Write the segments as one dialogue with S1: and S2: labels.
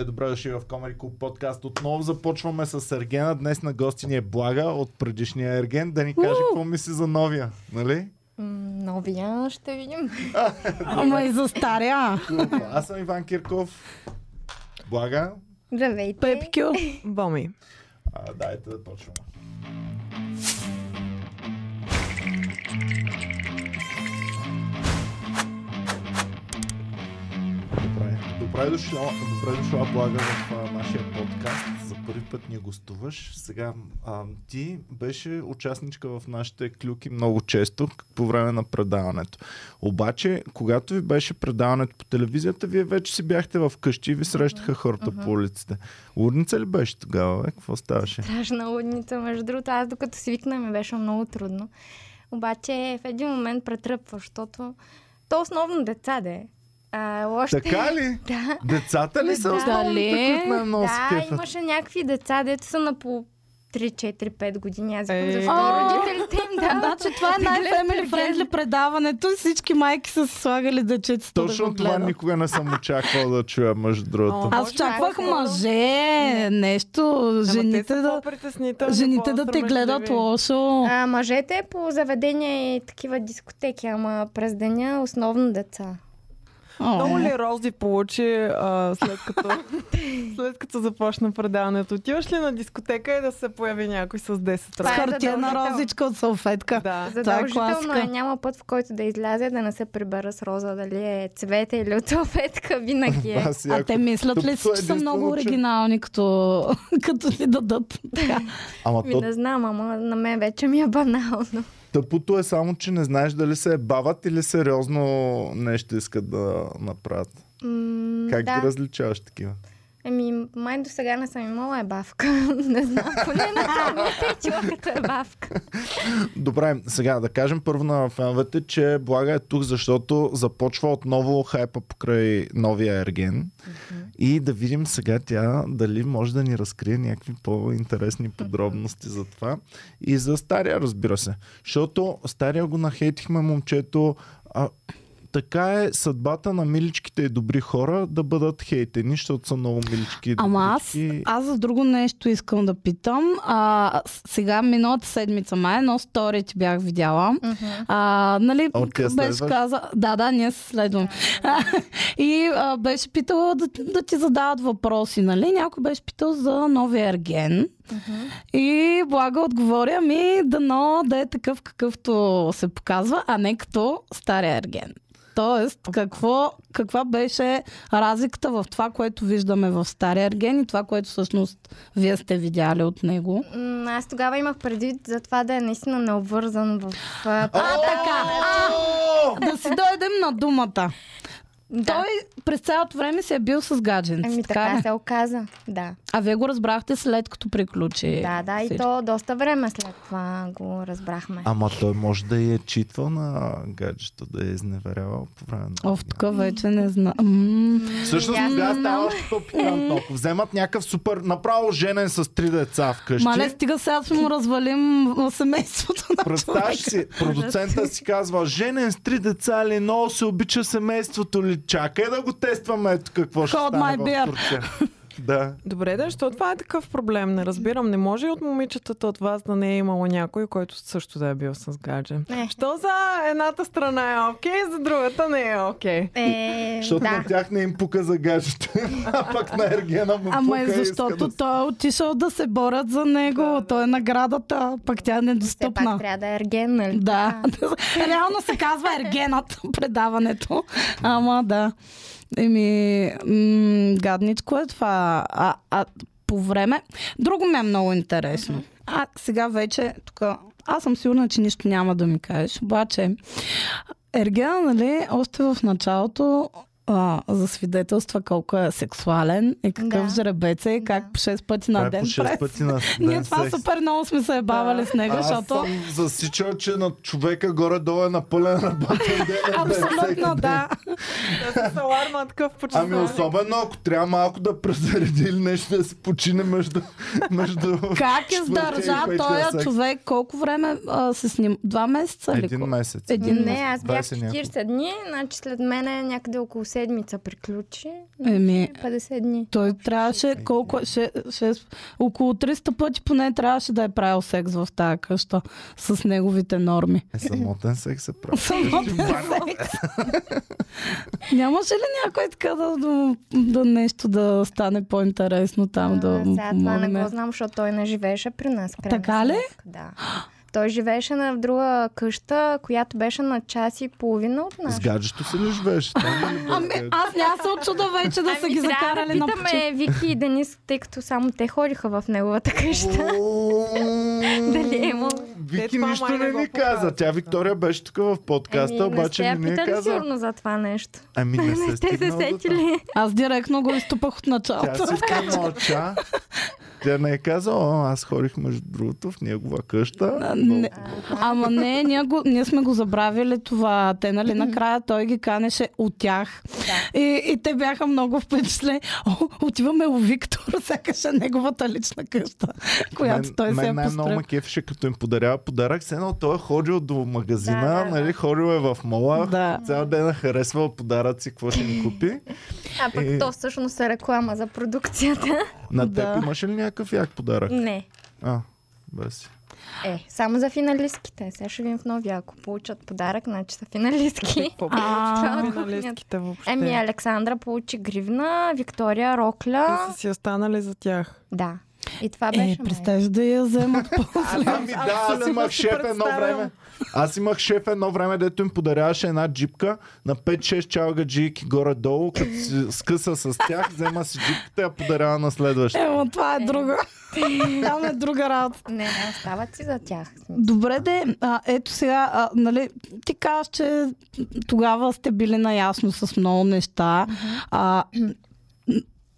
S1: Е, Добре дошли в Comedy Club подкаст. Отново започваме с Ергена. Днес на гости ни е Блага от предишния Ерген. Да ни каже какво мисли за новия, нали?
S2: М, Новия ще видим.
S3: Ама и за старя.
S1: Аз съм Иван Кирков. Блага.
S2: Здравейте.
S3: Пепкю.
S4: Боми.
S1: А, дайте да почваме. Добре. Добре дошла, добре дошла Блага в а, нашия подкаст. За първи път ни гостуваш. Сега а, ти беше участничка в нашите клюки много често к- по време на предаването. Обаче, когато ви беше предаването по телевизията, вие вече си бяхте в къщи и ви срещаха хората по улиците. Лудница ли беше тогава? Бе? Какво ставаше?
S2: Страшна лудница, между другото. Аз докато свикна ми беше много трудно. Обаче в един момент претръпва, защото то основно деца де. е. А, лошите...
S1: Така ли?
S2: Да.
S1: Децата ли са
S2: Да.
S1: основните,
S4: Дали?
S1: които най-много се
S2: Да,
S1: кефят?
S2: имаше някакви деца, дето са на по 3-4-5 години. Аз викам,
S4: Е.
S2: защо
S3: А.
S2: родителите им дават?
S3: Значи това е най-family friendly предаването. Всички майки са си слагали дечетата да го
S1: Точно това
S3: гледат.
S1: никога не съм очаквал да чуя, между другото.
S4: О,
S3: Аз
S4: Може
S3: очаквах
S2: някакво-
S3: мъже, нещо, жените да... Жените да те гледат лошо.
S2: А, мъжете по заведения и такива дискотеки, ама през деня основно деца.
S4: Много
S3: О.
S4: ли е? рози получи а, след като след като започна предаването? Отиваш ли на дискотека и да се появи някой с 10
S2: Това
S3: С
S4: рози?
S2: е
S3: хартиена
S2: задължително.
S3: розичка от салфетка.
S4: Да.
S3: Това
S2: Задължително
S3: е
S2: е,
S3: класика.
S2: няма път, в който да излязе, да не се прибера с роза, дали е цвете или от салфетка, винаги е.
S1: Аз
S3: А
S1: яко.
S3: те мислят ли
S1: Тук
S3: си, че са
S1: е единствено,
S3: много
S1: че-
S3: оригинални, като, като ли дадат? Така.
S1: Ама
S2: Ми
S1: то
S2: Ами не знам, ама на мен вече ми е банално.
S1: тъпото е само, че не знаеш дали се е бават или сериозно нещо искат да направят.
S2: М,
S1: Как
S2: да.
S1: ги различаваш такива?
S2: Еми, май до сега не съм имала ебавка. не знам, поне не съм е чула като ебавка.
S1: Добре, сега да кажем първо на феновете, че Блага е тук, защото започва отново хайпа покрай новия Ерген. И да видим сега тя дали може да ни разкрие някакви по-интересни подробности за това. И за стария, разбира се. Защото стария го нахейтихме момчето. А, така е съдбата на миличките и добри хора да бъдат хейтени, защото са много милички и добрички.
S3: Ама аз, аз за друго нещо искам да питам. А, с- сега миналата седмица май, но стори ти бях видяла. А, нали,
S1: О, ти я
S3: беше
S1: следваш?
S3: каза... Да, да, ние се следвам. и а, беше питала да, да ти задават въпроси, нали? Някой беше питал за новия ерген. И блага отговоря ми, дано да е такъв какъвто се показва, а не като стария ерген. Тоест, какво, каква беше разликата в това, което виждаме в Стария Ерген и това, което всъщност вие сте видяли от него?
S2: М, Аз тогава имах предвид за това да е наистина необвързан в... а,
S1: О!
S3: така, Да си дойдем на думата.
S2: Да.
S3: Той през цялото време си е бил с гадженци.
S2: Ами
S3: ли?
S2: така се оказа, да.
S3: А вие го разбрахте след като приключи.
S2: Да, да, и
S3: Е, всичко.
S2: то доста време след това го разбрахме.
S1: Ама той може да я е читвал на гаджето, да я е изневерявал по време на...
S3: Оф, така вече не знам. М,
S1: Всъщност
S2: Ясно.
S1: тогава става още по-пикантно. Ако вземат някакъв супер, направо женен с три деца вкъщи.
S3: Мале, стига сега ще му развалим семейството на
S1: Представяш
S3: човека.
S1: си, продуцента си казва, женен с три деца ли, много се обича семейството ли, чакай да го тестваме ето какво ще
S3: Call
S1: стане
S3: my
S1: в
S3: beer.
S1: Турция. Да.
S4: Добре, да, защо това е такъв проблем? Не разбирам. Не може и от момичетата от вас да не е имало някой, който също да е бил с гадже.
S2: Е.
S4: Що за едната страна е окей, за другата не е окей?
S2: Е,
S1: Защото
S2: да.
S1: на тях не им пука за гаджета, а пък на Ергена му
S3: Ама
S1: пука.
S3: е
S1: и иска
S3: защото
S1: да...
S3: той е отишъл да се борят за него. той е наградата, пък тя е
S2: Все пак
S3: недостъпна.
S2: трябва да е ерген, нали?
S3: Да, реално се казва ергенът предаването. Ама да. Еми, м- гадничко е това. А, а по време... Друго ми е много интересно. А сега вече тук... Аз съм сигурна, че нищо няма да ми кажеш. Обаче, Ергена, нали, още в началото а, засвидетелства колко е сексуален и какъв
S2: Да.
S3: жребец е и как
S2: Да.
S3: по 6 пъти
S1: Това
S3: на
S1: е по
S3: ден
S1: шест
S3: през.
S1: пъти на
S3: Ние
S1: ден
S3: това
S1: секс.
S3: супер много сме се бавали с него,
S1: Аз
S3: защото...
S1: съм засичал, че на човека горе-долу е напълен работен ден. бе, всеки
S3: Абсолютно
S1: ден.
S3: да.
S4: Да, с аларма такъв почти.
S1: Ами особено ако трябва малко да презареди или нещо да се почине между... между...
S3: Как е
S1: четвъртия и
S3: издържа
S1: петия
S3: този
S1: секс.
S3: е човек? Колко време а, се сним? Два месеца ли?
S1: Един
S3: колко?
S1: месец.
S3: Един
S2: Не, аз бях
S1: 20 няколко.
S2: 40 дни, значи след мен е някъде около седмица приключи.
S3: Еми,
S2: 50 дни.
S3: Е, той е трябваше колко, е- ше, ше, около 300 пъти поне трябваше да е правил секс в тази къща с неговите норми.
S1: Е, самотен секс се прави.
S3: Самотен секс. Нямаше ли някой така да, да, да нещо да стане по-интересно там? Да,
S2: а, сега това не
S3: помогне?
S2: го знам, защото той не живееше при нас. в крайна
S3: Така ли?
S2: сметка, Да. Той живееше на друга къща, която беше на час и половина от нас.
S1: С гаджето си ли живееш? Там е ли без
S3: Ами,
S1: гадже?
S3: аз няма се очуда вече да са ги
S2: трябва
S3: закарали
S2: Ами, да
S3: на почивка.
S2: питаме Вики и Денис, тъй като само те ходиха в неговата къща. Дали е имало?
S4: Те
S1: Вики
S4: това
S1: нищо
S4: май
S1: не
S4: не го
S1: ни каза.
S4: показват.
S1: Тя Виктория беше тук в подкаста,
S2: Еми,
S1: обаче
S2: Ами, не сте я
S1: не ни е
S2: питали
S1: каза.
S2: сигурно за това нещо.
S1: Ами не се
S2: Не сте се
S1: стигнал до там.
S2: сетили.
S3: Аз директно го изтупах от
S1: Тя
S3: началото.
S1: си мълча. Тя не е казала, "О, аз ходих между другото в негова къща.
S3: не. Ама не, ние, го, ние сме го забравили това. Те, нали, накрая той ги канеше от тях. И, и те бяха много впечатлени. О, отиваме у Виктор, сякаш е неговата лична къща, която той
S1: мен
S3: се е
S1: най-много
S3: построил.
S1: ме кефеше, като им подарява подарък. Все едно той е ходил до магазина,
S2: Да, да, да.
S1: нали, ходил е в мола,
S3: Да.
S1: цял ден е харесвал подаръци, какво ще ни купи.
S2: А пък
S1: Е.
S2: то всъщност е реклама за продукцията.
S1: На теб
S3: Да.
S1: имаш ли някакъв як подарък?
S2: Не.
S1: А, без.
S2: Е, само за финалистките. Сега ще видим в новия. Ако получат подарък, значи са
S3: Е,
S2: финалистки.
S4: Какво
S3: А,
S4: правят финалистките въобще?
S2: Еми, Александра получи гривна, Виктория
S4: Те
S2: Рокля.
S4: са си останали за тях.
S2: Да. И това беше.
S3: Е,
S2: май.
S3: представяш да я вземат после.
S1: Ами да, аз
S4: абсолютно
S1: имах
S4: си
S1: шеф едно
S4: представям.
S1: време. Аз имах шеф едно време, дето им подаряваше една джипка на 5-6 чалгаджийки горе-долу, като си скъса с тях, взема си джипката и я подарява на следващия.
S3: Ема, това е друга. Там е друга работа.
S2: Не, не, остават си за тях. Е,
S3: Добре, де, а, ето сега, а, нали, ти казваш, че тогава сте били наясно с много неща. А, н-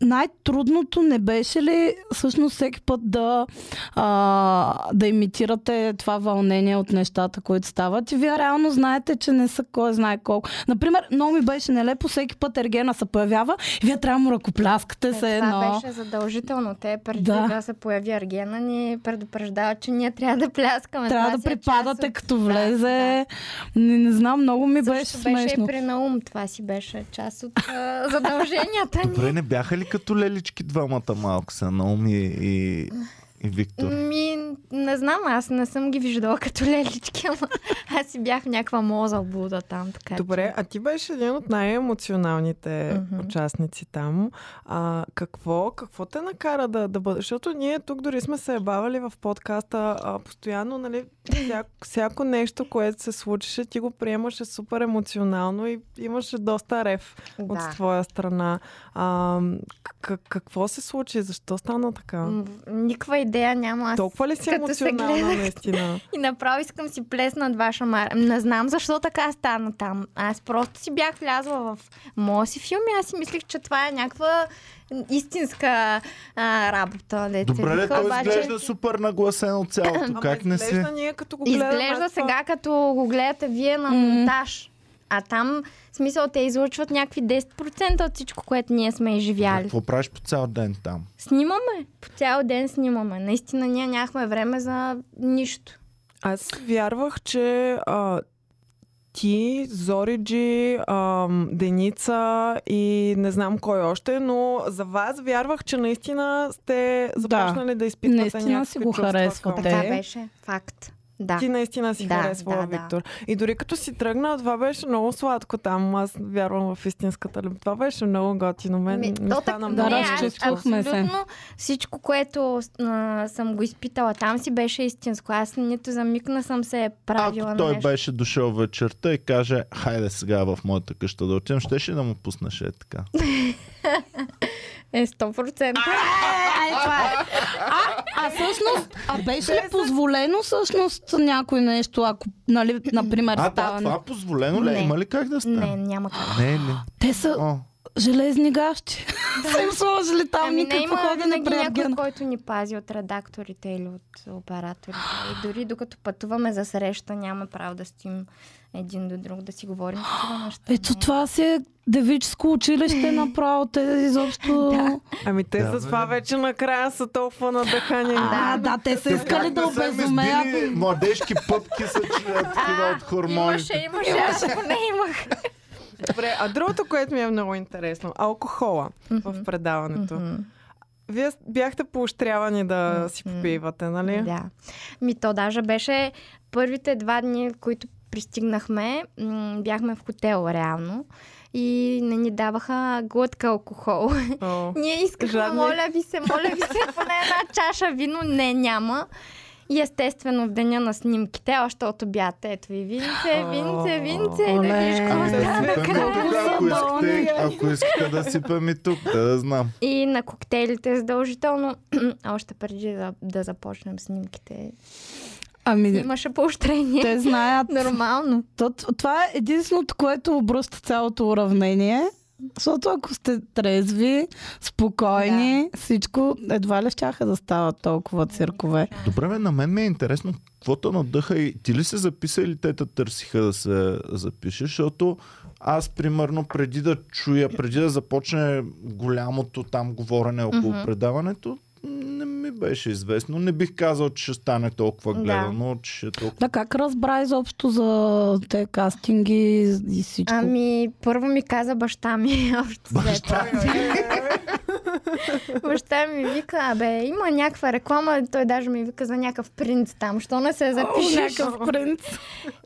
S3: най-трудното не беше ли всъщност всеки път да, а, да имитирате това вълнение от нещата, които стават? И вие реално знаете, че не са кой знае колко. Например, много ми беше нелепо, всеки път Ергена се появява и вие трябва да му ръкопляскате
S2: Е,
S3: се
S2: Това
S3: едно.
S2: беше задължително. Те преди
S3: Да.
S2: да. се появи Аргена ни предупреждават, че ние трябва да пляскаме.
S3: Трябва
S2: Това
S3: да
S2: си е част
S3: припадате
S2: от-
S3: като
S2: Да,
S3: влезе. Не, не знам, много ми
S2: Също
S3: беше смешно.
S2: и при Наум. Това си беше част от а, задълженията ни.
S1: Добре, не бяха ли като лелички двамата малко са, Наоми и, и Виктор?
S2: Ми, не знам, аз не съм ги виждала като лелички, ама аз си бях някаква моза блуда там. Така, че-
S4: Добре, а ти беше един от най-емоционалните
S2: Мгм.
S4: участници там. А, какво, какво те накара да, да бъдеш? Защото ние тук дори сме се бавали в подкаста а, постоянно, нали? Всяко, всяко нещо, което се случише, ти го приемаше супер емоционално и имаше доста рев
S2: да.
S4: от твоя страна. А, к- какво се случи? Защо стана така?
S2: М, Никаква идея няма. Аз
S4: Толкова ли си
S2: като се
S4: емоционална
S2: гледах-
S4: наистина?
S2: И направо искам си плесна два шамара. Не знам защо така стана там. Аз просто си бях влязла в моя си филм и аз си мислих, че това е някаква истинска а, работа. Дете.
S1: Добре, ли, той изглежда супер нагласен от цялото.
S4: Ама
S1: Как не си?
S4: изглежда ние като го гледаме,
S2: Изглежда
S4: аз това-
S2: сега, като го гледате вие на
S3: Мгм.
S2: монтаж. А там, в смисъл, те излъчват някакви 10% от всичко, което ние сме изживяли.
S1: Какво правиш по цял ден там?
S2: Снимаме. По цял ден снимаме. Наистина, ние нямахме време за нищо.
S4: Аз вярвах, че а, ти, Зориджи, а, Деница и не знам кой още, но за вас вярвах, че наистина сте започнали да, изпитвате
S3: Наистина
S4: някакви
S3: си го
S4: чувства
S3: харесвате.
S4: към-
S2: Така
S3: Те?
S2: беше. Факт. Да.
S4: Ти наистина си
S2: Да,
S4: харесвала
S2: да, да.
S4: Виктор. И дори като си тръгна, това беше много сладко там. Аз вярвам в истинската любов. Това беше много готино. Мен
S2: Ми,
S4: ми,
S2: Ами, то так-
S4: стана
S3: да,
S4: много
S2: не, е. аз
S4: сладко.
S3: разчувствах. разчувствахме се.
S2: Абсолютно всичко, което а, съм го изпитала там си беше истинско. Аз нито за миг не съм се е правила
S1: Ако
S2: на
S1: той
S2: нещо.
S1: беше дошъл вечерта и каже, хайде сега в моята къща да отидем, щеше да му пуснеш е така.
S2: Е, 100%.
S3: Ай, това е. А, а всъщност, а беше ли позволено всъщност някой нещо, ако, нали, например,
S1: А, да,
S3: става...
S1: това позволено ли? е?
S2: Не.
S1: Има ли как да
S2: не,
S1: стане?
S2: няма как.
S1: Не е ли?
S3: Те са
S1: О,
S3: железни гащи. Са им сложили там
S2: Ами не
S3: никакво
S2: има
S3: ходене
S2: винаги
S3: при
S2: някой,
S3: Евгена.
S2: който ни пази от редакторите или от операторите. И дори докато пътуваме за среща, няма право да стоим един до друг, да си говорим такива неща.
S3: Ето
S2: Не.
S3: това си е девическо училище направо. Те изобщо...
S2: Е. Да.
S4: Ами те
S1: Да,
S4: за това
S1: бе.
S4: вече накрая са толкова надъхани.
S3: А, да, те са искали
S1: Как
S3: да
S1: не са им
S3: обезумеят.
S1: избили Младежки пъпки са че, е такива от хормони.
S2: Имаше, имаше, аз поне имах.
S4: Добре, а другото, което ми е много интересно, алкохола в предаването.
S2: Мгм.
S4: Вие бяхте поощрявани да си попивате, нали?
S2: Да. Ми то даже беше първите два дни, в които пристигнахме, м, бяхме в хотел реално и не ни даваха глътка алкохол.
S4: О.
S2: Ние искахме,
S4: Жадни.
S2: моля ви се, моля ви се, поне една чаша вино. Не, няма. И естествено в деня на снимките, още от обята, ето ви винце, винце, винце, и да
S3: Оле.
S2: видиш какво
S3: Ами,
S1: Да
S2: става
S1: сипем
S2: накрая.
S1: и Е, тук, ако
S3: Сабони,
S1: искате,
S3: ай.
S1: ако искате да сипем и тук, да, да знам.
S2: И на коктейлите задължително, още преди да, да започнем снимките,
S3: Ами,
S2: имаше поощрение.
S3: те знаят.
S2: Нормално.
S3: То, това е единственото, което обръща цялото уравнение. Защото ако сте трезви, спокойни, да. всичко едва ли щяха да стават толкова циркове.
S1: Добре, бе, на мен ми е интересно, какво те надъха и ти ли се записа или те те търсиха да се запишеш, защото аз примерно преди да чуя, преди да започне голямото там говорене около
S2: Мгм.
S1: предаването, не ми беше известно. Не бих казал, че ще стане толкова
S2: Да.
S1: гледано, че ще е толкова...
S3: Да, как разбра изобщо за те кастинги и всичко?
S2: Ами, първо ми каза баща ми общо. Баща, баща ми вика, абе, има някаква реклама, той даже ми вика за някакъв принц там, що не се
S3: О,
S2: запишеш?
S3: някакъв принц.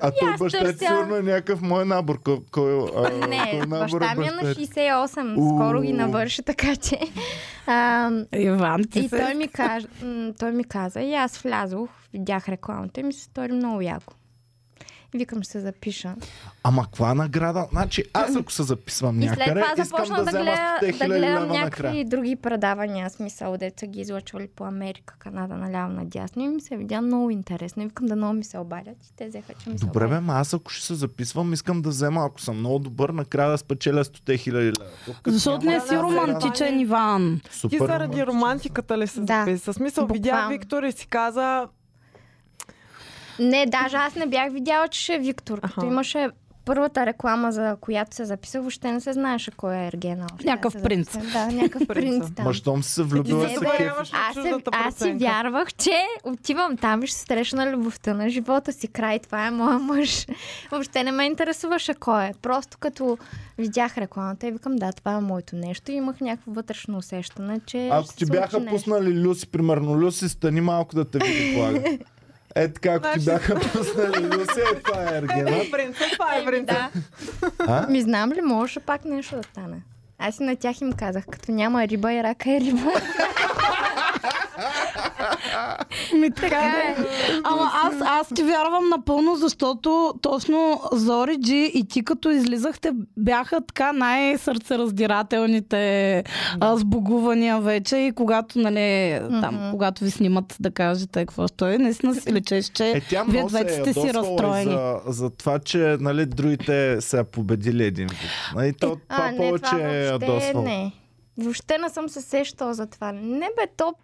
S1: А той
S2: аз
S1: баща ти
S2: търся.
S1: сигурно е някакъв мой набор. Кой, кой, а,
S2: Не,
S1: кой набор
S2: баща ми е на
S1: баща ти?
S2: 68,
S1: Уу.
S2: скоро ги навърши, така че... А,
S3: Иван, ти
S2: и
S3: се...
S2: той ми, каж... м, той ми каза, и аз влязох, видях рекламата и ми се стори много яко. И Викам, ще се запиша.
S1: Ама каква награда? Значи аз ако се записвам
S2: И след
S1: някъде,
S2: това
S1: искам
S2: започна
S1: да
S2: да,
S1: взема
S2: гледа,
S1: 100
S2: да
S1: 000
S2: гледам
S1: лева
S2: някакви
S1: накрая.
S2: други предавания, смисъл, деца ги излъчвали по Америка, Канада, наляво, надясно и ми се видя много интересно. И викам да много ми се обадят и те взеха, че ми се
S1: Добре, бе,
S2: обадят.
S1: ма аз ако ще се записвам, искам да взема, ако съм много добър, накрая да спечеля 100 хиляди лева. Тук
S3: Защото не
S1: няма
S3: си
S1: да се
S3: романтичен, Иван.
S1: радвам. Супер
S4: Ти заради
S1: романтичен.
S4: романтиката ли се
S2: Да.
S4: записа? Смисъл, видя
S2: Буквално.
S4: Виктор и си каза,
S2: Не, даже аз не бях видяла, че ще е Виктор. Като
S4: Аха.
S2: имаше първата реклама, за която се записах, въобще не се знаеше кой е Ергена. още.
S3: Някакъв
S2: Аз се
S3: принц.
S2: записах. Да, някакъв принц там.
S1: Ма щом си се влюбила
S2: Не,
S1: се
S2: бе,
S1: кеф.
S4: Вярваш на
S2: Аз, се,
S4: чуждата
S2: аз си
S4: преценка.
S2: вярвах, че отивам там и ще срещна любовта на живота си. Край, това е моя мъж. Въобще не ме интересуваше кой е. Просто като видях рекламата и викам, да, това е моето нещо. И имах някакво вътрешно усещане, че
S1: Ако
S2: ще
S1: ти
S2: се
S1: бяха
S2: случи нещо.
S1: пуснали Люси, примерно Люси, стани малко да те види влага. Е така, ако ти
S4: Значи-
S1: бяха пуснали Люси, е това е Ергена.
S4: е, принца, това е
S2: Еми,
S4: принца.
S2: да.
S1: А?
S2: Ми знам ли, може пак нещо да стане. Аз и на тях им казах, като няма риба и рака е риба.
S3: Ми така е. Ама аз, аз ти вярвам напълно, защото точно Зори Джи и ти като излизахте бяха така най-сърцераздирателните а, сбогувания вече и когато, нали, там,
S2: Мгм. когато
S3: когато ви снимат да кажете какво ще е, наистина си лечеш, че
S1: Е, тя
S3: вие
S1: много се
S3: двете
S1: е
S3: сте си
S1: ядосвала и
S3: разстроени.
S1: за, за това, че нали, другите са я победили един вид. Нали, то, това повече е
S2: въобще
S1: ядосвало.
S2: не. Въобще не съм се сещала за това. Не бе, то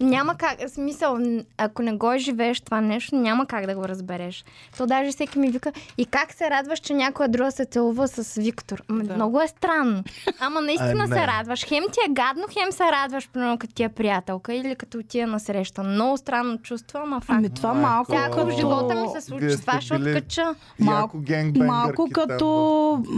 S2: няма как, смисъл, н- ако не го живееш това нещо, няма как да го разбереш. То даже всеки ми вика, и как се радваш, че някоя друга се целува с Виктор? М,
S4: Да.
S2: Много е странно. Ама наистина
S1: Ай, не.
S2: се радваш. Хем ти е гадно, хем се радваш, примерно, като ти е приятелка или като ти е насреща. Много странно чувство, ама факт.
S3: Ами това
S1: Майко.
S3: малко
S2: Сега, ако в
S3: като...
S2: живота ми се
S1: Вие
S2: случи,
S1: сте
S2: това ще
S1: били-
S2: откача.
S1: Малко,
S3: малко като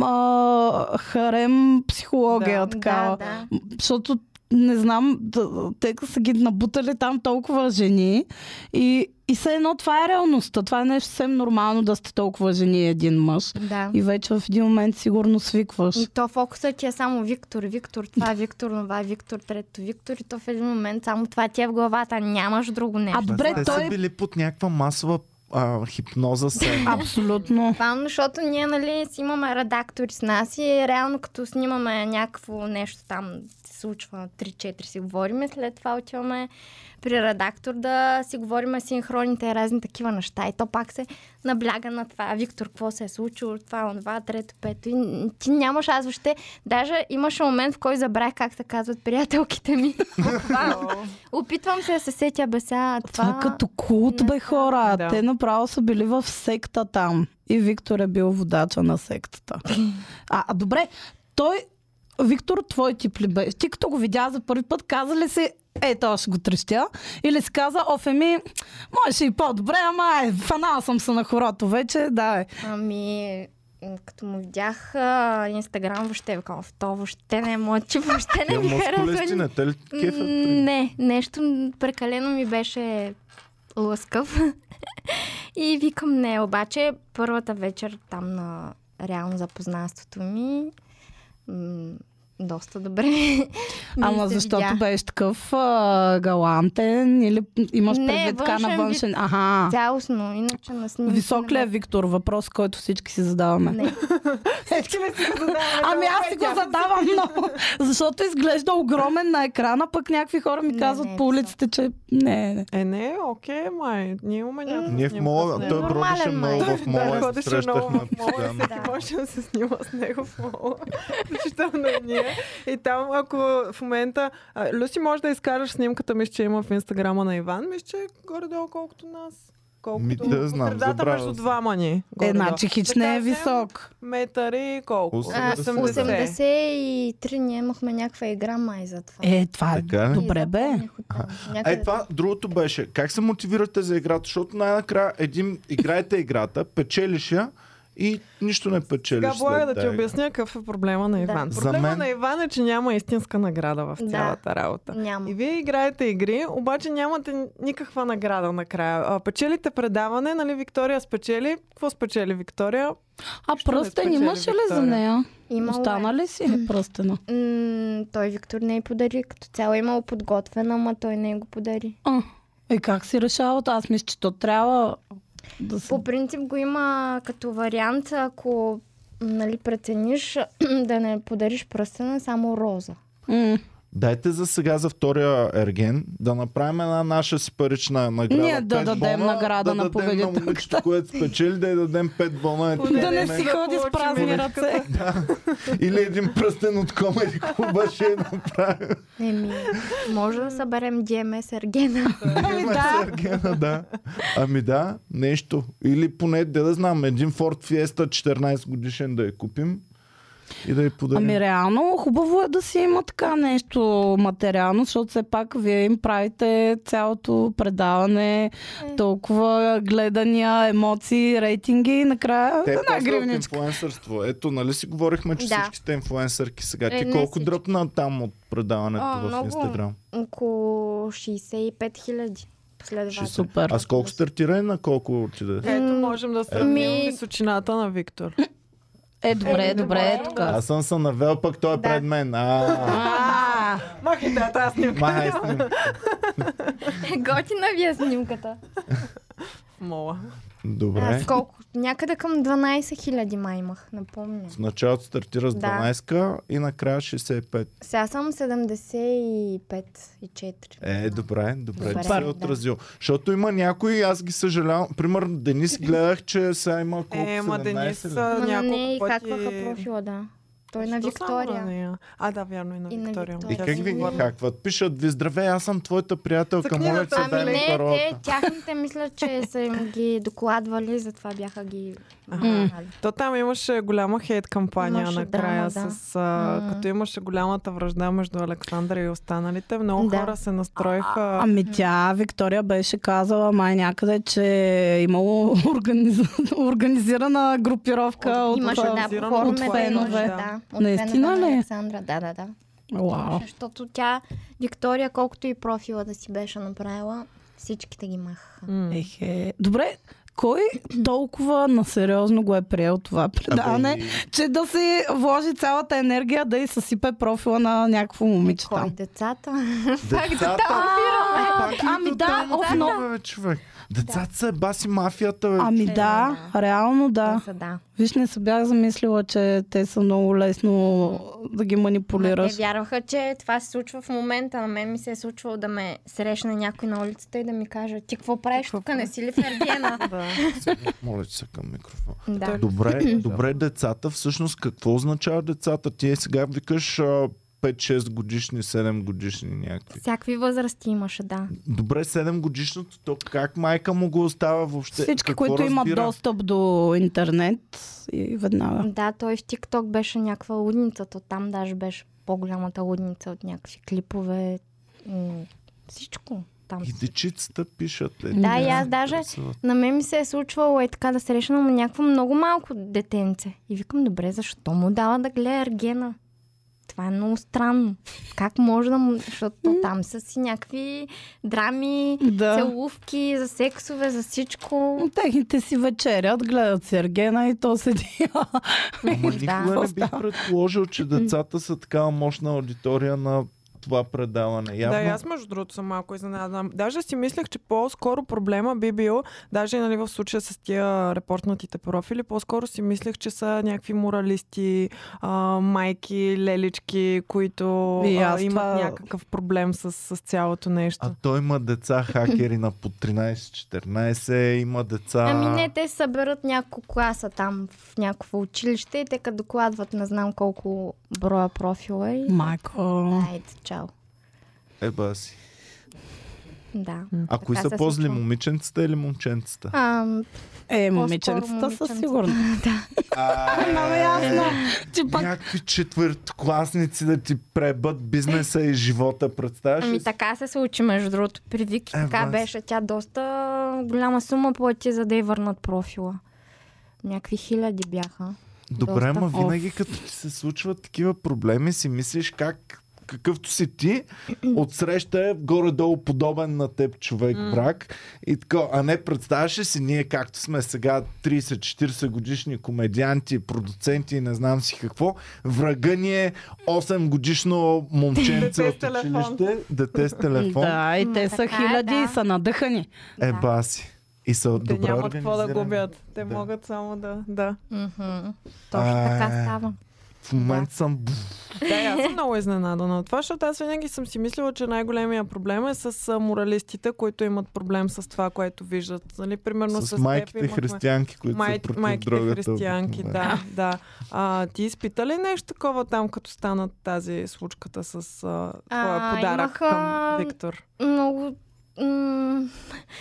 S3: а, харем психология
S4: Да.
S3: такава.
S2: Да, да.
S3: Защото не знам, да- те като са ги набутали там толкова жени и, и все едно това е реалността. Това е нещо съвсем нормално да сте толкова жени и един мъж.
S2: Да.
S3: И вече в един момент сигурно свикваш.
S2: И то фокусът ти е само Виктор, Виктор, това, е Виктор, това, Виктор, трето, Виктор и то в един момент само това ти е в главата, нямаш друго нещо.
S3: А,
S2: А,
S3: Добре,
S1: Те
S3: той-
S1: са били под някаква масова а, хипноза се.
S3: Абсолютно.
S2: Буквално, защото ние, нали, си имаме редактори с нас и реално като снимаме някакво нещо там, се случва 3-4 си говориме, след това отиваме при редактор да си говорим синхроните и разни такива неща. И то пак се набляга на това. Виктор, какво се е случило? Това, онова, трето, пето. И н- ти нямаш, аз въобще... Даже имаше момент, в който забравих как се казват приятелките ми. Буквално. Опитвам се да се сетя беса. Това,
S3: Това е като култ, бе
S2: не
S3: хора.
S4: Да.
S3: Те направо са били в секта там. И Виктор е бил водача на сектата. А, а добре, той... Виктор, твой тип ли беше? Ти като го видя за първи път, каза ли си е, то ще го трещя. Или си каза, оф, еми, можеше и по-добре, ама е, фанал съм се на хорото вече, да е.
S2: Ами, м, като му видях а, Инстаграм, въобще викам, "Оф, то въобще не е моят тип, въобще не
S1: Тя
S2: ми харесва.
S1: мускулести не те ли е
S2: М,
S1: кефят?
S2: Не, нещо прекалено ми беше лъскав. И викам не, обаче първата вечер там на реално запознанството ми м, доста добре. ми
S3: Ама
S2: се
S3: защото
S2: видя.
S3: беше такъв а, галантен или имаш
S2: Не,
S3: предвид така на
S2: външен
S3: външен... Аха.
S2: Цялостно, иначе на снимки.
S3: Висок ли е Виктор? Въпрос, който всички си задаваме.
S2: Не.
S4: Всички ли си го задаваме?
S3: Ами аз
S4: Добре,
S3: си го
S4: тя-
S3: задавам много, защото изглежда огромен на екрана, пък някакви хора ми
S2: Не,
S3: казват
S2: не е
S3: по
S2: висок.
S3: улиците, че не, не.
S4: Е, не, окей, май. Ние имаме някаква
S1: Ние в
S4: снимка с
S1: мола,
S4: него.
S1: той
S2: Нормален
S1: бродеше
S2: май.
S1: много в
S4: Да,
S1: мола и се
S4: ходеше много
S1: срещахме
S4: в мола и
S1: постоянно.
S4: всеки
S2: Да.
S4: може да се снима с него в мола. Включително и ние. И там, ако в момента... а, Люси, може да изкараш снимката ми, че има в инстаграма на Иван. Мисля, че е горе-долу колкото нас.
S1: Ми,
S4: Колкото
S1: да, знам,
S4: средата
S1: забравил
S4: между
S1: съм.
S4: двама ни.
S3: Е,
S4: горе-долу.
S3: значи хич
S4: Да
S3: не е
S4: кажем,
S3: висок.
S4: Метър и колко?
S1: 80.
S2: А,
S4: 80.
S2: 83 ние имахме някаква игра май за това.
S3: Е, това е
S1: Така ли?
S3: добре бе.
S2: Запомних оттам. Някъде
S1: Е, това другото беше. Как се мотивирате за играта? Защото най-накрая един играете играта, печелиш я и нищо не печелиш.
S4: Сега блага
S1: след
S4: да ти
S1: тая игра.
S4: обясня какъв е проблема на Иван.
S1: За
S4: Проблема
S1: мен-
S4: на Иван е, че няма истинска награда в
S2: Да.
S4: цялата работа.
S2: Няма.
S4: И вие играете игри, обаче нямате никаква награда накрая. А, Печелите предаване, нали Виктория спечели. Какво спечели Виктория?
S3: А
S4: Ще
S3: пръстен
S4: ме
S3: имаш ли
S4: спечели
S3: за
S4: Виктория.
S3: нея?
S2: Имало е.
S3: Остана ли си е пръстена?
S2: М, той Виктор не й подари като цяло. е Имало подготвена, ама той не го подари.
S3: А, е, как си решава? Аз мисля, че то трябва да се...
S2: По принцип го има като вариант, ако нали, прецениш да не подариш пръстена, само роза.
S3: М.
S1: Дайте за сега за втория ерген да направим една наша си парична награда.
S3: Ние да
S1: Пет
S3: дадем
S1: бона,
S3: награда
S1: да
S3: на
S1: дадем на
S3: победителката.
S1: момичето, което спечели, да й дадем 5 бона. Е,
S3: Да не
S1: не.
S3: си ходи с празни
S4: Поне.
S3: ръце.
S1: Или един пръстен от комеди клуба ще я направим.
S2: Еми, може да съберем DMS Ергена.
S3: Ами
S1: Има
S3: да.
S1: Сергена, да. Ами да, нещо. Или поне, де да знам, един Ford Fiesta 14 годишен да я купим и да я подарим.
S3: Ами реално, хубаво е да си има така нещо материално, защото все пак вие им правите цялото предаване, толкова гледания, емоции, рейтинги и накрая
S1: Те
S3: една
S1: после от
S3: гривничка.
S1: инфлуенсърство. Ето, нали си говорихме, че
S2: Да.
S1: всичките инфлуенсърки сега.
S2: Е,
S1: Ти
S2: не
S1: колко
S2: всички.
S1: дръпна там от предаването
S2: А,
S1: в
S2: много.
S1: Инстаграм?
S2: Около 65 хиляди последователи.
S3: Супер.
S1: Аз колко стартира и на колко отиде?
S4: Ето можем да сравним
S2: Ми-
S4: височината на Виктор.
S3: Е, добре, добре, тук.
S1: Аз съм се навел, пък той е
S2: Да.
S1: пред мен. А,
S4: А, махай да, аз снимка.
S1: май, снимка.
S2: Готина ви е снимката.
S4: Мола.
S1: Добре.
S2: Аз колко? Някъде към 12 хиляди май имах, напомня.
S1: В началото стартира с
S2: Да.
S1: 12 и накрая 65.
S2: Сега съм 75 и 4.
S1: Е, добре, добре, че
S2: Добре,
S1: се е
S2: да.
S1: отразил. Защото има някои, аз ги съжалявам. Примерно, Денис гледах, че сега има колко
S4: Е, ма Денис
S1: 17 ли?
S4: а,
S2: Ма на нея и
S4: няколко
S2: хакваха
S4: пъти...
S2: профила, да. Той на
S4: Защо само на
S2: Виктория.
S4: нея? А, да, вярно и на
S2: И на
S4: Виктория.
S2: Виктория.
S1: И
S4: Тя
S1: как
S4: си
S1: ви
S4: говори.
S1: хакват? Пишат ви, здравей, аз съм твоята приятелка,
S4: За
S1: моля
S4: книгата,
S1: се
S4: ами
S1: дай
S2: Ами
S1: ми
S2: не, те,
S1: паролата.
S2: тяхните мисля, че са им ги докладвали, затова бяха ги...
S4: Аха.
S2: М.
S4: То там имаше голяма хейт кампания
S2: Имаше
S4: накрая,
S2: драма, да.
S4: с, а,
S2: М.
S4: като имаше голямата връжда между Александра и останалите. Много
S2: Да.
S4: хора се настроиха.
S3: А- Ами тя, Виктория, беше казала май някъде, че е имало организ... организирана групировка от...
S2: Имаше
S3: а,
S2: да,
S4: организирано
S2: по форуме, да,
S3: от фенове.
S2: имаше, да. От
S3: Наистина
S2: фенове на
S3: ли?
S2: Александра, да, да, да.
S3: Вау.
S2: Защото тя, Виктория, колкото и профила да си беше направила, всичките ги махаха.
S4: М.
S3: Ехе. Добре, кой толкова насериозно го е приел това предаване,
S1: Абе, и-
S3: че да си вложи цялата енергия да й съсипе профила на някакво момиче
S2: Кой
S3: там?
S2: децата?
S1: Децата, пак ли
S3: ами
S1: до
S3: да,
S1: там
S3: оф,
S1: отива,
S3: но-
S1: бе, човек. Децата са баси мафията, бе.
S3: Ами да, реално да.
S2: Те са, да.
S3: Виж, не се бях замислила, че те са много лесно да ги
S2: Ма
S3: манипулираш.
S2: Те вярваха, че това се случва в момента. На мен ми се е случвало да ме срещне някой на улицата и да ми каже, ти какво правиш тук, не си ли в Ергена?
S4: Да.
S1: Моля ти се към микрофон.
S2: да.
S1: Добре, добре, децата, всъщност какво означава децата? Ти сега викаш а, 5-6 годишни, 7 годишни някакви.
S2: Всякакви възрасти имаше, да.
S1: Добре, 7 годишното, то как майка му го оставя въобще?
S3: Всички,
S1: Какво
S3: които имат
S1: разбира?
S3: достъп до интернет и веднага.
S2: Да, той в TikTok беше някаква лудница, то там даже беше по-голямата лудница от някакви клипове. М, Всичко. там.
S1: И дечицата пишат. Е,
S2: Да,
S1: така,
S2: и аз даже-
S1: интересуват.
S2: На мен ми се е случвало е така да срещнам някакво много малко детенце. И викам, добре, защо му дава да гледа ергена? Това е много странно. Как може да му... Защото там са си някакви драми,
S3: Да.
S2: целувки, за сексове, за всичко.
S3: Техните си вечерят, гледат си Ергена и то седи.
S1: Ама
S2: Да.
S1: никога не бих
S3: Остава.
S1: предположил, че децата са такава мощна аудитория на това предаване.
S4: Да, и
S1: Явно
S4: аз между другото съм малко изненадана. Даже си мислех, че по-скоро проблема би бил, даже и нали, в случая с тия репортнатите профили, по-скоро си мислех, че са някакви моралисти, а, майки, лелички, които
S3: И
S4: а,
S3: аз
S4: имат
S3: това-
S4: някакъв проблем с, с цялото нещо.
S1: А той има деца хакери на по 13-14, има деца...
S2: Ами не, те се съберат няколко класа там в някакво училище и те като докладват не знам колко броя профила и...
S3: Майко.
S2: Айде, чао.
S1: Еба си.
S2: Да.
S1: А кои са
S2: Така се
S1: по-зли,
S2: случва.
S1: момиченцата или момченцата?
S2: Ам,
S3: Е, момиченцата
S2: момиченцата.
S3: със сигурно. Много ясно,
S1: А,
S3: че пак
S1: Някакви четвъртокласници да ти пребът бизнеса и живота, представяш? ли
S2: Ами
S1: си?
S2: така се случи, между другото. При Вики
S1: Е,
S2: така
S1: бас.
S2: беше. Тя доста голяма сума плати, за да й върнат профила. Някакви хиляди бяха.
S1: Добре,
S2: доста.
S1: ма винаги като ти се случват такива проблеми, си мислиш как какъвто си ти, отсреща е горе-долу подобен на теб човек брак. И така, а не представяш ли си ние както сме сега 30-40 годишни комедианти, продуценти и не знам си какво, врага ни е 8 годишно момченце
S4: Дете с
S1: от
S4: телефон.
S1: училище, дете с телефон.
S3: Да, и
S2: М,
S3: те са
S2: така е,
S3: хиляди
S2: да.
S3: и са надъхани.
S1: Е, баси. И са
S4: Те
S1: добре
S4: нямат какво да
S1: организирани.
S4: губят. Те
S1: Да.
S4: могат само да... Да,
S2: Мгм. Точно така
S1: Е.
S2: става.
S1: В момента съм... бф,
S4: да и аз съм много изненадана от това, защото аз винаги съм си мислила, че най-големия проблем е с а, моралистите, които имат проблем с това, което виждат. Нали, примерно с,
S1: с
S4: теб
S1: майките
S4: имахме-
S1: християнки, които
S4: Май,
S1: са против
S4: майките
S1: дрогата.
S4: християнки,
S1: обикновено.
S4: да, да. А, ти изпита ли нещо такова там, като стана тази случката с а, твоя
S2: А,
S4: подарък
S2: имаха-
S4: към Виктор?
S2: Много м-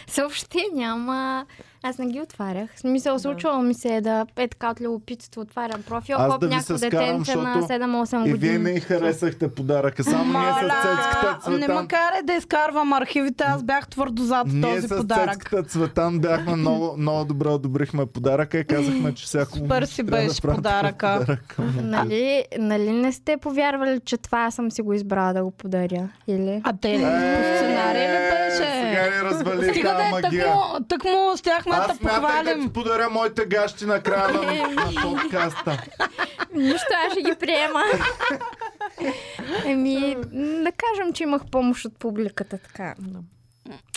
S2: съобщения, ама аз не ги отварях. В Смисъл, случвало ми се е да е така от любопитство отварям профил,
S1: Аз
S2: хоп,
S1: да ви
S2: някакво
S1: се скарам,
S2: детенце на
S1: защото
S2: 7-8
S1: И вие не е
S2: години.
S1: й харесахте подаръка, само ние с цецката
S3: не
S1: цветан.
S3: макар е да изкарвам архивите, аз бях твърдо зад
S1: Ние
S3: този
S1: с
S3: подарък.
S1: цецката цветан бяхме много, много добре одобрихме подаръка и казахме, че всяко
S3: Супер си
S1: момиче трябва да
S3: беше
S1: прати
S3: подаръка.
S1: подарък към Е, момчето.
S2: Нали, нали не сте повярвали, че това съм си го избрала да го подаря? Или?
S3: А те,
S1: Е,
S3: по сценария ли
S1: Сега
S3: беше?
S1: ни развали
S3: Стига
S1: тази
S3: да е
S1: магия.
S3: тъкмо, тъкмо щяхме да
S1: Аз мятах да
S3: похвалим. Е,
S1: ти подаря моите гащи на края на, на подкаста.
S2: Нищо, аз ще ги приема. Еми, м, да кажем, че имах помощ от публиката, така.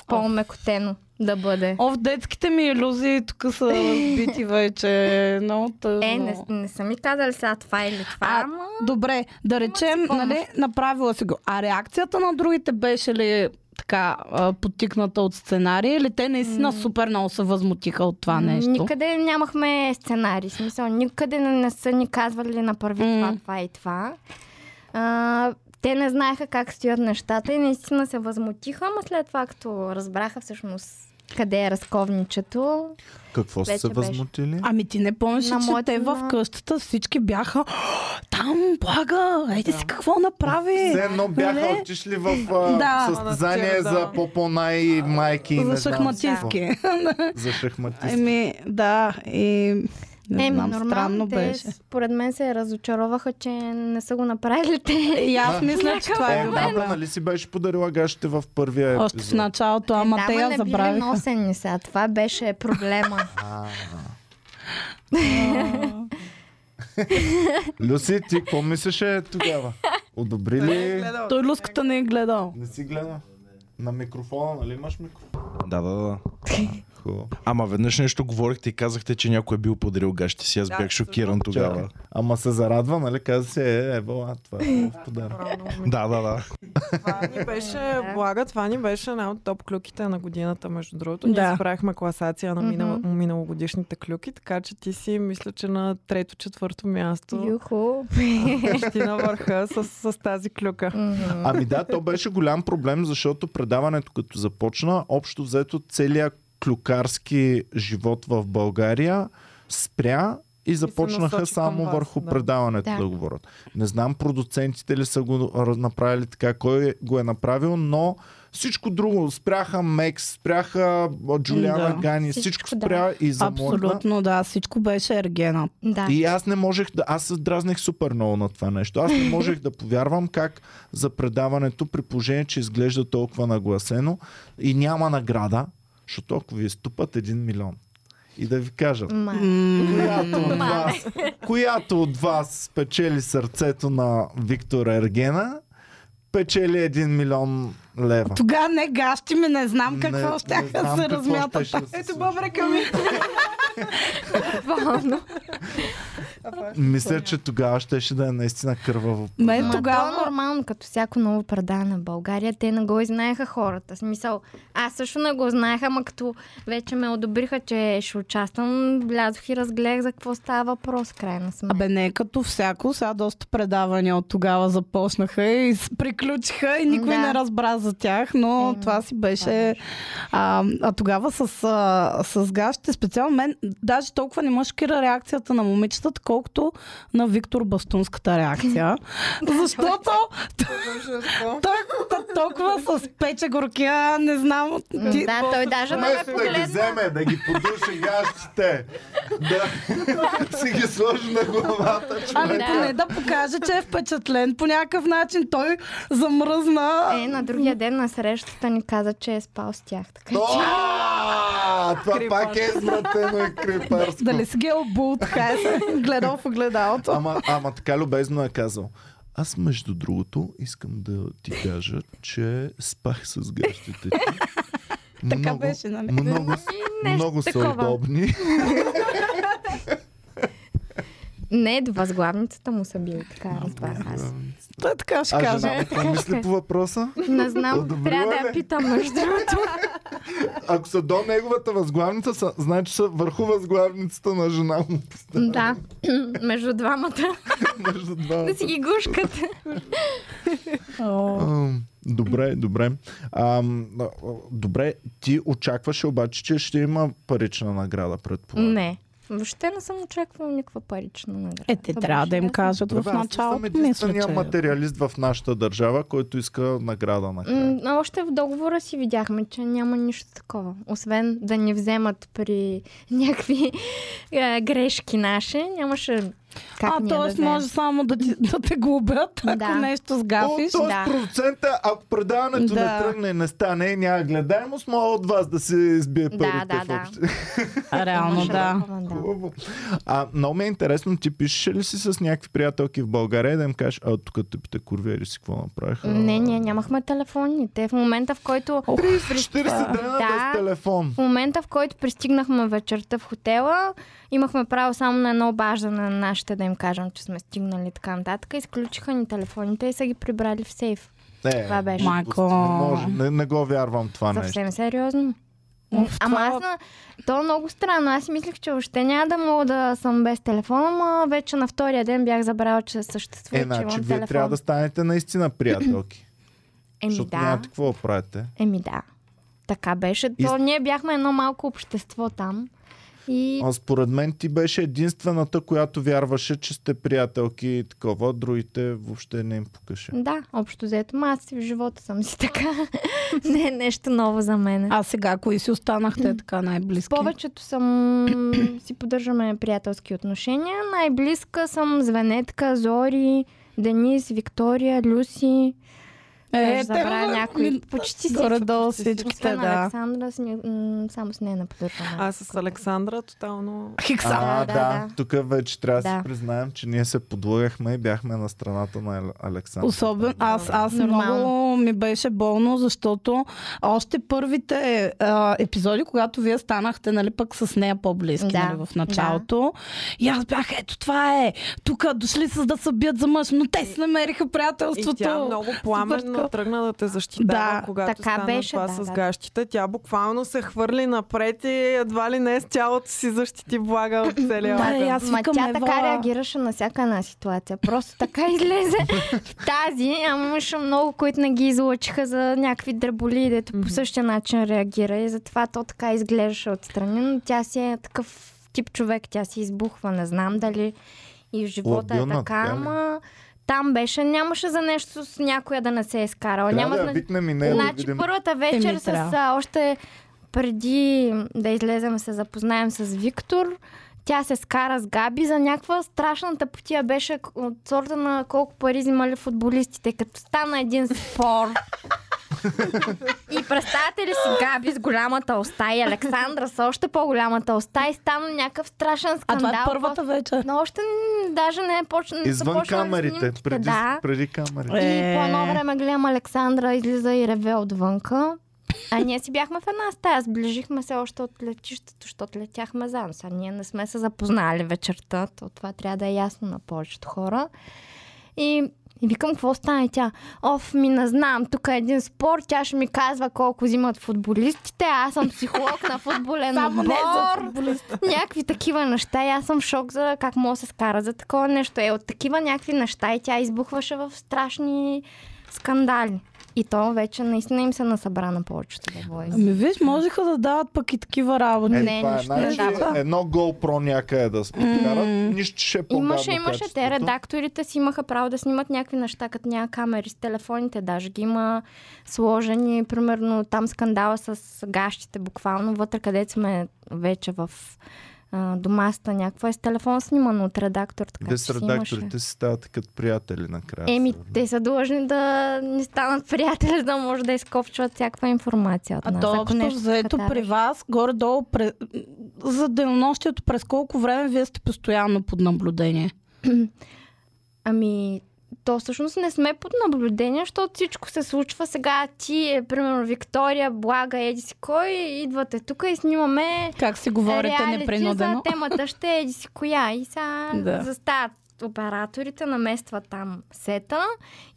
S2: По-мекотено да бъде.
S3: О, в детските ми иллюзии тук са разбити вече. Много тъжно.
S2: Е, не, не са ми казали сега това или това,
S3: А,
S2: ама...
S3: Добре, да речем,
S2: помощ.
S3: нали, направила си го. А реакцията на другите беше ли така а, потикната от сценария или те наистина супер много се възмутиха от това нещо?
S2: Никъде нямахме сценарий, в смисъл, никъде не, не са ни казвали направи
S3: М.
S2: това, това и това. А, те не знаеха как стоят нещата и наистина се възмутиха, ама след това, като разбраха всъщност къде е разковничето,
S1: Какво
S2: са
S1: са
S2: Вече
S1: се
S2: се беше.
S1: възмутили?
S3: Ами ти не помниш, ли,
S2: На
S3: че
S2: моята
S3: те в
S2: на-
S3: къщата всички бяха там, блага, еди си какво направи.
S1: Все едно бяха
S3: Нали?
S1: отишли в а,
S3: Да.
S1: състезание
S4: Да.
S1: за попо най-майки. и не знам
S3: За
S1: си какво.
S3: шахматистки. Ами,
S1: За шахматистки.
S3: Еми, да, и не
S2: Еми,
S3: знам,
S2: нормално
S3: странно
S2: те,
S3: беше.
S2: според мен се разочароваха, че не са го направили те.
S3: И аз
S1: Да.
S3: мисля, че това е
S1: Е, да, бе,
S3: проблем.
S1: нали си беше подарила гащите в първия епизод?
S3: Още в началото, ама
S2: Е, да,
S3: те
S2: ама
S3: я
S2: не били
S3: забравиха.
S2: носени сега. Това беше проблема.
S1: А. Люси, ти какво мислеше тогава? Одобри ли?
S3: Той люската не е гледал.
S1: Не си гледа. На микрофона, нали имаш микрофон?
S5: Да, да, да.
S1: Хубаво.
S5: Ама веднъж нещо говорихте и казахте, че някой е бил подарил гащите си. Аз
S4: Да,
S5: бях шокиран тогава.
S1: Чакай. Ама се зарадва, нали? Каза се, е, е, бала, това е хубав подарък.
S5: Да, да, да.
S4: Това ни беше, блага, това ни беше една от топ клюките на годината, между другото. Ние
S3: Да.
S4: направихме класация на минало, миналогодишните клюки, така че ти си, мисля, че на трето-четвърто място
S2: Юху.
S4: ти на върха с, с тази клюка.
S1: Ами да, то беше голям проблем, защото предаването като започна, общо взето целият клюкарски живот в България спря и започнаха
S4: насочи към
S1: само
S4: вас,
S1: върху
S4: да.
S1: предаването да.
S2: Да.
S1: да говорят. Не знам продуцентите ли са го а, направили така, кой го е направил, но всичко друго. Спряха Мекс, спряха а, Джулиана
S3: Да.
S1: Гани, всичко,
S2: Всичко,
S1: всичко
S2: да.
S1: спря и замлъкна.
S3: Абсолютно, да. Всичко беше ергена.
S2: Да.
S1: И аз не можех да. Аз се дразнех супер много на това нещо. Аз не можех да повярвам как за предаването, при положение, че изглежда толкова нагласено и няма награда, защото ако ви ступат един милион и да ви кажат,
S2: Ма.
S1: която от вас, която от вас спечели сърцето на Виктор Ергена, печели един милион лева.
S3: Тогава не гащи ми, не знам какво
S1: Не-
S3: ще
S1: не
S3: да
S1: знам
S3: се
S1: какво
S3: размята.
S1: щеше да се случи.
S4: бобрека ми.
S2: Буквално.
S1: Мисля, че тогава щеше да е наистина кърваво.
S3: Мен
S2: Тогава... То е
S3: тогава...
S2: нормално, като всяко ново предаване в България, те не го и знаеха хората. В Смисъл, аз също не го знаех, ама като вече ме одобриха, че ще участвам, влязох и разгледах за какво става въпрос, в крайна сметка.
S3: Абе не е като всяко, сега доста предавания от тогава започнаха и с- приключиха и никой
S2: Да.
S3: не разбра за тях, но
S2: Е,
S3: това си беше... А, а тогава с, а, с гащите специално мен даже толкова не ме шокира реакцията на момичетата, колкото на Виктор Бастунската реакция. Защото той т- толкова с пече горкия, не знам...
S2: М,
S3: Ти,
S2: Да, той е даже не ме погледна.
S1: да ги подуши гащите, да си ги сложи на главата.
S3: Ами
S2: Да.
S3: поне да покаже, че е впечатлен по някакъв начин. Той замръзна.
S2: Е, на другия ден на срещата ни каза, че е спал с тях. Така.
S1: Това пак е извратено и крипарско.
S3: Дали си ги е обул, така е се гледал в огледалото.
S1: Ама, ама така любезно е казал. Аз, между другото, искам да ти кажа, че спах с гащите ти.
S3: Така беше, нали?
S1: Много,
S2: нещо
S1: много са
S2: такова.
S1: удобни.
S2: Не, до възглавницата му са били, така разбрах аз.
S3: Той така ще
S1: А
S3: каже.
S1: жена какво мисли по въпроса?
S2: Не знам,
S1: Одобрила
S2: трябва да
S1: ли?
S2: я питам, между другото.
S1: Ако са до неговата възглавница, са, значи са върху възглавницата на жена му.
S2: Да, между двамата.
S1: Между два.
S2: Да си ги гушкат.
S1: Ам, Добре, добре. Ам, а, а, добре, ти очакваше обаче, че ще има парична награда, предполагам.
S2: Не. Въобще не съм очаквала никаква парична награда.
S3: Е, те
S2: Това
S3: трябва
S2: беше
S3: да им
S2: ясно.
S3: кажат
S1: Добре,
S3: в
S1: аз не съм
S2: е.
S3: началото. Мисля,
S1: единствения
S3: че...
S1: материалист в нашата държава, който иска награда на края.
S2: М, Още в договора си видяхме, че няма нищо такова. Освен да ни вземат при някакви е, грешки наши, нямаше как
S3: А,
S2: ние да
S3: т.е.
S2: вземем.
S3: може само да, ти, да те глобят, ако
S2: Да.
S3: нещо
S1: О,
S3: сгафиш.
S1: т.е.
S2: да.
S1: продуцента, ако предаването
S3: Да.
S1: не тръгне, не стане, и няма гледаемост, мога от вас да се избие
S2: Да,
S1: парите
S2: да,
S1: в
S2: да.
S1: общи.
S3: А, Реално,
S2: Нямаше
S3: да.
S2: такова, да.
S1: Хубаво. А, много ми е интересно, ти пишеш ли си с някакви приятелки в България и да им кажеш, а тук тъпите курвери си какво направиха?
S2: Не, ние нямахме телефони. Те в момента, в който...
S3: Ох,
S1: 40 дена
S2: Да.
S1: без телефон.
S2: В момента, в който пристигнахме вечерта в хотела, имахме право само на едно обаждане на нашите да им кажем, че сме стигнали и така нататък. Изключиха ни телефоните и са ги прибрали в сейф.
S1: Не,
S2: Това беше.
S1: глупости, Е, Не, може, не, не го вярвам това нещо.
S2: Съвсем сериозно.
S3: Оф,
S2: Ама
S3: това-
S2: аз на... То е много странно. Аз си мислех, че още няма да мога да съм без телефона, ама вече на втория ден бях забрала, че съществува,
S1: Е,
S2: че имам
S1: значи вие
S2: телефон.
S1: трябва да станете наистина приятелки.
S2: Еми
S1: защото
S2: да,
S1: нямате какво да правите.
S2: еми да. Така беше.
S1: И-
S2: То ние бяхме едно малко общество там. И
S1: А според мен ти беше единствената, която вярваше, че сте приятелки и такова. Другите въобще не им покаше.
S2: Да, общо взето. Ма аз и в живота съм си така. Не е нещо ново за мен.
S3: А сега, кои си останахте така най-близки?
S2: Повечето съм... си поддържаме приятелски отношения. Най-близка съм Звенетка, Зори, Денис, Виктория, Люси. Е, ще забравя някой. Почти си.
S3: Горе-долу
S4: Почти всички.
S3: всичките,
S2: Освен
S3: да.
S2: Александра, с ни... м, само с нея не поддържаме.
S4: Аз с Александра тотално...
S3: Хикса.
S1: А, да,
S2: да, да.
S1: Тук вече трябва да си
S2: Да.
S1: признаем, че ние се подлъгахме и бяхме на страната на Ал- Александър.
S3: Особено аз, аз
S2: Нормално.
S3: много ми беше болно, защото още първите а, епизоди, когато вие станахте, нали, пък с нея по-близки
S2: Да,
S3: нали, в началото, и аз бях, ето това е, тук дошли с да се бият за мъж, но те си намериха
S4: И тя
S3: приятелството.
S4: много пламенно
S3: така.
S4: тръгна да те защитава,
S3: Да,
S4: когато
S2: така
S4: стана
S2: беше,
S4: това
S2: да,
S4: с
S2: да.
S4: гащите. Тя буквално се хвърли напред и едва ли не с тялото си защити блага от целия
S3: Да,
S4: огън.
S3: и аз
S2: Ма
S3: викам,
S2: тя така
S3: Евала.
S2: реагираше на всяка една ситуация. Просто така излезе в тази. Ама имаше много, които не ги излъчиха за някакви дреболи, дето по същия начин реагира. И затова то така изглеждаше отстрани. Но тя си е такъв тип човек, тя си избухва, не знам дали и в живота
S1: Лабилна,
S2: е
S1: така
S2: така,
S1: ли?
S2: ама там беше, нямаше за нещо с някоя да не се е изкарала.
S1: Трябва
S2: Няма
S1: да
S2: зна-
S1: я викнем и нея да
S2: значи
S1: видим.
S2: първата вечер
S3: Еми,
S2: с
S3: трябва.
S2: а, още преди да излезем се запознаем с Виктор, тя се скара с Габи за някаква страшната потия беше к- от сорта на колко пари взимали футболистите, като стана един спор. и представяте ли си Габи с голямата уста и Александра с още по-голямата уста и стана някакъв страшен
S3: А
S2: скандал.
S3: това е първата вечер.
S2: Но още м, даже не е почнал.
S1: Извън камерите, преди,
S2: Да.
S1: преди камерите.
S2: И по едно
S3: Е.
S2: време гледам Александра, излиза и реве отвънка. А ние си бяхме в една стая, сближихме се още от летището, защото летяхме заедно. Сега ние не сме се запознали вечерта, то това трябва да е ясно на повечето хора. И, и викам, какво стане тя? Оф, ми не знам, тук е един спор, тя ще ми казва колко взимат футболистите, аз съм психолог на футболен
S3: Само не е за
S2: отбор.
S3: футболиста.
S2: Някакви такива неща и аз съм в шок за как мога да се скара за такова нещо. Е, от такива някакви неща и тя избухваше в страшни скандали. И то вече наистина им се насъбра на повечето девои.
S3: Ами виж, можеха да дават пък и такива работи.
S1: Е,
S2: не,
S1: това е,
S2: нищо
S1: значи,
S3: не дава.
S1: едно GoPro някъде да се подкарат,
S3: М.
S1: нищо ще е по-гадно
S2: Имаше, имаше. Те
S1: качеството.
S2: редакторите си имаха право да снимат някакви неща, като няма камери с телефоните. Даже ги има сложени, примерно там скандала с гащите, буквално вътре, където сме вече в а, домаста някаква е с телефон снимано от редактор. Така,
S1: Де
S2: че
S1: с
S2: си имаше.
S1: редакторите си стават като приятели накрая.
S2: Еми,
S1: сигурно.
S2: те са длъжни да не станат приятели, за да може да изкопчват всякаква информация от нас.
S3: А то
S2: ако
S3: общо
S2: нещо
S3: взето
S2: скатараш.
S3: при вас, горе-долу, пре... за денонощието, през колко време вие сте постоянно под наблюдение?
S2: Ами, то всъщност не сме под наблюдение, защото всичко се случва сега. Ти, е, примерно, Виктория, Блага, Еди си кой, идвате тук и снимаме
S3: Как си говорите
S2: реалити
S3: непринудено?
S2: за темата ще е еди си коя. И сега
S3: Да.
S2: да. застават операторите, наместват там сета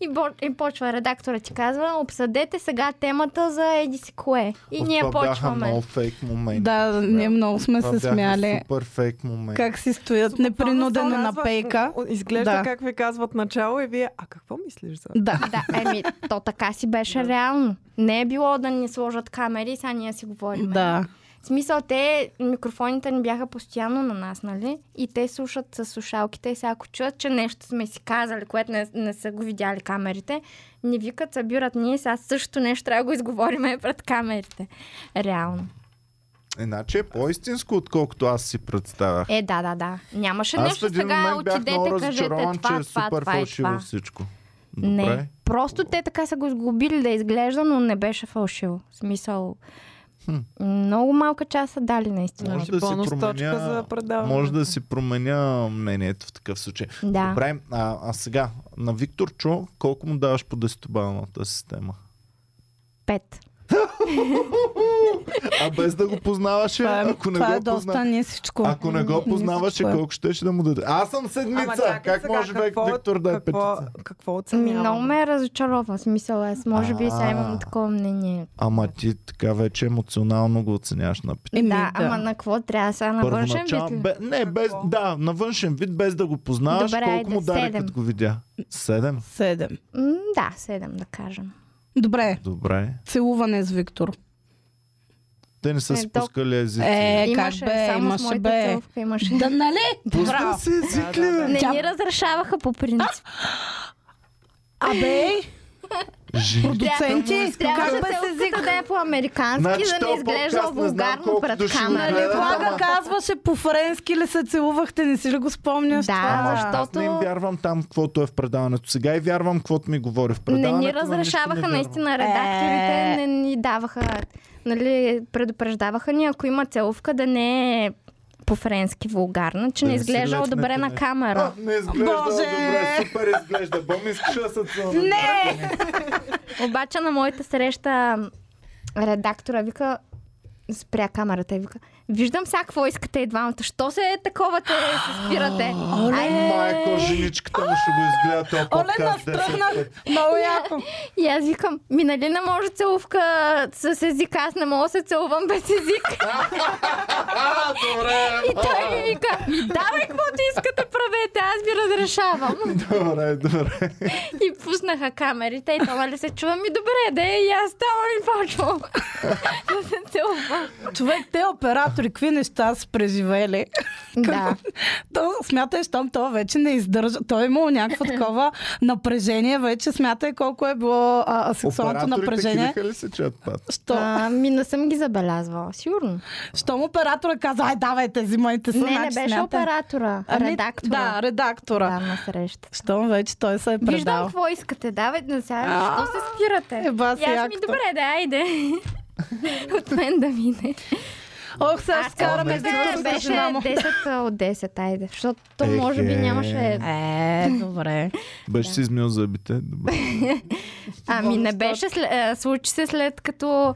S2: и, бо, и почва редактора ти казва, обсъдете сега темата за еди си кое. И
S1: О,
S2: ние
S1: това бяха
S2: почваме.
S1: много фейк моменти.
S3: Да, ние много сме
S1: Това
S3: се
S1: бяха
S3: смяли.
S1: Супер фейк момент.
S3: Как си стоят непринудено на
S4: Казва-
S3: пейка.
S4: Изглежда
S3: Да.
S4: как ви казват начало и вие, а какво мислиш за...
S3: Да.
S2: Да, еми, то така си беше реално. Не е било да ни сложат камери, сега ние си говорим.
S3: Да.
S2: В смисъл, те, микрофоните ни бяха постоянно на нас, нали? И те слушат с слушалките и сега ако чуят, че нещо сме си казали, което не, не са го видяли камерите, ни викат, събират ние, сега също нещо трябва да го изговориме пред камерите. Реално.
S1: Иначе е по-истинско, отколкото аз си представях.
S2: Е, да, да, да. Нямаше
S1: аз в
S2: нещо
S1: един
S2: сега,
S1: момент бях много
S2: отидете, кажете това,
S1: разочарован, че
S2: това,
S1: е
S2: това,
S1: супер
S2: това, и
S1: фалшиво
S2: това.
S1: всичко.
S2: Не.
S1: Добре.
S2: Просто те така са го изглобили да изглежда, но не беше фалшиво. В смисъл, много малка част са дали наистина.
S1: Може да си
S4: бонус точка
S1: променя-
S4: за предаването.
S1: Може да си променя мнението в такъв случай.
S2: Да.
S1: Добре, а, а сега, на Виктор Чо, колко му даваш по 10 система?
S2: Пет.
S1: А без да го познаваше,
S3: Това е,
S1: ако не
S3: това е
S1: го
S3: доста
S1: позна...
S3: нисичко.
S1: Ако не го
S3: Нисичко
S1: познаваше,
S3: е.
S1: колко щеше да му даде? Аз съм седмица!
S4: чакай
S1: как
S4: сега,
S1: може век
S4: какво-
S1: Виктор да е
S4: какво,
S1: петица?
S4: Какво
S2: Ми,
S4: оценяваме?
S2: много ме разочарова. В Смисъл, аз може би сега
S1: А.
S2: имам такова мнение.
S1: Ама ти така вече емоционално го оценяваш на пет.
S3: Еми,
S2: Да, ама на какво трябва сега на външен вид?
S1: Първоначално-
S2: ли?
S1: Бе, не, без, да, на външен вид, без да го познаваш,
S2: Добре,
S1: колко
S2: айде,
S1: му даде,
S2: седем.
S1: като го видя? Седем?
S3: Седем.
S2: М, Да, седем да кажем.
S3: Добре,
S1: Добре.
S3: целуване с Виктор.
S1: Те не са
S2: Е,
S1: си
S2: то-
S1: пускали езици.
S3: Е,
S2: имаше,
S3: как бе,
S2: само с
S3: имаше
S2: моята
S3: бе.
S2: целувка имаше.
S3: Да, нали?
S1: Пусна си език ли? бе?
S2: Не
S3: Тя-
S2: ни разрешаваха по принцип.
S3: Абе,
S1: Жени.
S3: доценти,
S2: Трябваше
S3: как бе се
S2: целката да е
S1: Значи,
S2: по-американски, да
S1: този
S2: не изглежда
S1: подкаст не знам
S2: вулгарно
S1: колко
S2: пред
S1: души
S2: камера.
S1: гледат,
S3: Влага
S1: Нали, Ама-
S3: Нали, казваше по-френски ли се целувахте, не си ли го спомняш?
S2: Да,
S3: това?
S1: Аз не им
S2: защото
S1: вярвам там, каквото е в предаването. Сега и вярвам, каквото ми говори в
S2: не
S1: предаването. но
S2: ни
S1: нищо не
S2: разрешаваха
S1: вярвам.
S2: наистина редакторите,
S3: Е.
S2: не ни даваха, нали, предупреждаваха ни, ако има целувка, да не е по-френски вулгарна, че
S1: Да
S2: не
S1: не се
S2: изглеждало
S1: лепнете,
S2: добре на
S1: Е, не.
S2: камера.
S1: А, не изглежда
S3: Боже!
S1: добре, супер изглежда. Бом искаш да се целувам.
S3: Не!
S2: Обаче на моята среща редактора вика, спря камерата и вика, виждам сега какво искате и двамата. Що се е такова, те се спирате? Ай,
S1: Майко, женичката му ще го изгледа този
S3: Оле,
S1: подкаст.
S3: Нали, настръхнах! Много яко!
S2: и аз викам, ми нали не може целувка с език, аз не мога да се целувам без език.
S1: А, добре,
S2: И той ми вика, ми давай каквото искате правете, аз ви разрешавам.
S1: добре, добре.
S2: И пуснаха камерите и това ли се чува, ми добре, да е, и аз ставам и почвам да се целувам.
S3: Човек, те оператори, какви неща са преживели.
S2: Да.
S3: То, смятай, щом то вече не издържа. Той е имало някакво такова напрежение, вече смятай колко е било а, а, сексуалното
S1: Операторите
S3: напрежение.
S1: килиха ли се чуят пат?
S3: Що,
S2: А, ми не съм ги забелязвала, сигурно.
S3: щом оператора каза, ай, давайте, взимайте се.
S2: Не, не
S3: значи
S2: беше
S3: смятай.
S2: оператора,
S3: Ами,
S2: редактора.
S3: Да, редактора.
S2: Да, на среща.
S3: Щом вече той се е предал.
S2: Виждам какво искате, давайте на сега.
S3: А,
S2: Защо се спирате?
S3: е, бас
S2: И аз ми,
S3: якото.
S2: добре, да, айде. От мен да мине.
S3: Ох, сега
S2: Аз
S3: ще караме
S2: Мен
S3: дискусия с
S2: беше
S3: жена му.
S2: 10 от 10, айде. Защото може би
S1: Ехе.
S2: нямаше...
S3: Е, добре.
S1: Беше си измил зъбите. Добре.
S2: Ами не беше, след- е, случи се след като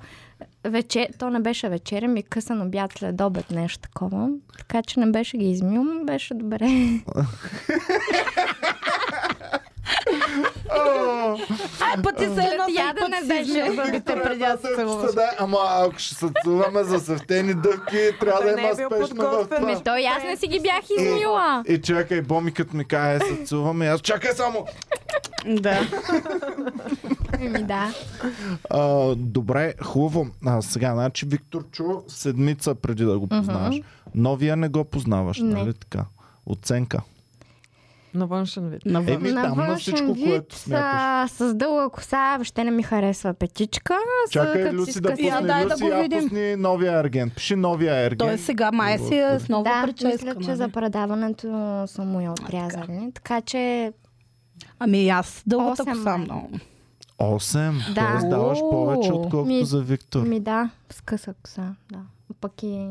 S2: вече, то не беше вечеря, ми късен обяд след обед, нещо такова. Така че не беше ги измил, но беше добре.
S3: Ай, пъти се едно
S2: След
S3: всеки
S2: ядене
S3: път си
S2: беше.
S3: измил зъбите преди да се целуваш.
S1: Ама ако ще се целуваме за съвтени дъвки, трябва да
S4: Той не
S1: има
S4: е бил
S1: спешно в
S4: подготвен.
S1: това.
S2: Ме, Ами, то и аз не си ги бях измила.
S1: И чакай, бомикът ми кае, се целуваме. и Аз чакай само.
S3: Да.
S2: Ами да.
S1: А, добре, хубаво. А, сега, значи Виктор чу седмица преди да го познаваш. Новия не го познаваш,
S2: Не.
S1: нали така? Оценка.
S4: На външен вид.
S3: Навън.
S1: Еми,
S2: на
S1: Ами, там на всичко,
S2: външен вид
S1: което смяташ.
S2: с, с дълга коса въобще не ми харесва петичка. с-
S1: Чакай,
S2: като си
S1: Люси, да
S2: скъса-
S1: пусне.
S3: Я, дай да
S1: Люси,
S3: го
S1: я
S3: видим.
S1: пусни новия ерген. Пиши новия ерген.
S3: Той сега май си е с нова
S2: Да,
S3: прическа.
S2: мисля, че
S3: нали?
S2: за предаването са му я отрязали. Така че,
S3: Ами и аз дългата
S2: Осем е. май.
S3: коса много.
S1: 8.
S2: Да.
S1: Тоест даваш
S3: О.
S1: повече, отколкото
S2: Ми-
S1: за Виктор.
S2: ми да, с къса коса, да. Пък и...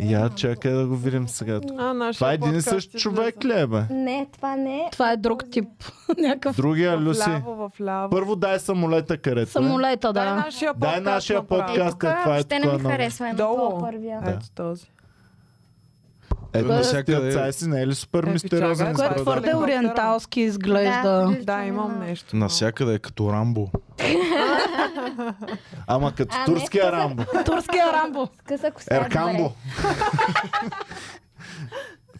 S1: Я чакай да го видим сега.
S4: А, нашия
S1: Това е един и
S4: подкаст
S1: същ
S4: излиза.
S1: човек ли е, бе?
S2: Не, това не е.
S3: Това е друг тип. Някакъв
S1: Другия, Люси.
S4: Вляво, вляво.
S1: Първо дай самолета, където е.
S3: самолета,
S4: Дай
S3: да.
S4: нашия
S1: Дай
S4: подкаст.
S1: нашия
S4: направо.
S2: Е,
S1: подкаст.
S2: тук
S1: Каста, това е
S2: въобще не ми
S1: такова,
S2: харесва. Ема
S4: Долу.
S2: Ами, това е първия.
S1: Да.
S4: Ето този.
S5: Ето
S1: Е,
S5: навсякъде
S1: Навсякъде
S5: е.
S1: цай си не е ли супер
S4: Еми,
S1: мистериозен?
S4: чакай,
S1: с
S4: кое е
S1: брадата?
S3: Което
S4: твърде
S3: твърде
S4: Продължаваме.
S3: ориенталски изглежда.
S4: Да, имам нещо.
S5: Навсякъде е като Рамбо.
S1: Ама като
S2: А, не,
S1: турския
S2: казах-
S1: Рамбо.
S3: Турския Рамбо.
S2: Къса коса.
S1: Е, Еркамбо.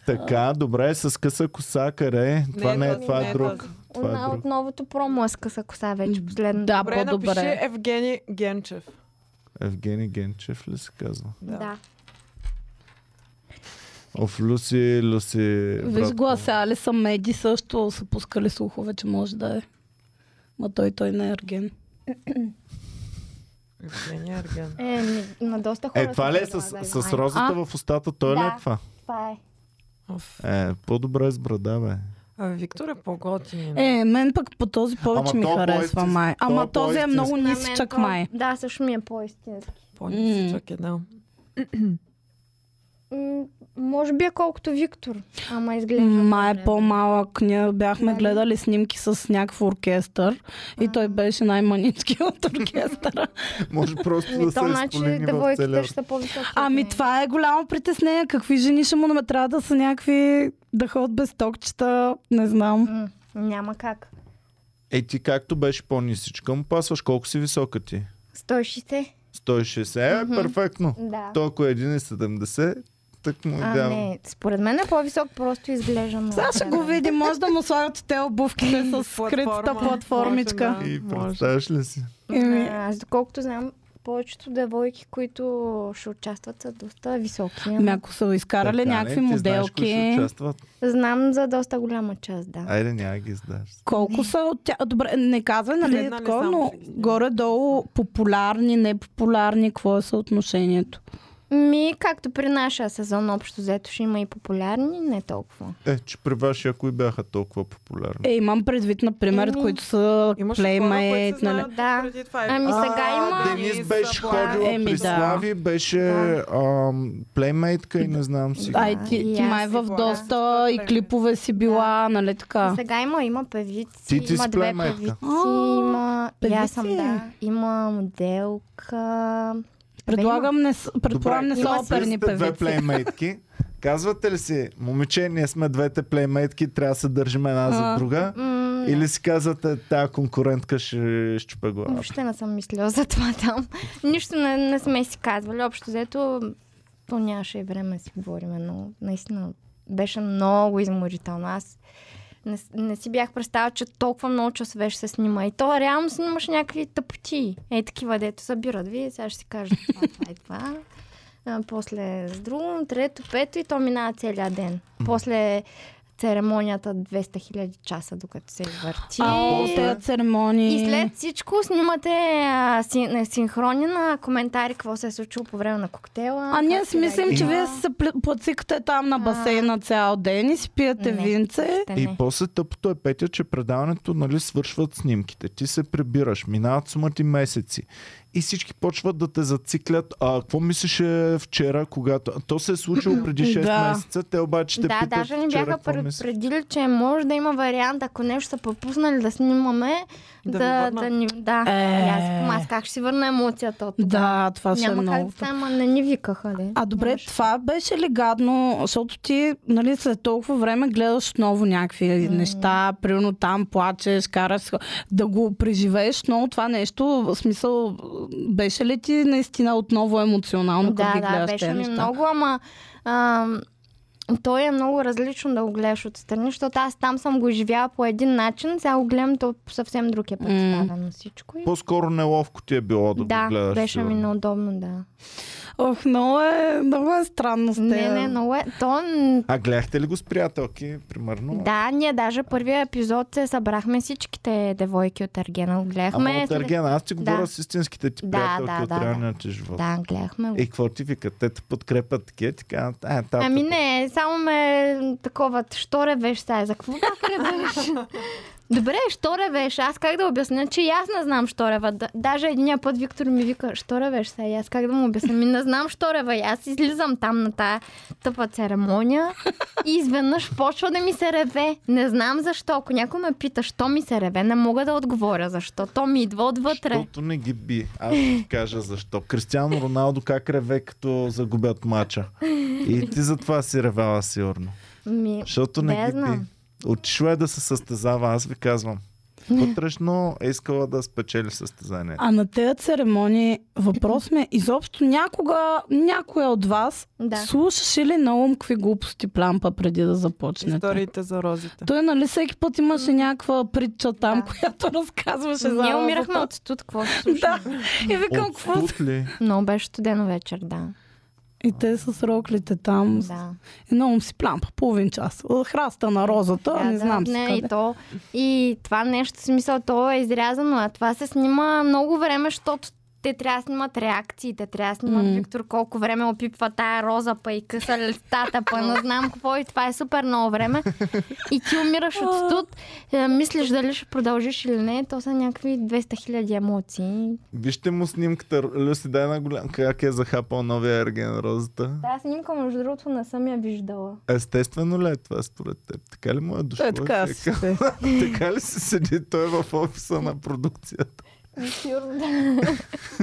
S1: Така, добре, с къса коса, къде? е? Това не е,
S4: този,
S1: това
S4: не
S1: е друг.
S4: този.
S1: Това е
S2: Една
S1: друг.
S2: от новото промо е с къса коса вече последно.
S3: Да,
S4: Добре, напиши е,
S3: по-добре.
S4: Евгений Генчев.
S1: Евгений Генчев ли се казва?
S2: Да.
S1: Оф, Люси, Люси.
S3: Виж
S1: братко.
S3: гласа, Алиса Меди също са пускали слухове, че може да е. Ма той, той не е ерген.
S4: Евгений Арген.
S2: Е, ми, на доста хора.
S1: Е, това ли е
S2: са
S1: с,
S2: предлагали.
S1: с розата в устата? Той ли е
S2: Да.
S1: това?
S2: Това е.
S4: Оф.
S1: Е, по-добре с брада, бе.
S4: А Виктор е по-готин.
S3: Е, мен пък по този повече
S1: Ама
S3: ми
S1: то
S3: харесва
S1: по-истински-
S3: май.
S1: то
S3: Ама този е
S1: по-истински.
S3: много
S2: На мен
S3: нисичък
S2: то-
S3: май.
S2: Да, също ми е по-истински.
S4: По-нисичък е, да.
S2: М, може би е колкото Виктор. Ама изглежда.
S3: Май е
S2: по-добре.
S3: по-малък. Ние бяхме
S2: Нали?
S3: гледали снимки с някакъв оркестър и той беше най-манички от оркестъра.
S1: Може просто
S2: Ми,
S1: да
S2: то
S1: се
S2: значи
S1: изполини в
S2: девойките
S1: целия...
S2: ще са по-високи. от
S3: Ами
S2: мен.
S3: това е голямо притеснение. Какви жени ще му намерят? Трябва да са някакви да ходят без токчета, не знам.
S2: М, Няма как.
S1: Е, ти както беше по-нисичка, му пасваш. Колко си висока ти?
S2: 160?
S1: 160 е перфектно.
S2: Да.
S1: Толкова е 1,70, так му
S2: А,
S1: идеално.
S2: не. Според мен е по-висок, просто изглежда много.
S3: Сега ще го
S2: дребен.
S3: видим. Може да му слагат те обувките с скритата платформичка.
S4: Може, да.
S1: И представяш ли си?
S3: Еми,
S2: А, Аз доколкото знам, повечето девойки, които ще участват, са доста високи.
S3: Ами ако са изкарали
S1: Така, не?
S3: някакви
S1: Ти знаеш кои ще
S3: моделки,
S1: участват?
S2: Знам за доста голяма част, да.
S1: Айде, няма ги издаш.
S3: колко са от тях? Добре, не казва, нали е
S4: Една ли
S3: такова,
S4: само
S3: но
S4: ще ги снимат?
S3: горе-долу популярни, непопулярни, какво е съотношението?
S2: Ми, както при нашия сезон, общо взето ще има и популярни, не толкова.
S1: Е, че при вашия кои бяха толкова популярни?
S3: Е, имам предвид, например,
S2: Еми,
S3: които са
S4: Имаш хора, които
S3: плеймейт,
S4: се
S3: нали?
S4: знаят
S2: Да.
S4: преди това.
S2: Ами сега има...
S1: Денис беше ходила
S3: Еми,
S1: при
S3: да.
S1: Слави, беше ам, плеймейтка и не знам си.
S3: Ай,
S2: Да,
S3: ти,
S2: и
S3: ти
S2: аз
S3: май
S2: си
S3: в
S4: говоря.
S3: доста и клипове си била, нали така?
S2: Сега има, има певици,
S1: Ти- ти
S2: има
S1: си
S2: две
S1: племейтка.
S2: певици,
S3: А,
S2: има... и Аз съм,
S3: певици.
S2: да. Има моделка...
S3: Предлагам, не, с- предполагам, не
S1: Добре,
S3: са
S1: има си
S3: оперни
S1: сте две
S3: певици.
S1: плеймейтки. Казвате ли си, момиче, ние сме двете плеймейтки, трябва да се държим една за
S3: А.
S1: друга?
S2: М,
S1: Или си казвате, тая конкурентка ще щупе глава?
S2: Въобще не съм мислила за това там. Нищо не, не сме си казвали. Общо взето, то нямаше и време да си говорим, но наистина беше много изморително. Аз Не, с- не си бях представила, че толкова много часове ще се снима. И то реално снимаш някакви тъпоти. Ей, такива, дето събират. Вие сега ще си кажат това, това и това. А, после с друго, трето, пето и то минава целият ден. После церемонията 200 000 часа, докато се върти.
S3: А, тези церемонии.
S2: И след всичко снимате а, син, не, синхрони на коментари, какво се е случило по време на коктейла.
S3: А ние
S2: как
S3: си
S2: се
S3: мислим, че
S2: реагира.
S3: вие се пл- плацикате там на
S2: е А.
S3: басейна цял ден и си пиете
S2: Не.
S3: винце.
S2: Те
S1: И
S2: не.
S1: после тъпото е петя, че предаването нали, свършват снимките. Ти се прибираш, минават сумати месеци. И всички почват да те зациклят. А какво мислеше вчера, когато... А, То се е случило преди 6
S3: Да.
S1: месеца, те обаче те
S2: да,
S1: питат
S2: даже ни
S1: вчера
S2: бяха
S1: какво мислеше.
S2: предупредили, че може да има вариант, ако нещо са пропуснали да снимаме,
S4: Да
S2: да,
S4: ви
S2: да,
S4: върнат.
S2: ни... Да,
S3: Е.
S2: И аз, викам, аз как ще си върна емоцията от това?
S3: Да, това ще е
S2: Няма как
S3: много.
S2: да стане, ама не ни викаха, ли?
S3: А добре,
S2: Нямаше.
S3: това беше ли гадно, защото ти нали, след толкова време гледаш отново някакви неща, примерно там плачеш, караш с хо- да го преживееш много това нещо, в смисъл беше ли ти наистина отново емоционално, като
S2: да,
S3: ги
S2: да,
S3: гледаш
S2: беше
S3: тези
S2: ми
S3: неща?
S2: много, ама ам, той е много различно да го гледаш отстрани, защото аз там съм го живяла по един начин, сега го гледам, то по съвсем друг е представено всичко. И...
S1: По-скоро неловко ти е било да,
S2: Да,
S1: го гледаш.
S2: беше ми
S1: сигурно.
S2: неудобно, да.
S3: Ох, много е, много е странно с
S2: Не,
S3: теб.
S2: не, много е. То м,
S1: А гледахте ли го с приятелки, примерно?
S2: Да, ние даже първия епизод се събрахме всичките девойки от Аргена. го Гледахме.
S1: Ама от Аргена, аз ти говоря
S2: Да.
S1: с истинските ти
S2: Да,
S1: приятелки
S2: да,
S1: от
S2: да, да.
S1: реалния ти живот.
S2: Да, гледахме. го.
S1: И какво ти викат? Те те подкрепят такива, ти «Е, казват, а, та,
S2: Ами не, само ме такова, що ревеш сега, за какво пак ревеш? Добре, що ревеш? Аз как да обясня, че и аз не знам, що рева. Да- Даже един път Виктор ми вика, що ревеш сега? И аз как да му обясня? Ми не знам, що рева. И аз излизам там на тая тъпа церемония и изведнъж почва да ми се реве. Не знам защо. Ако някой ме пита, що ми се реве, не мога да отговоря защо. То ми идва отвътре.
S1: Защото не ги би. Аз ще ти кажа защо. Кристиано Роналдо как реве, като загубят мача. И ти затова си ревела сигурно.
S2: Ми...
S1: Защото не,
S2: Не
S1: ги би.
S2: знам.
S1: Отишла е да се състезава, аз ви казвам. Вътрешно е искала да спечели състезанието.
S3: А на тези церемонии въпрос ми е, изобщо някога някоя от вас
S2: Да.
S3: слушаше ли на ум какви глупости плампа преди да започнете?
S4: Историите за розите.
S3: Той, нали, всеки път имаше някаква притча там,
S2: Да.
S3: която разказваше за
S2: Ние
S3: лъвата.
S2: умирахме от студ, какво се случва?
S3: И викам,
S1: От
S3: какво са?
S1: студ ли?
S2: Много беше студено вечер, да.
S3: И те с роклите там.
S2: да.
S3: Едно ум си плампа, половин час. Храста на розата,
S2: Да,
S3: не
S2: да,
S3: знам си
S2: не,
S3: къде.
S2: и, то, и това нещо, в смисъл, то е изрязано, а това се снима много време, защото те трябва да снимат реакции, те трябва да снимат
S3: М.
S2: Виктор колко време опипва тая роза, па и къса листата, па не знам какво и това е супер много време. И ти умираш от студ, е, мислиш дали ще продължиш или не, то са някакви 200 хиляди емоции.
S1: Вижте му снимката. Люси, дай на голям. Как е захапал новия ерген розата?
S2: Тая снимка, между другото, не съм я виждала.
S1: Естествено ли е това според теб? Така ли му е дошло?
S3: Е, така
S1: Как-
S3: си. се.
S1: така ли си седи той в офиса на продукцията?
S3: Е,
S2: Сигурно да.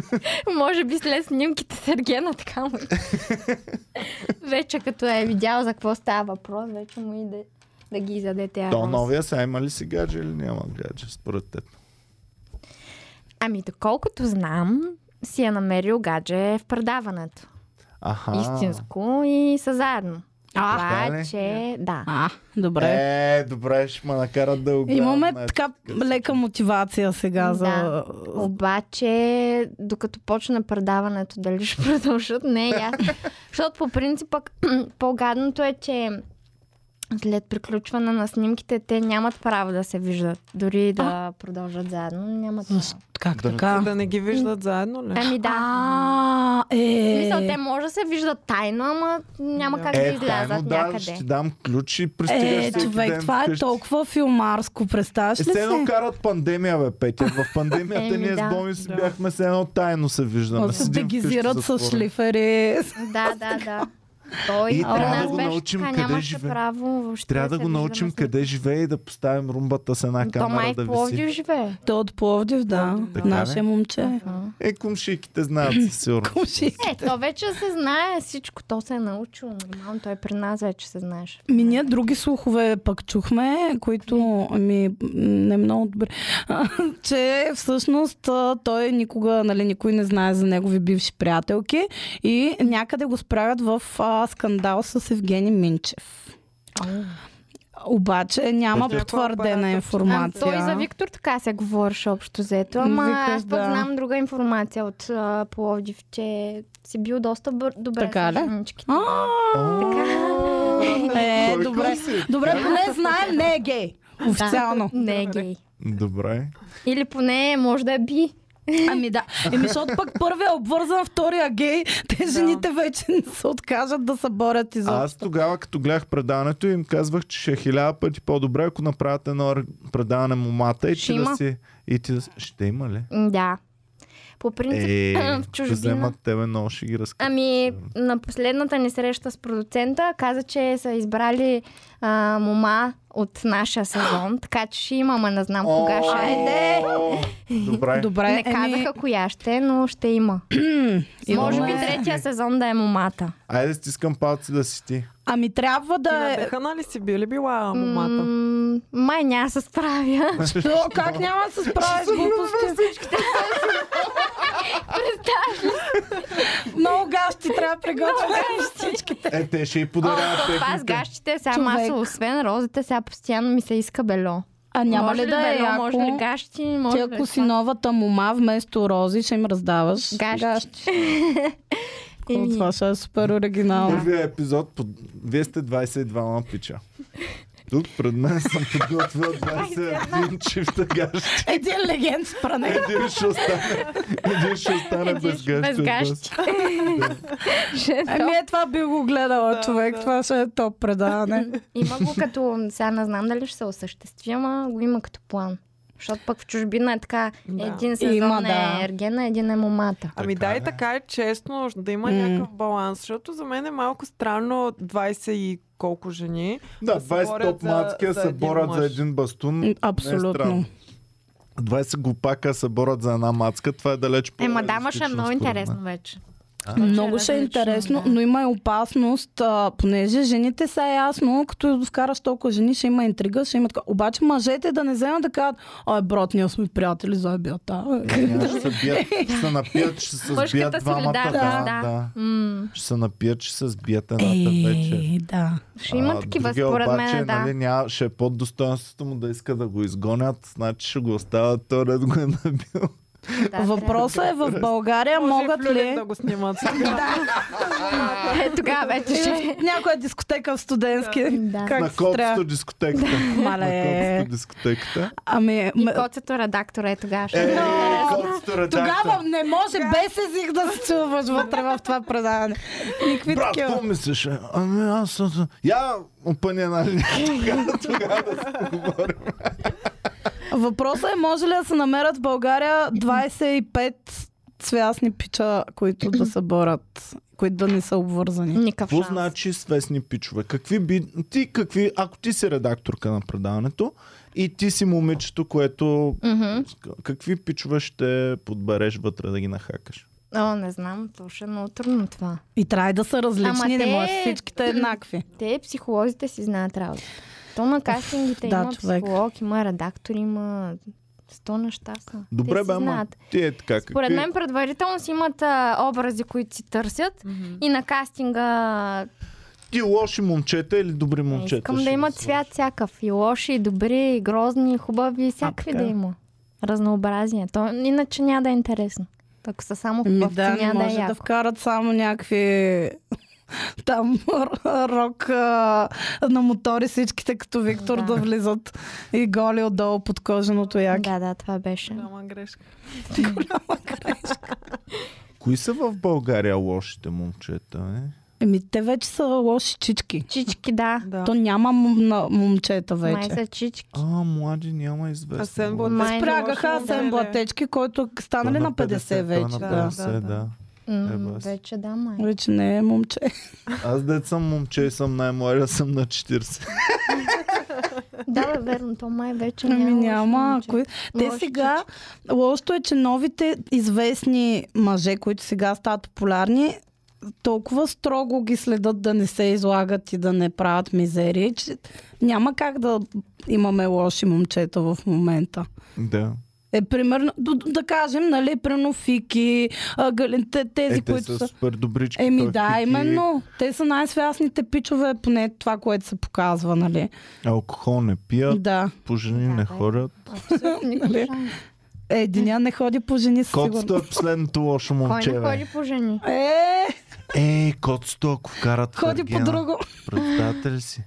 S2: Може би след снимките с Ергена така му. вече като е видял за какво става въпрос, вече му и да, да ги изяде тя
S1: То
S2: роз.
S1: новия сега има ли си гадже или няма гадже, според теб?
S2: Ами, доколкото знам, си е намерил гадже в предаването.
S1: Аха.
S2: Истинско и са заедно.
S3: А,
S1: така
S2: Това, е,
S1: ли?
S2: че... Да.
S3: а, добре.
S1: Е, добре, ще ме накарат да го гледам.
S3: Имаме
S1: Значи,
S3: така лека мотивация сега за...
S2: Да. Обаче, докато почне предаването, дали ще продължат, не е ясно. Защото по принцип пък, по-гадното е, че след приключване на снимките, те нямат право да се виждат. Дори да продължат заедно, нямат право.
S3: Защо? Как
S1: Да не-
S4: За
S3: така?
S4: да не ги виждат заедно ли?
S2: Ами да.
S3: А, е...
S2: Мисъл, те може да се виждат тайно, ама няма как да
S1: Е, тайно,
S2: излязат
S1: да, ще
S2: някъде.
S1: ти дам ключ и пристигаш
S3: Е,
S1: всеки
S3: човек,
S1: ден
S3: това е
S1: вкъщи.
S3: толкова филмарско, представяш ли
S1: Е, се едно
S3: си?
S1: карат пандемия, бе, Петя. В пандемията
S2: Еми,
S1: ние
S2: да.
S1: с Боми си
S4: Да.
S1: бяхме се едно тайно се виждаме.
S3: Се
S1: Седим вкъщи
S3: дегизират с
S1: затворени.
S3: шлифери.
S2: Да, да, да. Той
S1: И
S2: при
S1: трябва
S3: да
S2: нас
S1: го
S2: беше
S1: научим
S2: така,
S1: къде
S2: нямаше
S1: живее.
S2: право въобще
S1: Трябва да
S2: се
S1: го
S2: виждаме
S1: научим
S2: с
S1: къде живее и да поставим румбата с една
S2: никого. То
S1: камера
S2: май в
S1: да виси.
S2: Пловдив живее.
S3: Той от Пловдив, да.
S1: Така ли?
S3: Нашия момче.
S1: Е, кумшиките знаят със сигурност.
S3: Куши.
S2: Е, то вече се знае всичко. То се е научило. Нормално, той при нас вече се знаеше.
S3: Ми ние други слухове пък чухме, които ми не много добре. че всъщност а, той никога, нали, никой не знае за негови бивши приятелки и някъде го справят в а, скандал с Евгений Минчев. обаче няма
S4: Някоя
S3: потвърдена
S4: апарата всъщност.
S2: А,
S3: информация.
S2: той за Виктор така се говореше общо взето, ама
S3: Викаш,
S2: аз пък
S3: да.
S2: знам друга информация от а, Пловдив, че си бил доста бър... добре
S3: Така
S2: с
S3: ли?
S2: женичките.
S3: А,
S1: О,
S3: е,
S1: кой
S3: добре.
S1: си?
S3: Добре, поне знаем, не е гей. Официално.
S2: Не е гей.
S1: Добре.
S2: Или поне може да е би.
S3: Ами да. Еми, защото пък първият е обвързан, втория гей. Те жените вече не се откажат да се борят изобщо.
S1: Аз тогава, като гледах предаването, им казвах, че ще е хиляда пъти по-добре, ако направят едно р- предаване момата и
S2: Ще
S1: ти да
S2: има.
S1: си... И ти да си... Ще има ли?
S2: М, Да. По принцип,
S1: Е,
S2: в
S1: ще
S2: чужбина.
S1: вземат тебе, много ще ги разкажат.
S2: Ами, на последната ни среща с продуцента каза, че са избрали а, мома от нашия сезон, така че ще имаме, не знам кога ще е.
S1: Добре.
S3: Добре,
S2: Не казаха
S3: ами-
S2: коя ще, е, но ще има.
S3: еми,
S2: Може би
S3: имаме-
S2: третия сезон да е момата.
S1: Айде стискам палци да си ти.
S3: Ами трябва
S4: Ти
S3: да е...
S4: надехана ли си били била момата?
S2: М, май няма да се справя.
S3: То, как няма да се справиш с глупости? Много гащи трябва да приготвяш всичките.
S1: Е, те ще и подаряват
S2: Това с
S1: техните.
S2: гащите, сега
S3: Човек.
S2: масово, освен розите, сега постоянно ми се иска бело.
S3: А няма
S2: може
S3: ли да е
S2: бело, може ли
S3: яко?
S2: гащи,
S3: Ти
S2: може ли
S3: ако си
S2: това?
S3: новата мома, вместо рози ще им раздаваш
S2: Гащи.
S3: О,
S2: Еми,
S3: Това ще е супер оригинално.
S1: Първия епизод, под... вие сте 22 на пича. Тук пред мен съм подготвил 21 чифта гащи.
S3: Един легенд с пране.
S1: Един ще остане, един ще остане
S2: Един
S1: без
S2: ще-
S1: гащи.
S2: без
S1: от вас.
S2: гащи.
S3: Ами е това би го гледала
S4: Да,
S3: човек,
S4: да.
S3: това ще е топ предаване.
S2: Има го като, сега не знам дали ще се осъществи, ама го има като план. Защото пък в чужбина е така,
S4: Да.
S2: един сезон
S3: Има,
S2: е
S3: да.
S2: ергена, един е момата.
S4: Ами
S1: Така
S4: да, и
S1: е.
S4: така е честно да има
S3: М.
S4: някакъв баланс, защото за мен е малко странно 20 и колко жени.
S1: Да,
S4: Да се
S1: 20
S4: борят
S1: топ
S4: за-
S1: мацки
S4: за
S1: се
S4: един
S1: борят за
S4: мъж.
S1: един бастун.
S3: М,
S1: Не е
S3: Абсолютно.
S1: странно. 20 глупака се борят за една мацка, това е далеч по
S2: Ема да, ма ще е много
S1: според мен.
S2: интересно вече. Ще
S3: Много
S2: е
S3: ще е
S2: различно,
S3: интересно,
S2: да.
S3: но има и опасност, а, понеже жените са ясно, като вкараш толкова жени, ще има интрига, ще има така. Обаче мъжете да не вземат да кажат, ой, брат, ние сме приятели за бята.
S1: Няма, Ще се бият, ще се напият, ще се сбият
S2: Мъжката
S1: двамата. Да,
S2: солидарност, да.
S1: да.
S2: М,
S1: Ще се напият, ще се сбият едната
S3: Е.
S2: Е,
S1: вечер.
S3: Ей, да.
S2: ще има
S1: А,
S2: такива,
S1: другия
S2: според
S1: обаче,
S2: мен, да.
S1: Нали, няма, ще е под достоинството му да иска да го изгонят, значи ще го оставят, той ред го е набил.
S2: да
S3: Въпросът е в България
S4: Може и
S3: могат
S4: в Люлин
S3: ли...
S4: да го снимат?
S2: трябва. Е, тогава вече ще
S3: Или в Някоя дискотека в студентски.
S2: Е, Да.
S1: на
S3: Как се
S1: котсто
S3: трябва?
S1: дискотеката. На
S3: Мале.
S1: котсто дискотеката.
S3: Ами,
S2: И
S3: м-
S2: коцето редактор е тогава. ще
S1: Е,
S2: е интересно.
S1: котсто редактор.
S3: тогава не може без език да се чуваш вътре в това предаване. Никакви
S1: Брат,
S3: такива.
S1: какво мислиш? бе? Ами аз съм... съм- Я опъня една линия. Тогава, тогава да се поговорим.
S3: Въпросът е, може ли да се намерят в България 25 свясни пича, които да се борят, които да не са обвързани?
S2: Никакъв
S1: Какво
S2: шанс.
S1: значи свестни пичове? Какви би... Ти какви... Ако ти си редакторка на предаването и ти си момичето, което...
S2: Мгм.
S1: Какви пичове ще подбереш вътре да ги нахакаш?
S2: О, не знам, то ще е много трудно това.
S3: И трябва и да са различни,
S2: Ама
S3: не
S2: те-
S3: може всичките еднакви.
S2: Те, психолозите си знаят работа. То на кастингите
S3: Да,
S2: има
S3: човек.
S2: психолог, има редактор, има сто неща са.
S1: Добре,
S2: Те си
S1: бе, ама
S2: знаят.
S1: ти е така.
S2: Според
S1: какви...
S2: мен предварително си имат а, образи, които си търсят и на кастинга
S1: Ти лоши момчета или добри
S2: не
S1: момчета?
S2: Е, искам
S1: ще
S2: да има
S1: са?
S2: цвят всякакъв. И лоши, и добри, и грозни, и хубави, и всякакви
S1: така. е.
S2: да има. Разнообразие. То иначе няма да е интересно. Ако са само
S3: Ми
S2: хубавци,
S3: Ами да, не
S2: няма да е
S3: може да,
S2: яко.
S3: вкарат само някакви там рок а, на мотори всичките като Виктор да,
S2: Да.
S3: влизат и голи отдолу под кожаното яки.
S2: Да, да, това беше.
S4: Голяма грешка.
S1: Кои са в България лошите момчета? Е?
S3: Еми, те вече са лоши чички.
S2: Чички, да.
S4: Да.
S3: То няма мом- на- момчета вече.
S2: Май са чички.
S1: А, млади няма известно.
S4: Асен
S1: Той
S4: Блатечки.
S2: Май не
S3: Спрягаха
S4: лошо
S3: Асен
S4: не е.
S3: Блатечки, който стана ли на 50
S1: той
S3: вече?
S1: На
S3: Да.
S1: 50, да. да.
S4: да, да.
S2: М,
S1: Е, бас.
S2: Вече да, май.
S3: Вече не е момче.
S1: Аз дет съм момче и съм най-младия, съм на 40.
S2: Да, бе, верно, то май вече
S3: Ами
S2: няма.
S3: няма.
S2: лошо
S3: Кой...
S2: момче.
S3: Те
S2: Лошо
S3: сега, лошото е, че новите известни мъже, които сега стават популярни, толкова строго ги следят да не се излагат и да не правят мизерии, че няма как да имаме лоши момчета в момента.
S1: да.
S3: Е, примерно, да, да кажем, нали, примерно Фики, а, Галин, те, тези,
S1: Е, те
S3: които
S1: са
S3: са...
S1: супер добрички.
S3: Еми
S1: той
S3: да,
S1: фики,
S3: именно. Те са най-свясните пичове, поне това, което се показва, нали?
S1: Алкохол не пият,
S3: Да.
S1: по жени
S2: Да,
S1: не
S2: бе.
S1: хорят.
S2: Абсолютно никакъв
S3: е. Нали?
S2: шанс.
S3: Е, Единия не ходи по жени, със
S1: Коцто
S3: сигурност.
S1: е последното лошо
S2: Кой
S1: момче,
S2: не
S1: бе.
S2: ходи по жени?
S3: Е,
S1: Е, Коцто, ако вкарат
S3: ходи по
S1: Ергена,
S3: друго.
S1: Представете ли си?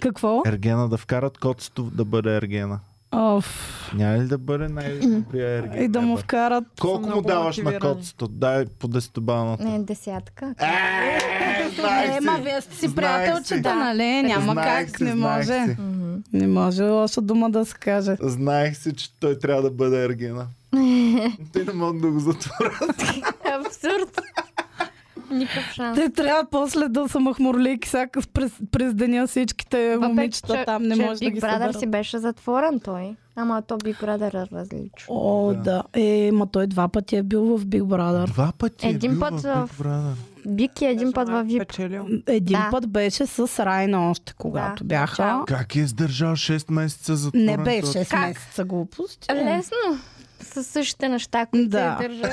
S3: Какво?
S1: Ергена да вкарат Коцто да бъде Ергена.
S3: Оф.
S1: Няма ли да бъде най-добрия Ергена?
S3: И да му
S1: ever?
S3: вкарат.
S4: Са
S1: Колко му
S4: много
S1: даваш на
S4: мотивирани.
S1: Коцто? Дай по 10 балната.
S2: Не, десятка.
S1: Е, знаех
S3: Ема,
S1: си.
S3: вие сте
S1: Знаех
S3: си
S1: си. Е,
S3: приятелчета, нали? Няма
S1: Знаех
S3: как,
S1: си,
S3: не
S1: знаех
S3: може.
S1: си.
S2: Мгм.
S3: Не може лоша дума да се каже.
S1: Знаех си, че той трябва да бъде Ергена. Те не могат да го затворят.
S2: Абсурд. Никакъв шанс.
S3: Те трябва после да са махмурлики всяка през, през деня всичките момичета
S2: че-
S3: там, не
S2: че
S3: може да
S2: Big
S3: ги
S2: Brother
S3: съберат.
S2: си беше затворен той. Ама то Big Brother е различно.
S3: О, да. да. Е, ма той два пъти е бил в Big Brother.
S1: Два пъти
S2: Един
S1: е бил
S2: път
S1: в
S2: в-
S1: Big Brother.
S2: Бик е един път във VIP.
S4: Печелил.
S3: Един
S2: Да.
S3: път беше с Райна още, когато
S2: Да,
S3: бяха.
S2: начало.
S1: Как е издържал 6 месеца за
S3: Не бе, 6
S2: Как? е
S3: месеца глупост.
S2: Лесно. Със същите неща, които е
S3: Да.
S2: да. се държа.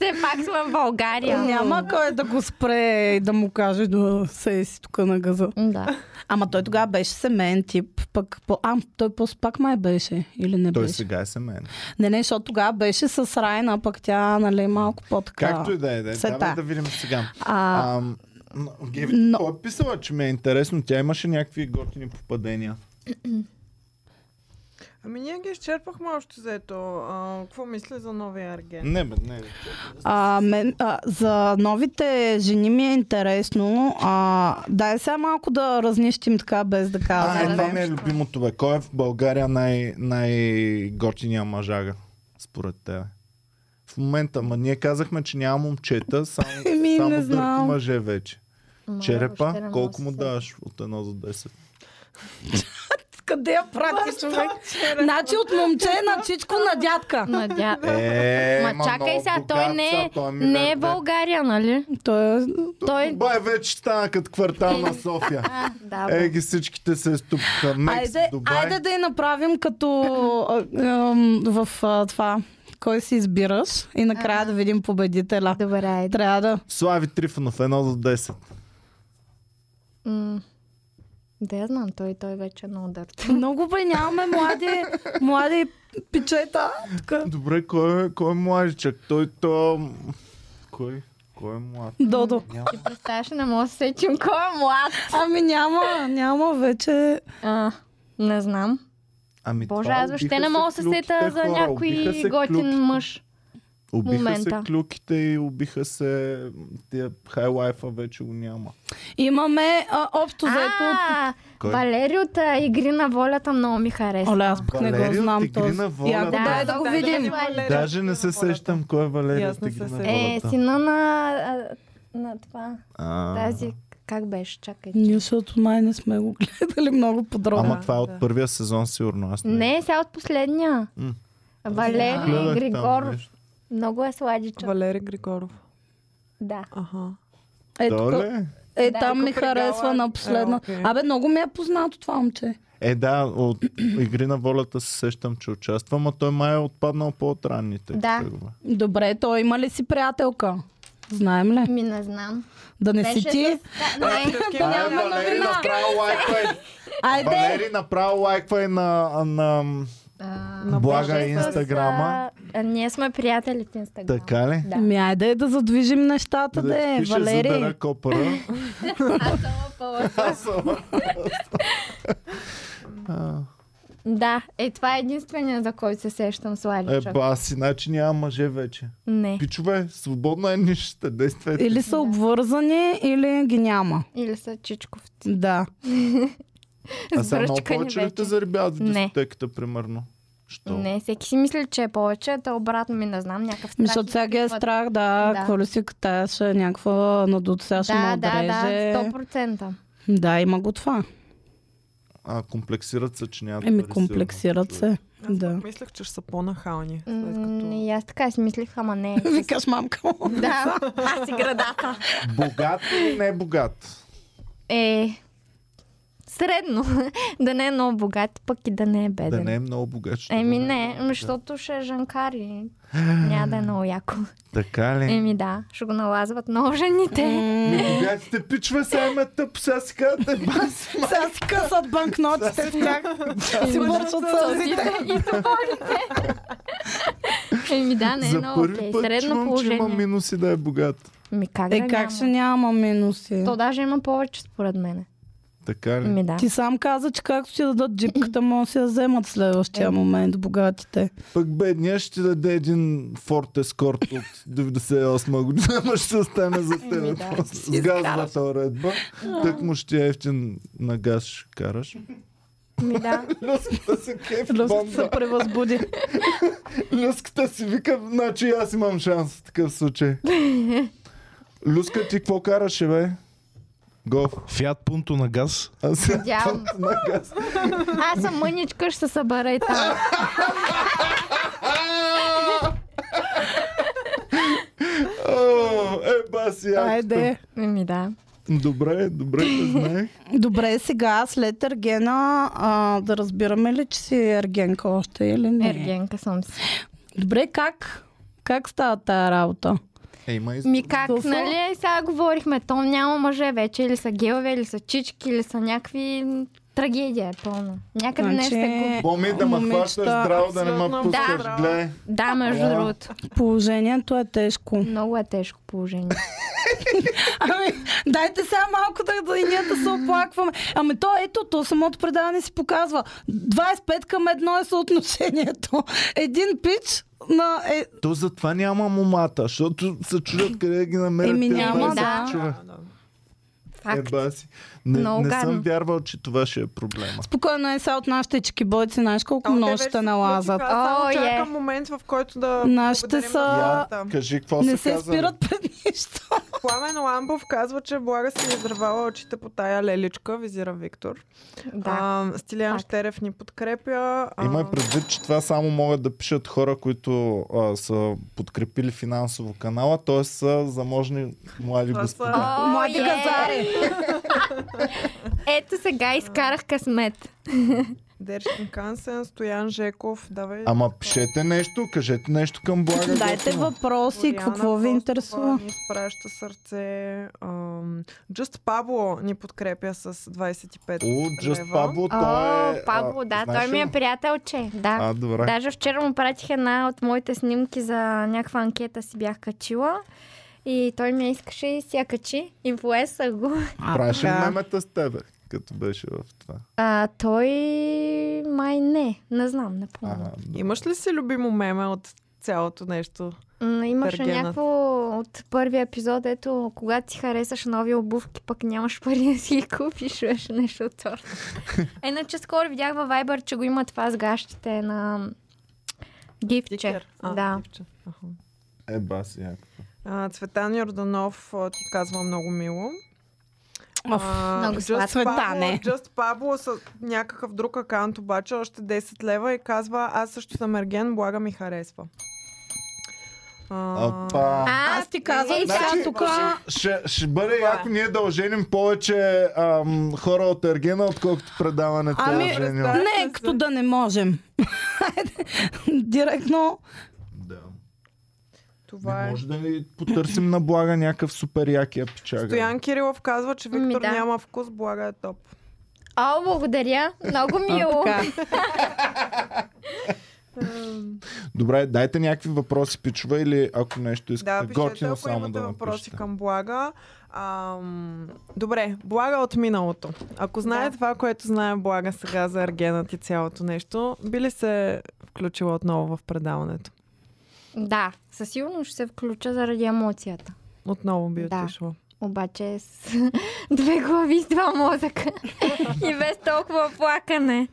S2: Все пак сме в България.
S3: Е, Няма кой да го спре и да му каже да се си тук на газа.
S2: Да.
S3: Ама той тогава беше семен тип. Пък, по... а, той после пак май беше. Или не
S1: Той
S3: беше?
S1: сега е семейен.
S3: Не, не, защото тогава беше с Райна, пък тя, нали, малко по-така.
S1: Както и да е, да е.
S3: Все
S1: Давай
S3: тая.
S1: да видим сега.
S3: А,
S1: Ам, м, Геви,
S3: но-
S1: какво е писала, че ми е интересно? Тя имаше някакви готини попадения.
S4: Ами ние ги изчерпахме още заето. А, какво мисли за новия арген?
S1: Не, бе, не. бе.
S3: а, мен, а, за новите жени ми е интересно. А, дай сега малко да разнищим така, без да
S1: А,
S3: казвам.
S1: е, това ми е
S3: нещо.
S1: любимото, бе. Кой е в България най- най-готиния мъжага, според те? В момента, ма ние казахме, че няма момчета, само,
S3: Еми,
S1: само
S3: не
S1: дърти
S3: знам.
S1: мъже вече.
S2: Моля, въобще
S1: Черепа,
S2: не
S1: колко му
S2: мога да се
S1: даваш от 1 до 10?
S3: Къде я прати човек? Значи от момче на чичко на дядка.
S2: сетя. Надя...
S1: Е,
S2: Ма чакай
S1: много
S2: сега,
S1: богат
S2: той не
S1: са,
S2: е,
S1: той ми
S2: не
S1: даде.
S2: е България, нали?
S3: Той е
S2: Той...
S1: Бай, вече стана като квартал на София.
S2: А, да, бе.
S1: Е, ги всичките се ступиха. Мекс,
S3: Айде,
S1: Дубай.
S3: айде да я направим като а, ам, в а, това. Кой си избираш и накрая да видим победителя.
S2: Добре, айде.
S3: Трябва да.
S1: Слави Трифонов, 1 до 10.
S2: М, Да я знам, той, той вече е на удар.
S3: Много бе, нямаме млади, млади пичета. Така.
S1: Добре, кой, е- кой е младичък? Той то... Кой? Кой е млад?
S3: Додо.
S2: Ти представяш, не мога да се сетим кой е млад.
S3: Ами няма, няма вече.
S2: А, не знам.
S1: Ами
S2: Боже,
S1: това
S2: аз въобще
S1: убиха
S2: не мога да се
S1: клюките,
S2: сета за
S1: хора, убиха
S2: някой
S1: се
S2: готин
S1: клюките.
S2: мъж.
S1: Убиха
S2: момента.
S1: се клюките и убиха се... Тия хайлайфа вече го няма.
S3: Имаме а, общо заето.
S2: А,
S1: Кой?
S2: Валери от а, Игри на волята много ми хареса.
S3: Оле, аз пък не
S1: Валери
S3: го
S1: от
S3: знам
S1: Игри
S3: този.
S1: на волята.
S3: Яко,
S2: Да,
S3: дай да го
S2: да,
S3: видим.
S2: да.
S1: Даже не се сещам кой е Валерий
S4: Ясно
S1: от
S4: се
S1: Игри на
S4: сещам.
S2: Е,
S1: волята.
S2: сина на, а, на това,
S1: А,
S2: тази, как беше, чакай.
S3: Ние, защото май не сме го гледали много подробно.
S1: Ама
S4: Да,
S1: това е
S4: да.
S1: от първия сезон, сигурно. Аз
S2: Не, сега от последния.
S1: М.
S2: Валери
S1: Гледах там
S2: Григоров.
S1: нещо.
S2: Много е сладичък.
S4: Валери Григоров.
S2: Да.
S4: Аха.
S3: Е,
S1: То
S3: тук-
S1: ли?
S3: е
S2: Да,
S3: там
S4: тук
S3: ми
S4: при
S3: харесва
S4: Гала-
S3: на последна.
S4: Е, окей.
S3: Абе, много ми е познато това момче.
S1: Е, да, от Игри на волята се сещам, че участва, но той май е отпаднал по-от ранните.
S2: Да.
S1: кръгове.
S3: Добре, той има ли си приятелка? Знаем ли?
S2: Ми Ами не знам.
S3: Да не си
S2: Беше
S3: ти?
S2: с- Да, не.
S1: А,
S4: Такива
S3: няма
S1: Валери,
S3: новина.
S1: направо лайквай.
S3: Айде!
S1: Валери, направо лайквай на, на
S2: А,
S1: Блага
S2: беше с,
S1: Инстаграма.
S2: а, Ние сме приятели в Инстаграма.
S1: Така ли?
S2: Да.
S3: Ми, Ами, айде да задвижим нещата,
S1: ти
S3: де,
S1: пише за дъра
S3: е, Валери.
S1: копъра.
S2: Аз съм опала.
S1: А,
S2: Да, е това е единствения, за който се сещам
S1: Е,
S2: сладичък.
S1: бас, иначе няма мъже вече.
S2: Не.
S1: Пичове, свободна е нишата, действайте.
S3: Или са обвързани, или ги няма.
S2: Или са чичковци.
S3: Да.
S1: А сега много
S2: Сбръчкани
S1: повече ли
S2: вече.
S1: те заребяват в
S2: Не.
S1: дискотеката, примерно? Що?
S2: Не, всеки си мисли, че е повече, а обратно ми не знам, някакъв страх.
S3: Защото сега ги е
S2: изпитват.
S3: страх, да,
S2: Да.
S3: какво ли си катая, ще е някаква надут, сега ще ме
S2: Да, да,
S3: отреже.
S2: да, 100%.
S3: Да, има го това.
S1: А, комплексират се, че нямат
S3: Еми,
S1: пари,
S3: комплексират
S1: сигурно, човек.
S3: се. Да.
S4: Мислех, че ще са по-нахални.
S2: М,
S4: След като...
S2: И аз така си мислих, ама не.
S3: Викаш мамка му.
S2: Да, аз и градата.
S1: е Богат или не богат?
S2: Е, Средно. да не е много богат, пък и да не е беден.
S1: Да не е много богат. ще
S2: Еми
S1: бъде.
S2: не, ами, защото ще е жанкар и няма да е много яко.
S1: Така ли?
S2: Еми да, ще го налазват много жените.
S1: Ми, богатите пичва, сега има тъп, сега си казвате, бас.
S3: Сега си късат банкнотите в тях. Си бърчат сълзите.
S2: и тополите. Еми да, не е
S1: За
S2: много
S1: първи
S2: окей.
S1: път
S2: Средно
S1: чувам, че има
S2: положение.
S1: минуси да е богат.
S2: Ми как да
S3: Е, как ще
S2: няма?
S3: няма минуси?
S2: То даже има повече според мене.
S1: Така ли?
S2: Ми да.
S3: Ти сам каза, че както ти дадат джипката, може да си я вземат в
S2: Е.
S3: следващия момент богатите.
S1: Пък бедния ще ти даде един Ford Escort от 98 година, ама ще остане за
S2: Еми
S1: теб.
S2: да.
S1: после. С газовата уредба. Тък му ще е ефтин на газ ще караш.
S2: Ми да.
S1: Люската се кеф
S3: Люската
S1: бомба.
S3: се превъзбуди.
S1: Люската си вика, значи и аз имам шанс в такъв случай. Люска ти какво караше, бе? Гов.
S5: Фиат Пунто на газ.
S1: Аз съм
S2: Дявам.
S1: на газ.
S2: Аз съм мъничка, ще се събера и там.
S1: О, е, баси,
S3: Айде.
S2: Ми да.
S1: Добре, добре, не знаех.
S3: Добре, сега след ергена а, да разбираме ли, че си ергенка още или не?
S2: Ергенка съм си.
S3: Добре, как? Как става тая работа?
S1: Е, има и
S2: Ми как,
S3: Какво?
S2: нали? Ей, Сега говорихме, то няма мъже вече, или са гелове, или са чички, или са някакви м, трагедия е пълно. Някъде
S3: Значи-
S2: е нещо се губи.
S1: Боми, да ме
S3: момичета,
S1: хващаш здраво, да не ме
S4: абсолютно
S1: пускаш.
S2: здраво.
S1: Гледай.
S2: Да, между
S1: Да.
S2: другото.
S3: Положението е тежко.
S2: Много е тежко положение.
S3: Ами, дайте сега малко да, да и ние да се оплакваме. Ами то ето, то самото предаване си показва. 25 към едно е съотношението. Един пич на... Е,
S1: То затова няма момата, защото се чудят къде ги намерят.
S3: Еми,
S1: тия
S3: няма,
S1: 20
S2: да.
S1: човека.
S4: да.
S2: Факт.
S1: Еба си. Не,
S2: Много
S1: не съм
S2: гадно.
S1: вярвал, че това ще е проблема.
S3: спокойно е сега от нашите чикибойци, знаеш колко
S4: А, те
S3: много
S4: вече
S3: ще
S4: се
S3: налазат.
S4: включиха, аз само
S2: О, е.
S4: Чакам момент, в който да
S3: Нашите
S4: благодарим
S3: са-
S4: на
S1: Я,
S4: хората.
S1: кажи, какво
S3: Не
S1: се,
S3: се
S1: казва?
S3: спират пред нищо.
S4: Пламен Ламбов казва, че Блага си е здравала очите по тая леличка, визира Виктор.
S2: Да.
S4: А, Стилиан
S2: Факт.
S4: Штерев ни подкрепя. А,
S1: Имай предвид, че това само могат да пишат хора, които а, са подкрепили финансово канала, т.е. са заможни млади
S4: Това са-
S1: господа.
S2: О,
S3: Млади
S2: е.
S3: газари.
S2: Ето сега изкарах късмет.
S4: Дершин Кансен, Стоян Жеков, давай.
S1: Ама пишете нещо, кажете нещо към блага.
S3: Дайте
S1: готино.
S3: въпроси,
S4: Боряна
S3: какво ви
S4: Костова
S3: интересува.
S4: Ни изпраща сърце. Ам, Just Pablo ни подкрепя с 25
S1: О, Just
S4: лева.
S1: Pablo,
S2: О,
S1: той е... а,
S2: Пабло, да,
S1: знаеш
S2: той
S1: ли
S2: ми е
S1: го?
S2: приятелче. Да.
S1: А, добре.
S2: Даже вчера му пратих една от моите снимки за някаква анкета си бях качила. И той ми я искаше и си я качи. Инфлуенсър го.
S1: Правеше ли
S4: да.
S1: мемета с тебе, като беше в това?
S2: А, той май не. Не знам, не помня.
S1: Ага, добре.
S4: Имаш ли си любимо меме от цялото нещо?
S2: М, Имаше
S4: Търгенът.
S2: някакво от първия епизод, ето, когато си харесаш нови обувки, пък нямаш пари да си ги купиш, беше нещо от сорта. Иначе скоро видях във Viber, че го има това с гащите на гифче.
S4: Стикер? А,
S2: Да.
S4: гифче. Аха.
S1: Е, баси, яко.
S4: А, Цветан Йорданов а, ти казва много мило.
S3: Оф,
S4: А,
S2: много
S4: Just
S2: сладко.
S3: Цветане.
S4: Pablo, Just Pablo с някакъв друг акаунт, обаче още 10 лева и казва аз също съм ерген, блага ми харесва. А,
S1: Апа.
S3: Аз ти казвам,
S2: и
S3: сега
S2: Значи, да,
S3: тук...
S1: Ще, ще бъде яко ние да оженим повече ам, хора от Ергена, отколкото предаването
S3: Ами,
S1: е оженило.
S4: разбира-
S3: Не, като да не можем. Хайде, Директно.
S1: Да.
S4: Това
S1: Не
S4: е.
S1: може да ни потърсим на блага някакъв супер якия пичага.
S4: Стоян Кирилов казва, че
S2: Ми,
S4: Виктор
S2: Ами да.
S4: няма вкус, блага е топ.
S2: О, благодаря. Много е мило.
S3: Така.
S1: Добре, дайте някакви въпроси, пичува, или ако нещо
S4: Да,
S1: искате.
S4: пишете,
S1: Е, Готино
S4: ако
S1: само
S4: имате
S1: да
S4: въпроси
S1: напишете.
S4: към блага. Ам... Добре, блага от миналото. Ако знае
S2: Да.
S4: това, което знае блага сега за Аргенът и цялото нещо, би ли се включила отново в предаването?
S2: Да, със сигурност ще се включа заради емоцията.
S4: Отново би
S2: Да.
S4: отишла.
S2: Обаче с две глави с два мозъка. и без толкова плакане.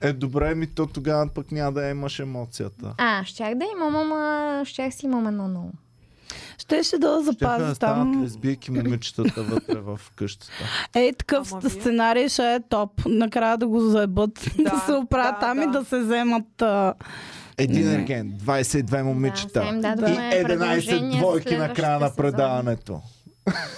S1: Е, добре, ми то тогава пък няма да имаш емоцията.
S2: А, щях да имам, ама щях си имам едно ново.
S3: Ще
S1: Ще
S3: ще да
S1: да
S3: запази
S1: станат
S3: там.
S1: лесбийки момичетата вътре в къщата.
S3: Е, такъв
S4: Ама вие?
S3: сценарий ще е топ. Накрая да го заебат, да,
S4: Да,
S3: се оправят
S4: да,
S3: там и
S4: да.
S3: да се вземат. А...
S1: Един ерген, 22 момичета.
S2: Да, сега им
S1: и
S2: дадохме предложение
S1: 11
S2: за
S1: двойки на края на
S2: следващия сезон.
S1: предаването.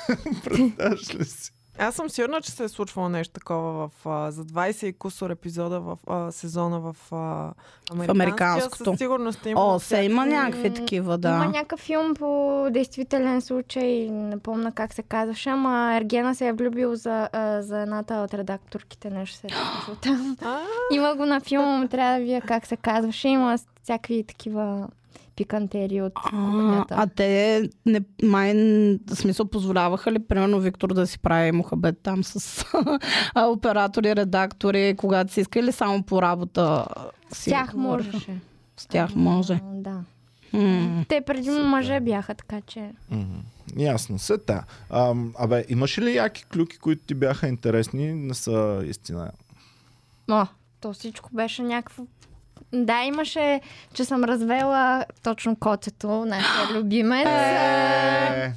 S1: Представяш ли си?
S4: Аз съм сигурна, че се е случвало нещо такова в, а, за 20 и кусор епизода в а, сезона в а, американския.
S3: американското.
S4: Със сигурност е имало
S3: О, се има някакви
S2: М,
S3: такива,
S2: Да. Има
S3: да.
S2: някакъв филм по действителен случай, не помна как се казваше, ама Ергена се е влюбил за, а, за едната от редакторките, нещо се е случило там.
S4: А,
S2: Има го на филма, му трябва да видя как се казваше. Има всякакви такива пикантери от
S3: А,
S2: кухнята.
S3: а те не, май, н- в смисъл, позволяваха ли, примерно, Виктор да си прави мухабет там с а, оператори, редактори, когато си иска или само по работа?
S2: С
S3: си
S2: тях
S3: говореха?
S2: можеше. Ами,
S3: С тях може.
S2: М, Да.
S3: М.
S2: Те преди мъже бяха, така че...
S1: Мгм. Ясно, се та. Ам, Абе, имаш ли яки клюки, които ти бяха интересни, не са истина?
S2: О, то всичко беше някакво... Да, имаше, че съм развела точно котето, нашия любимец.
S1: Е,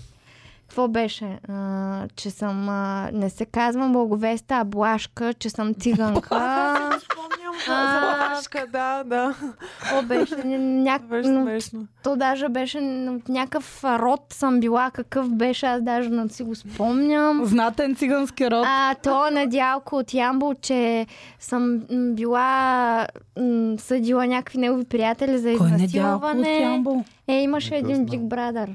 S2: Какво беше? А, че съм... А, не се казвам Благовеста, а Блашка, че съм циганка.
S4: Спомням
S2: А.
S4: за Лашка, да, да.
S2: Какво беше? Ня- Ня...
S4: Беше
S2: но
S4: смешно.
S2: То даже беше н- от някакъв род съм била, какъв беше, аз даже не си го спомням.
S3: Знатен цигански род.
S2: А, то надялко от Ямбол, че съм м, била м, съдила някакви негови приятели за
S3: Кой не дялко от
S2: изнасилване.
S3: Ямбол?
S2: Е, имаше
S1: Не го
S2: един
S1: знам.
S2: Big Brother.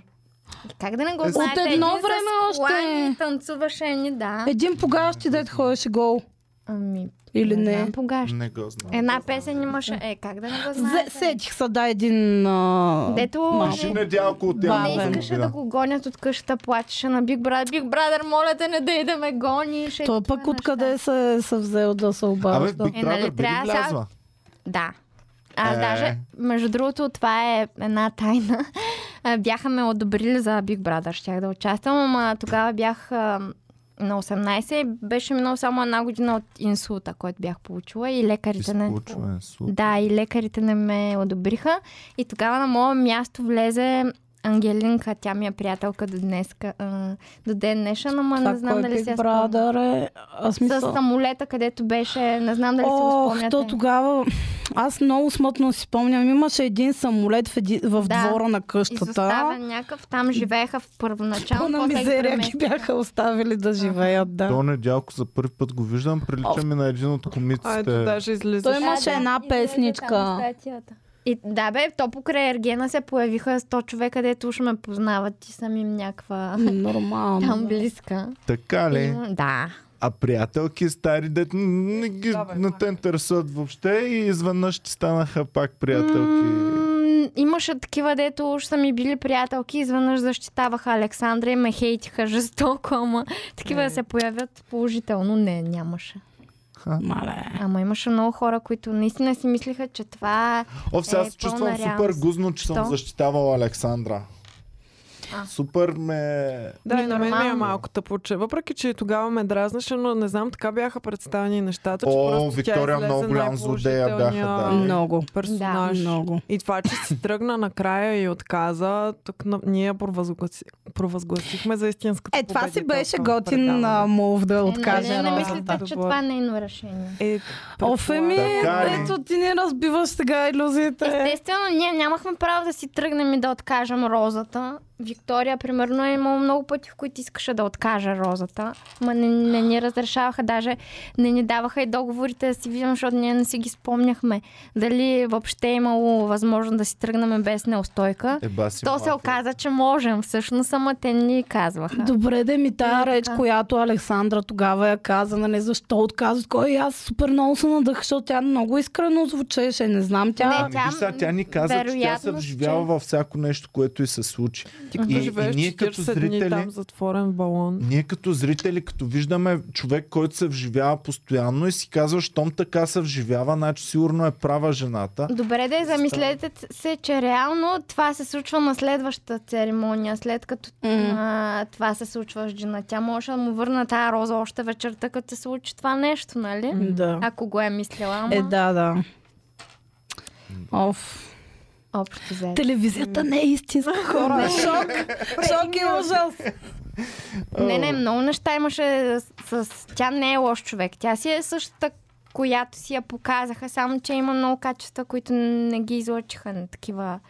S2: И Как да не го
S1: От
S2: знаете?
S3: едно
S2: един с
S3: време още. Е,
S2: колани танцуваше ни, да.
S3: Един погащи дед ходеше гол.
S2: Ами,
S3: Или
S2: не
S3: не?
S2: знам кога ще.
S1: Е, Не го знам.
S2: Една песен имаше. Е, как да не го
S3: Зе,
S2: знаете?
S3: сетих са, да, един... А...
S2: Дето
S3: Малко.
S1: Жи недялко от
S3: Да,
S1: тялото.
S2: не
S3: бе.
S2: искаше да го гонят от къщата, плачеше на Big Brother. Big Brother, моля те, не дей да ме гониш. Е,
S3: Той
S2: такива
S3: пък
S2: неща.
S3: откъде се, се взел да се
S1: Абе, в
S3: обажда?
S1: Big
S2: Е, нали
S1: Brother би ли
S2: трябва сега-
S1: влязла?
S2: Да. Аз
S1: Е.
S2: е... даже, между другото, това е една тайна. А, Бяха ме одобрили за Big Brother. Щях да участвам, ама тогава бях а, на 18 и беше минало само една година от инсулта, който бях получила и лекарите не...
S1: Изключване, супер.
S2: Да, и лекарите не ме одобриха. И тогава на мое място влезе Ангелинка, тя ми е приятелка до, днеска, а, до ден днешен, ама
S3: Това
S2: не знам
S3: кой
S2: дали
S3: Big
S2: се спомня.
S3: Brother е... А,
S2: С
S3: смисъл...
S2: самолета, където беше, не знам дали се го
S3: Ох,
S2: спомняте.
S3: то тогава... Аз много смътно си спомням. Имаше един самолет в, еди... в
S2: Да.
S3: двора на къщата.
S2: Изоставен е някакъв, там живееха в първоначално.
S3: на
S2: после ги
S3: мизерия ги
S2: преместиха.
S3: бяха оставили да живеят, да.
S1: То недялко за първи път го виждам, прилича ми на един от
S4: А, ето
S1: комиците.
S4: даже излиза.
S3: Той имаше една
S2: излезе там
S3: песничка.
S2: статията. И, да бе, то покрай Ергена се появиха 100 човека, дето уж ме познават и съм им някаква там
S3: Нормално.
S2: близка.
S1: Така ли?
S2: И- Да.
S1: А приятелки стари дет не, ги,
S4: Да, бе,
S2: е.
S1: не те интересуват въобще и изведнъж ти станаха пак приятелки.
S2: М, имаше такива, дето уж са ми били приятелки, изведнъж защитаваха Александра и ме хейтиха жестоко, ама такива
S4: Не.
S2: да се появят положително. Не, нямаше.
S3: Мале.
S2: Ама имаше много хора, които наистина си мислиха, че това е
S1: О, сега
S2: Е,
S1: се чувствам
S2: пълна
S1: супер
S2: реалност.
S1: гузно, че съм
S2: Що?
S1: защитавал Александра.
S2: А.
S1: Супер ме...
S4: Да,
S2: Ми,
S4: и на мен ми е
S2: нормално.
S4: малко тъпо, че въпреки, че и тогава ме дразнеше, но не знам, така бяха представени нещата, че
S1: О,
S4: просто
S1: Виктория,
S4: тя
S1: много
S4: излезе
S1: голям злодея бяха, да.
S4: най-положителния
S3: Много.
S4: персонаж.
S3: Много.
S4: И това, че си тръгна накрая и отказа, тук на... ние я провъзгласи... провъзгласихме за истинската
S3: Е, това си
S4: победителка
S3: беше
S4: на
S3: готин
S4: предаването.
S3: а, мув да
S2: Е,
S3: откаже
S2: нали не
S3: ролята.
S2: мислите, че това не е нейно решение.
S4: Е,
S3: Офе ми,
S1: Така е.
S3: ето ти не разбиваш сега иллюзиите.
S2: Естествено, ние нямахме право да си тръгнем и да откажем розата. Виктория, примерно, е имала много пъти, в които искаше да откаже розата. Ма не, не ни разрешаваха, даже не ни даваха и договорите да си видим, защото ние не си ги спомняхме. Дали въобще е имало възможност да си тръгнем без неустойка.
S1: Е, баси,
S2: То се оказа, че можем. Всъщност, ама те ни казваха.
S3: Добре, да ми тая
S2: Да,
S3: реч,
S2: така.
S3: която Александра тогава я каза, нали, защо отказват кой и аз супер много се надъх, защото тя много искрено звучеше, не знам тя.
S2: Не,
S1: Ами, виж сега, тя ни каза, че тя се
S2: вероятно,
S1: вживява
S2: че-
S1: във всяко нещо, което и се случи.
S4: ти като
S1: И- и
S4: живееш
S1: ние като
S4: 40 дни
S1: зрители-
S4: там затворен в балон.
S1: Ние като зрители, като виждаме човек, който се вживява постоянно и си казва, щом така се вживява, значи сигурно е права жената.
S2: Добре, да замислете се, че реално това се случва на следващата церемония, след като
S3: М.
S2: а, това се случва с жена. Тя може да му върна тая роза още вечерта, като се случи това нещо, нали?
S3: Да.
S2: Ако го е мислила, ама
S3: Е, да, да. Оф.
S2: общо взето.
S3: Телевизията не е истинска хора. Шок. Шок и ужас.
S2: Не, не, много неща имаше с, с... Тя не е лош човек. Тя си е същата, която си я показаха, само че има много качества, които не ги излъчиха на такива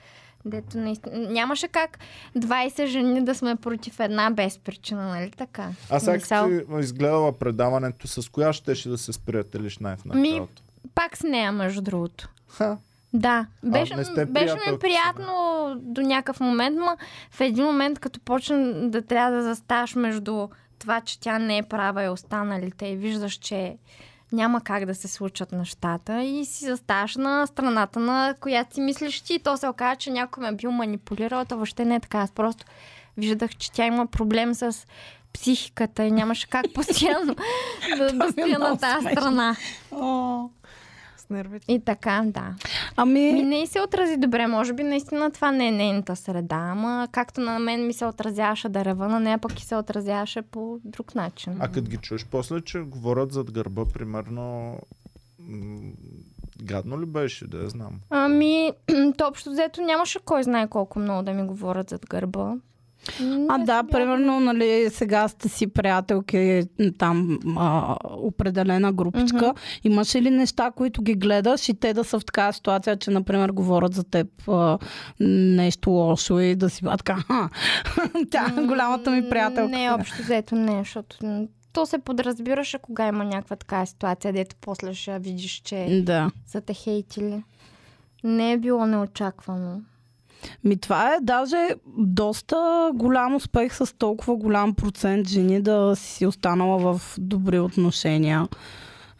S2: Дето наистина. Нямаше как 20 жени да сме против една без причина, нали така?
S1: А сега
S2: Мисъл.
S1: като си изгледала предаването, с коя щеше да се сприятелиш най-в
S2: Ми-
S1: началото?
S2: Пак с нея, между другото.
S1: Ха.
S2: Да, беше,
S1: не сте
S2: беше ми
S1: приятелки
S2: приятно до някакъв момент, но в един момент, като почна да трябва да заставаш между това, че тя не е права и останалите и виждаш, че няма как да се случат нещата и си заставаш на страната, на която си мислиш ти. И то се оказа, че някой ме е бил манипулирал, то въобще не е така. Аз просто виждах, че тя има проблем с психиката и нямаше как постоянно да,
S1: е
S2: да стоя на
S3: много
S2: тази
S3: смешно.
S2: страна.
S3: О,
S4: с нервите.
S2: И така, да. Ми
S3: Ами,
S2: не й се отрази добре, може би наистина това не е нейната среда, ама както на мен ми се отразяваше да рева, на нея пък и се отразяваше по друг начин.
S1: А като ги чуеш после, че говорят зад гърба, примерно... м, Гадно ли беше, да я знам.
S2: Ами, то общо взето нямаше кой знае колко много да ми говорят зад гърба. М,
S3: а
S2: не
S3: да,
S2: се бях-
S3: примерно, нали, сега сте си приятелки там а, определена групичка. Имаше ли неща, които ги гледаш и те да са в такава ситуация, че, например, говорят за теб а, нещо лошо и да си бъдат така, «Ха, тя
S2: М,
S3: голямата ми приятелка.
S2: Не, общо взето не, защото м, то се подразбираше кога има някаква такава ситуация, дето после ще я видиш, че
S3: Да.
S2: са те хейтили. Не е било неочаквано.
S3: Ми това е даже доста голям успех с толкова голям процент жени да си останала в добри отношения.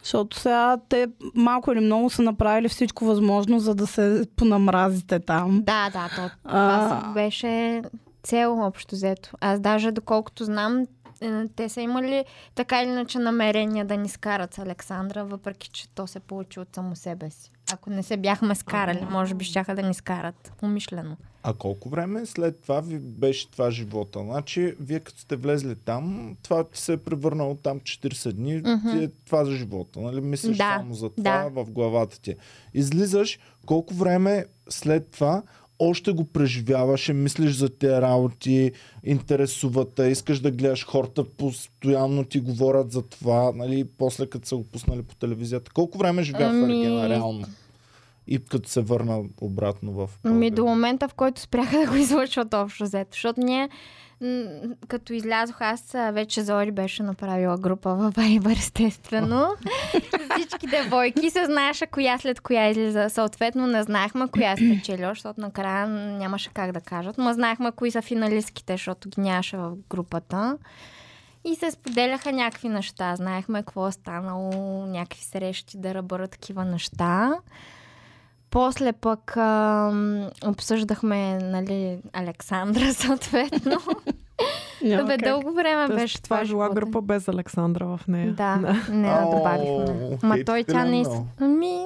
S3: Защото сега те малко или много са направили всичко възможно, за да се понамразите там.
S2: Да, да, то Това
S3: А,
S2: си беше цел общо взето. Аз даже доколкото знам, е, те са имали така или иначе намерение да ни скарат с Александра, въпреки че то се получи от само себе си. Ако не се бяхме скарали, може би щяха да ни скарат. Умишлено.
S1: А колко време след това ви беше това живота? Значи, вие като сте влезли там, това ти се е превърнало там 40 дни,
S2: Мгм.
S1: ти е това за живота. Нали? Мислиш
S2: Да,
S1: само за това
S2: да.
S1: в главата ти. е. Излизаш, колко време след това още го преживяваш и мислиш за тези работи, интересуват те, искаш да гледаш хората, постоянно ти говорят за това, нали, после като са го пуснали по телевизията. Колко време живя в
S2: Ами-
S1: Ергена, реално? И като се върна обратно в
S2: Ми
S1: България.
S2: Ами до момента, в който спряха да го излъчват общо взето. Защото ние, м, като излязох, аз а, вече Зори беше направила група във Viber, естествено. Всички девойки се знаеше коя след коя излиза. Съответно, не знаехме коя спечели, защото накрая нямаше как да кажат. Ма знаехме кои са финалистките, защото ги нямаше в групата. И се споделяха някакви неща. Знаехме какво е станало, някакви срещи, да ръбъра такива неща. После пък ам, обсъждахме, нали, Александра, съответно.
S3: няма
S2: Бе,
S3: как.
S2: дълго време
S4: Е, Тоест,
S2: беше
S4: това
S2: това.
S4: е била
S2: живота.
S4: група без Александра в нея.
S2: Да, не я
S1: Ау,
S2: добавихме. Ма той тя не...
S1: хейтите ли
S2: из- Ами,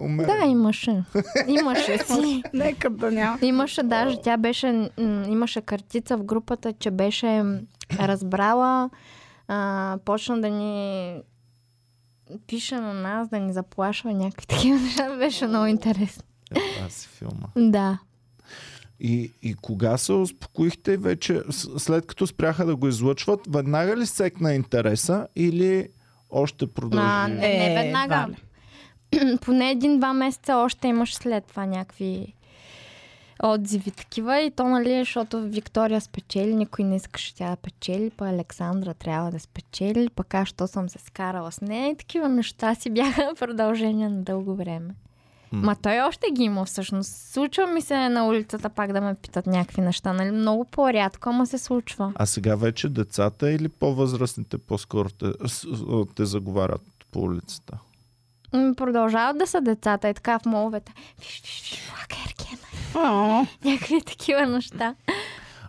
S1: Умер.
S2: да, имаше. Имаше си.
S3: Нека да няма.
S2: Имаше даже, тя беше, м, имаше картица в групата, че беше м, разбрала, а, почна да ни пише на нас, да ни заплашва някакви такива неща. Беше много интересно.
S1: Аз Е, си филма.
S2: Да.
S1: И, и кога се успокоихте вече, с- след като спряха да го излъчват, веднага ли секна интереса или още продължи?
S2: А, не,
S3: Е,
S2: не веднага.
S3: вале.
S2: Поне един-два месеца още имаш след това някакви отзиви такива и то нали, защото Виктория спечели, никой не искаше тя да печели, па Александра трябва да спечели, пък аз, що съм се скарала с нея и такива неща си бяха продължение на дълго време.
S1: М.
S2: Ма той още ги има всъщност. Случва ми се на улицата пак да ме питат някакви неща, нали? Много по-рядко, ама се случва.
S1: А сега вече децата или по-възрастните по-скоро те, с- с- те заговарят по улицата?
S2: М, Продължават да са децата и така в моловете. Виж, виж, виж, лакеркена.
S3: О,
S2: някакви такива неща.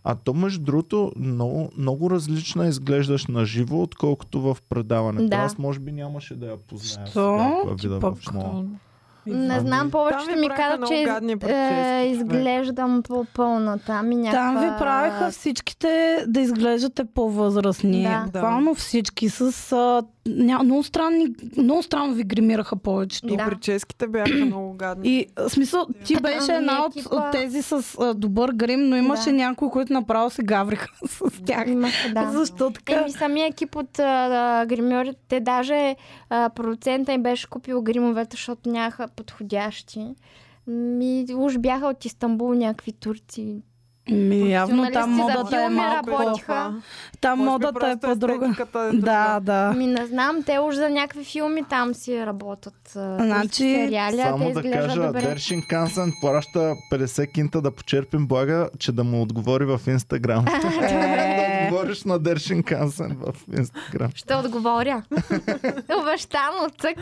S1: А то, между другото, много, много различна изглеждаш на живо, отколкото в предаването.
S2: Да.
S1: Аз може би нямаше да я позная. сега,
S3: що?
S1: кога
S3: Ти
S1: видя в
S3: пък-
S1: моя.
S2: Не
S1: Ами,
S2: знам,
S4: Там
S2: повечето
S4: ви
S2: ми
S4: правиха
S2: каза,
S4: много
S2: че из-
S4: гадни
S2: е,
S4: прически,
S2: изглеждам по-пълната. Ами някаква...
S3: Там ви правиха всичките да изглеждате по-възрастни.
S2: Да.
S3: Буквално всички с... А, ня, много, странни, много странно ви гримираха повечето.
S4: И
S2: Да.
S4: прическите бяха много гадни.
S3: И а, смисъл, ти беше
S2: Ами,
S3: една от,
S2: екипа-
S3: от тези с а, добър грим, но имаше
S2: Да.
S3: някои, които направо се гавриха с тях.
S2: Имаше, да.
S3: Защо така?
S2: Еми, самия екип от а, а, гримьорите, даже а, продуцента им беше купил гримовете, защото нямаха подходящи. Ми, уж бяха от Истанбул някакви турци.
S3: Ми, явно
S2: Професионалисти
S3: там
S2: за
S3: модата е
S2: филми
S3: малко
S2: работиха.
S3: по... Там модата е по-друга. Да, да.
S2: Ми не знам, те уж за някакви филми там си работят. а, турски
S3: Значи,
S2: сериали, а те
S1: Само да
S2: изглеждат
S1: кажа,
S2: добре.
S1: Дершин Кансен плаща 50 кинта да почерпим блага, че да му отговори в Инстаграм.
S2: Е.
S1: да
S3: Е,
S1: отговориш на Дершин Кансен в Инстаграм.
S2: Ще отговоря. Обещано, цък.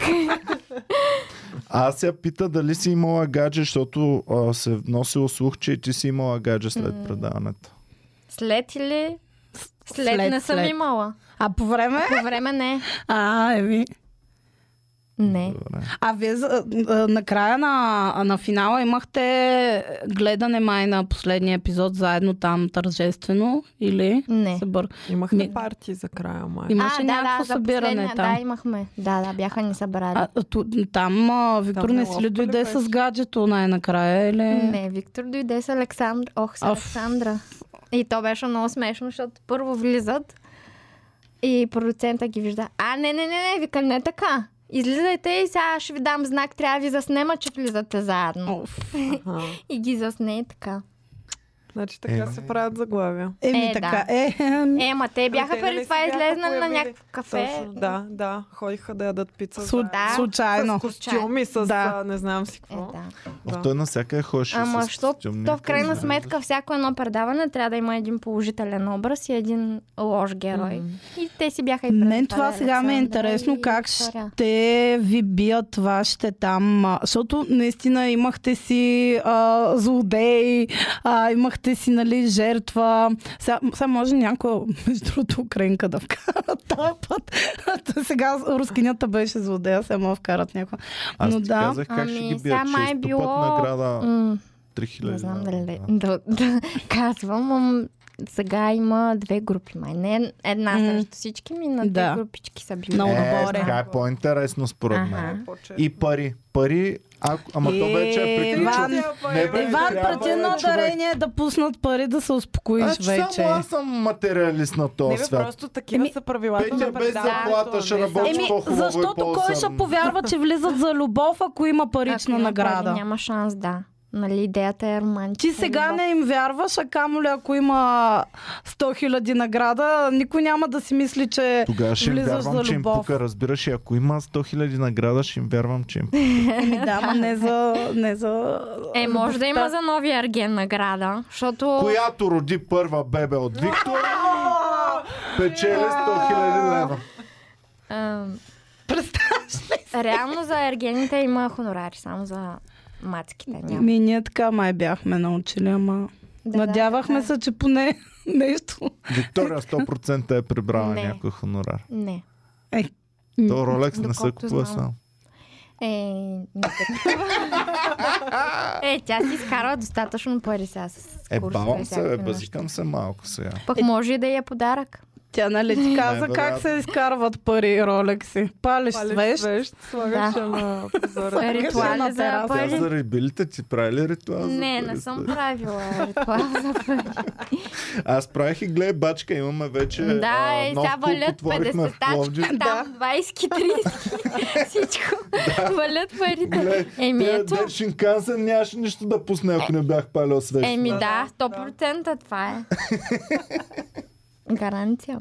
S1: Аз я пита дали си имала гадже, защото а, се е вносило слух, че и ти си имала гадже след предаването.
S2: След или... След,
S3: След,
S2: не съм
S3: след.
S2: имала.
S3: А по време?
S2: По време не.
S3: А, еми.
S2: Не.
S1: Добре.
S3: А вие за- а, на края на, на финала имахте гледане май на последния епизод заедно там тържествено или?
S2: Не.
S3: Се бър...
S4: Имахме
S3: Ми-
S4: партии за края май.
S3: Има-
S2: а,
S3: Имаше
S2: да,
S3: някакво
S2: да, за
S3: събиране
S2: последния-
S3: там.
S2: Да, имахме. Да, да, бяха ни събрали.
S3: А, а, ту- там а, Виктор
S4: Там
S3: не
S4: е
S3: си ли
S4: ловка ли
S3: дойде
S4: беше?
S3: с гаджето най-накрая или?
S2: Не, Виктор дойде с Александра. Ох, с
S3: е. Оф.
S2: Александра. И то беше много смешно, защото първо влизат и продуцента ги вижда. А, не, не, не, не, вика, не така. Излизайте и сега ще ви дам знак, трябва да ви заснема, че влизате заедно.
S3: Оф.
S4: Аха.
S2: И ги засне и така.
S4: Значи така
S1: Е.
S4: се правят заглавия.
S3: Еми
S2: Е, да.
S3: така, е, ами,
S2: Е, ма те бяха
S4: те, нали
S2: преди
S4: си
S2: това
S4: бяха
S2: излезнали на
S4: появили?
S2: някакво кафе.
S4: Точно, да, да. Ходиха да ядат пица.
S3: слу,
S4: заедно.
S2: Да.
S3: случайно.
S4: С костюми, с
S3: Да.
S4: а, не знам си
S2: Е,
S4: какво.
S2: да.
S1: Да.
S4: Да.
S1: Той навсякъде ходеше
S2: Ама,
S1: с
S2: защото
S1: костюм,
S2: то в крайна
S1: някакъв,
S2: сметка всяко едно предаване трябва да има един положителен образ и един лош герой.
S4: Мгм.
S2: И те си бяха и преди
S3: Мен това
S2: да,
S3: сега ми е
S2: Александра
S3: интересно
S2: и
S3: как
S2: Виктория.
S3: ще ви бият вашите там, а, защото наистина имахте си а, злодеи, а, имахте си нали, жертва. Сега, сега може някоя, между другото, украинка да вкара този път. Та сега рускинята беше злодея, сега мога да вкарат някаква.
S1: Аз
S3: Но
S1: ти
S3: да.
S1: казах как ще ги
S2: Ами,
S1: бият.
S2: сега май
S1: Ще
S2: било-
S1: било... награда
S2: М,
S1: 3000.
S2: Не знам
S1: лева.
S2: дали да, да, да казвам, ам, сега има две групи. Май не една
S3: М.
S2: срещу всички, ми на две
S3: Да.
S2: групички са били.
S3: Много
S1: Е,
S3: добре.
S1: така е по-интересно според
S2: Аха.
S1: мен.
S4: Е, по-честно.
S1: И пари. Пари, ако... ама то вече е
S3: Е,
S1: приключило.
S3: Иван,
S1: Не, бе,
S3: Иван,
S1: трябва, е,
S3: прати едно
S1: човек.
S3: дарение да пуснат пари да се успокоиш
S1: Значи
S3: вече.
S1: само аз съм материалист на
S4: Не
S1: този
S4: бе,
S1: свят.
S4: просто такива
S3: Еми-
S4: са правилата
S1: Петя
S4: на
S1: без
S4: предаването,
S1: заплата ще
S4: не
S1: работи.
S4: само-
S3: Еми,
S1: по-хубаво и
S3: защото кой ще
S1: по-осъдно.
S3: повярва, че влизат за любов, ако има
S2: Ако
S3: парична
S2: има
S3: награда?
S2: пари, Няма шанс, да. Нали, идеята е романтика.
S3: Ти сега
S2: любов.
S3: не им вярваш, а камо ли ако има 100 хиляди награда, никой няма да си мисли, че
S1: Тогава ще им
S3: влизаш за
S1: вярвам, че им
S3: любов.
S1: пука, разбираш. И ако има 100 000 награда, ще им вярвам, че им пука.
S3: Еми Ами да, ма не за... Не за...
S2: Е, може да има за новия арген награда, защото...
S1: Която роди първа бебе от Виктор, печели 100 000 лева.
S2: Ам, Реално за ергените има хонорари, само за мацките няма.
S3: Ми, ние така май бяхме научили, ама...
S2: Да, да,
S3: Надявахме
S2: така
S3: се, че поне нещо...
S1: Виктория 100% е прибрала
S2: Не.
S1: някой хонорар.
S2: е. Не.
S3: М,
S1: То Ролекс не се
S2: Доколкото
S1: купува
S2: знам.
S1: сам.
S2: Е, не такива. е, тя си изкарва достатъчно пари сега с
S1: Е,
S2: курсове и
S1: балам се,
S2: всякакви
S1: бе,
S2: неща.
S1: базикам се малко сега.
S2: Пък може и да е подарък.
S3: Тя нали ти каза как
S1: вероятно.
S3: се изкарват пари ролекси. Палиш
S4: Палиш
S3: свещ.
S4: свещ, слагаш
S2: Да.
S4: я на
S2: Е,
S4: прозореца.
S3: на
S2: Ритуали за
S1: Тя
S3: тераса.
S2: пари.
S1: за рибилите ти прави ли ритуал? за
S2: Не, не
S1: пари?
S2: съм правила ритуал за пари.
S1: Аз правих и гледай, бачка, имаме вече
S2: Да,
S1: а,
S2: е,
S1: нов
S2: сега
S1: клуб,
S2: валят
S1: отворихме в
S2: 50
S1: Пловдив.
S2: тачки, там 20-30, всичко. Валят парите.
S1: Гледай,
S2: Еми е
S1: тия
S2: ето,
S1: Дершин Кансен нямаше нищо да пусне, ако не бях палил свещ.
S2: еми да,
S4: Да,
S2: 100% това е. Гаранция.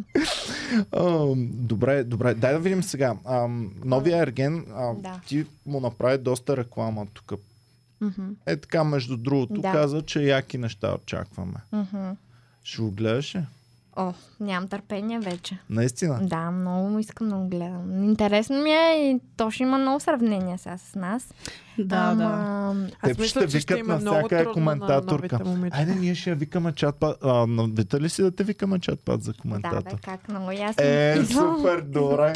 S1: А, добре, добре. Дай да видим сега. А, новия Ерген, а,
S2: Да.
S1: ти му направи доста реклама тук.
S2: Мгм,
S1: Е така, между другото,
S2: Да.
S1: каза, че яки неща очакваме.
S2: мгм.
S1: Ще го гледаш ли?
S2: О, нямам търпение вече.
S1: Наистина.
S2: Да, много му искам да го гледам. Интересно ми е и то ще има много сравнения сега с нас.
S3: Да, да.
S4: Аз
S1: Теб
S4: мисля,
S1: ще
S4: че ще
S1: викат
S4: им е
S1: на
S4: много
S1: всяка
S4: трудно на
S1: коментаторка.
S4: новите момичета.
S1: Айде, ние ще я викаме чатпад. А, навита ли си да те викаме чатпад за
S2: Да,
S1: коментатор?
S2: бе, как много ясно.
S1: Е, супер, добре.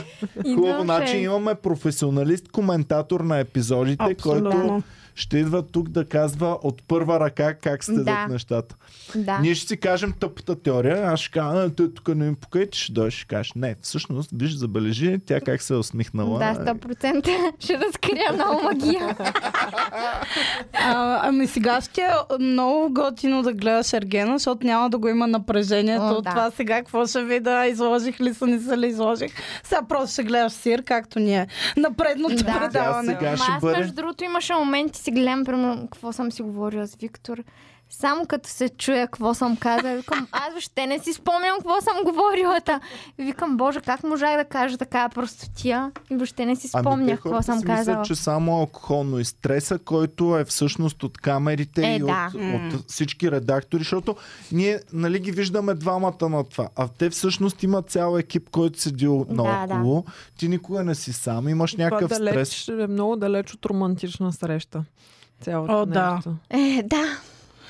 S1: Хубаво, значи имаме професионалист коментатор на епизодите,
S3: Абсолютно.
S1: който ще идва тук да казва от първа ръка как следят
S2: Да.
S1: нещата.
S2: Да.
S1: Ние ще си кажем тъпата теория, аз ще кажа, а, той тук не ми покай, ти ще дойдеш и ще кажеш, не, всъщност, виж, забележи тя как се е усмихнала.
S2: Да, 100% ще разкрия много магия.
S3: А, ами сега ще е много готино да гледаш Ергена, защото няма да го има напрежението
S2: О,
S3: от
S2: да.
S3: това сега какво ще ви да изложих ли са, не са ли изложих. Сега просто ще гледаш сир, както ние. На предното
S2: Да.
S3: предаване.
S1: Тя сега
S2: Ама
S1: ще
S2: аз
S1: бъде-
S2: между другото имаше моменти си гледам, примерно, какво съм си говорила с Виктор. Само като се чуя какво съм казала, викам, аз въобще не си спомням какво съм говорила. Та. Викам, боже, как можах да кажа такава простотия? И въобще не си спомнях
S1: Ами, те
S2: какво
S1: хората
S2: съм
S1: си мислят,
S2: казала.
S1: че само алкохолно и стреса, който е всъщност от камерите
S2: Е,
S1: и
S2: да.
S1: от, от всички редактори, защото ние нали ги виждаме двамата на това, а те всъщност имат цял екип, който седи наоколо. Ти никога не си сам, имаш някакъв
S4: Това далеч,
S1: стрес.
S4: е много далеч от романтична среща. Цялото
S3: О, да.
S4: нещо.
S2: Е, да.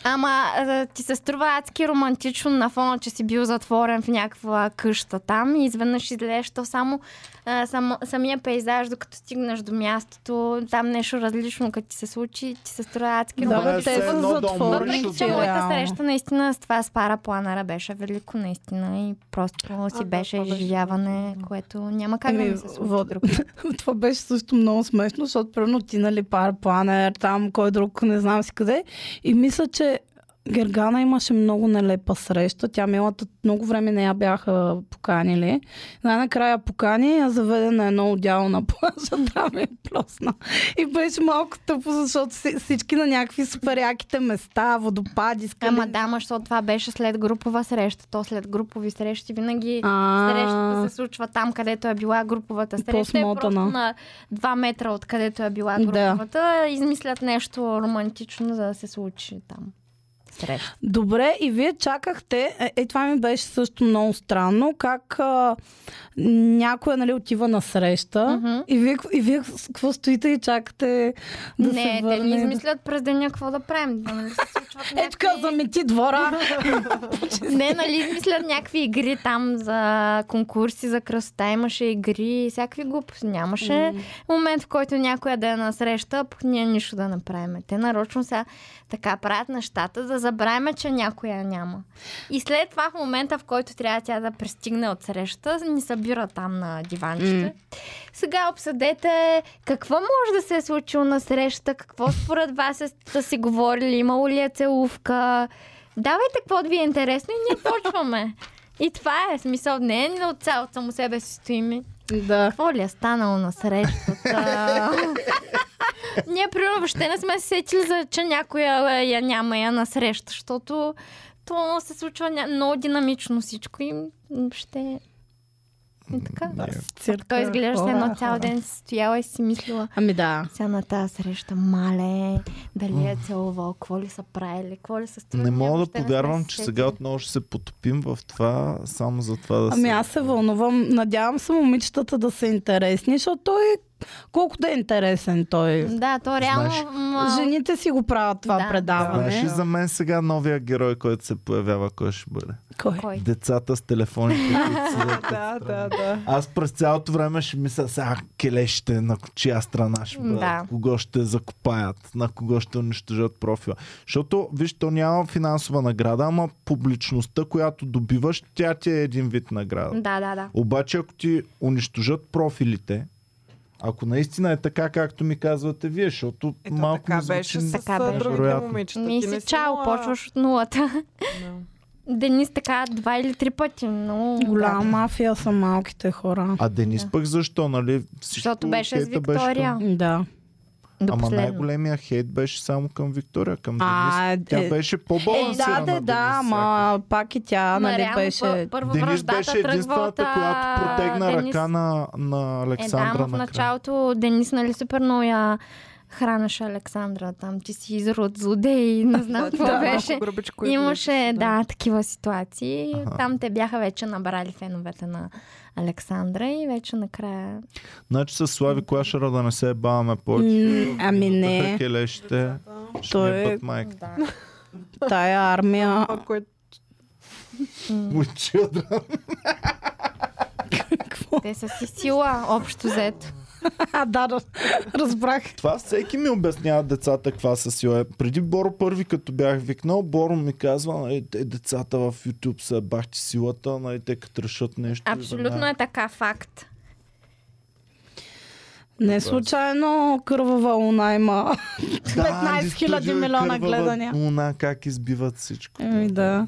S2: Ама а, ти се струва адски романтично на фона, че си бил затворен в някаква къща там и изведнъж излезеш то само а, сам, самия пейзаж, докато стигнеш до мястото, там нещо различно, като ти се случи, ти се струва адски
S3: Да,
S1: Това
S3: бе,
S1: е
S2: романтично.
S3: те
S1: все
S3: са
S1: едно да
S3: затворени.
S1: умреш
S2: Въпреки,
S1: от
S2: че
S3: да.
S2: моята
S3: Реално.
S2: среща наистина с това с пара планера беше велико наистина и просто
S4: да,
S2: си беше
S4: това беше
S2: изживяване,
S4: много, да.
S2: което няма как да
S3: Еми,
S2: не се случи.
S3: Ами, вот, това беше също много смешно, защото примерно ти, нали, пар планер, там, кой друг, не знам си къде. И мисля, че Гергана имаше много нелепа среща. Тя милата много време не я бяха поканили. Най-накрая покани и я заведе на едно отдяло на плажа, там е плосна. И беше малко тъпо, защото си- всички на някакви супер яките места, водопади, скали.
S2: Ама да, ма, защото това беше след групова среща. То след групови срещи винаги
S3: А,
S2: Срещата се случва там, където е била груповата среща. Е просто
S3: По-смотана.
S2: на 2 метра от където е била
S3: Да.
S2: груповата. Измислят нещо романтично, за да се случи там. Среща.
S3: Добре, и вие чакахте. Е, е, това ми беше също много странно. Как а, някой нали, отива на среща
S2: Мгм.
S3: и вие, и вие с- какво стоите и чакате да
S2: не,
S3: се
S2: те
S3: върне?
S2: ни измислят през деня какво да правим. Да, нали се случват
S3: Е, така,
S2: някакви...
S3: замети двора.
S2: Не, нали измислят някакви игри там за конкурси, за красота. Имаше игри и всякакви глупости. Нямаше момент, в който някоя да е на среща, пък ние нищо да направим. Те нарочно сега така правят нещата, да забравим, че някоя я няма. И след това в момента, в който трябва тя да пристигне от среща, ни събира там на диванчета. Сега обсъдете какво може да се е случило на среща, какво според вас е, са си говорили, имало ли е целувка. Давайте какво ви е интересно и ние почваме. И това е смисъл. Не е от цялото само себе си стоиме.
S3: да.
S2: Какво ли е станало на срещата? Ние, примерно, въобще не сме се сетили, за, че някоя е, я няма я на среща, защото то се случва ня... много динамично всичко и въобще... И така.
S3: Цирка,
S1: е
S2: Той изглежда се
S3: хора,
S2: едно цял
S3: хора.
S2: ден си стояла и си мислила
S3: Ами да.
S2: сега на тази среща, мале, дали е целувал, какво ли са правили, какво ли са стрували.
S1: Не мога да повярвам, че сега отново ще се потопим в това, само за това да
S3: Ами аз се вълнувам. Надявам се момичетата да са интересни, защото той колко да е интересен той.
S2: Да, то
S1: Знаеш-
S2: реално... м,
S3: Жените си го правят това
S2: Да.
S3: предаване.
S1: Знаеш ли за мен сега новия герой, който се появява, кой ще бъде?
S3: Кой?
S2: Кой?
S1: Децата с телефоните. които седят
S4: Да,
S1: отстрани.
S4: да, да.
S1: Аз през цялото време ще мисля сега келе ще е на чия страна ще бъдат,
S2: Да.
S1: кого ще закопаят, на кого ще унищожат профила. Защото, виж, то няма финансова награда, ама публичността, която добиваш, тя ти е един вид награда.
S2: Да, да, да.
S1: Обаче, ако ти унищожат профилите, ако наистина е така, както ми казвате вие, защото
S4: Ето
S1: малко
S4: така
S1: ми звучи...
S4: беше с
S2: Така
S4: а,
S2: беше.
S4: другите
S1: Вероятно.
S4: момичета.
S2: Ми
S4: Ти не
S2: си чао,
S4: имала-
S2: почваш от нулата.
S4: Да.
S2: Денис така два или три пъти, но...
S3: Голяма мафия са малките хора.
S1: А Денис пък защо, нали? Всичко
S2: Защото беше с
S1: хейта беше
S2: Виктория.
S3: Да.
S2: До
S1: Ама
S2: последно.
S1: най-големия хейт беше само към Виктория, към Денис.
S3: А, е,
S1: Тя
S3: е,
S1: беше
S3: е, да,
S1: по-балансирана.
S3: да,
S1: Денис,
S3: да, ама пак и тя,
S2: Ама
S3: нали,
S2: реално
S3: беше...
S2: пър- Първо
S1: Денис
S2: враждата
S1: беше
S2: тръгва
S1: единствената,
S2: от,
S1: която
S2: а,
S1: протегна
S2: Денис.
S1: ръка на, на
S2: Е, да,
S1: Александра
S2: ама в
S1: накрая.
S2: началото Денис, нали, супер много я хранеше Александра там, ти си изрод злодей, не знам какво
S4: Да, е
S2: беше.
S4: малко грубичко и
S2: Имаше,
S4: влизаш,
S2: да, такива ситуации.
S1: Аха.
S2: Там те бяха вече набрали феновете на Александра и вече накрая...
S1: Значи с Слави Клашера да не се баваме повече.
S3: М, Ами не,
S1: Прекеле ще, ще
S3: Той
S1: ми
S3: е-
S1: бъд майка.
S3: тая армия...
S4: Това, което
S1: Мучил,
S3: Какво?
S2: Те са си сила, общо взето.
S3: А, да, раз- разбрах.
S1: Това всеки ми обяснява децата каква са сила. Преди Боро първи, като бях викнал, Боро ми казва, нали, те децата в YouTube са бахти силата, нали, те като решат нещо.
S2: Абсолютно е така факт.
S3: Не е случайно кървава луна има 15 000 милиона гледания.
S1: Луна, как избиват всичко. Е,
S3: Еми да,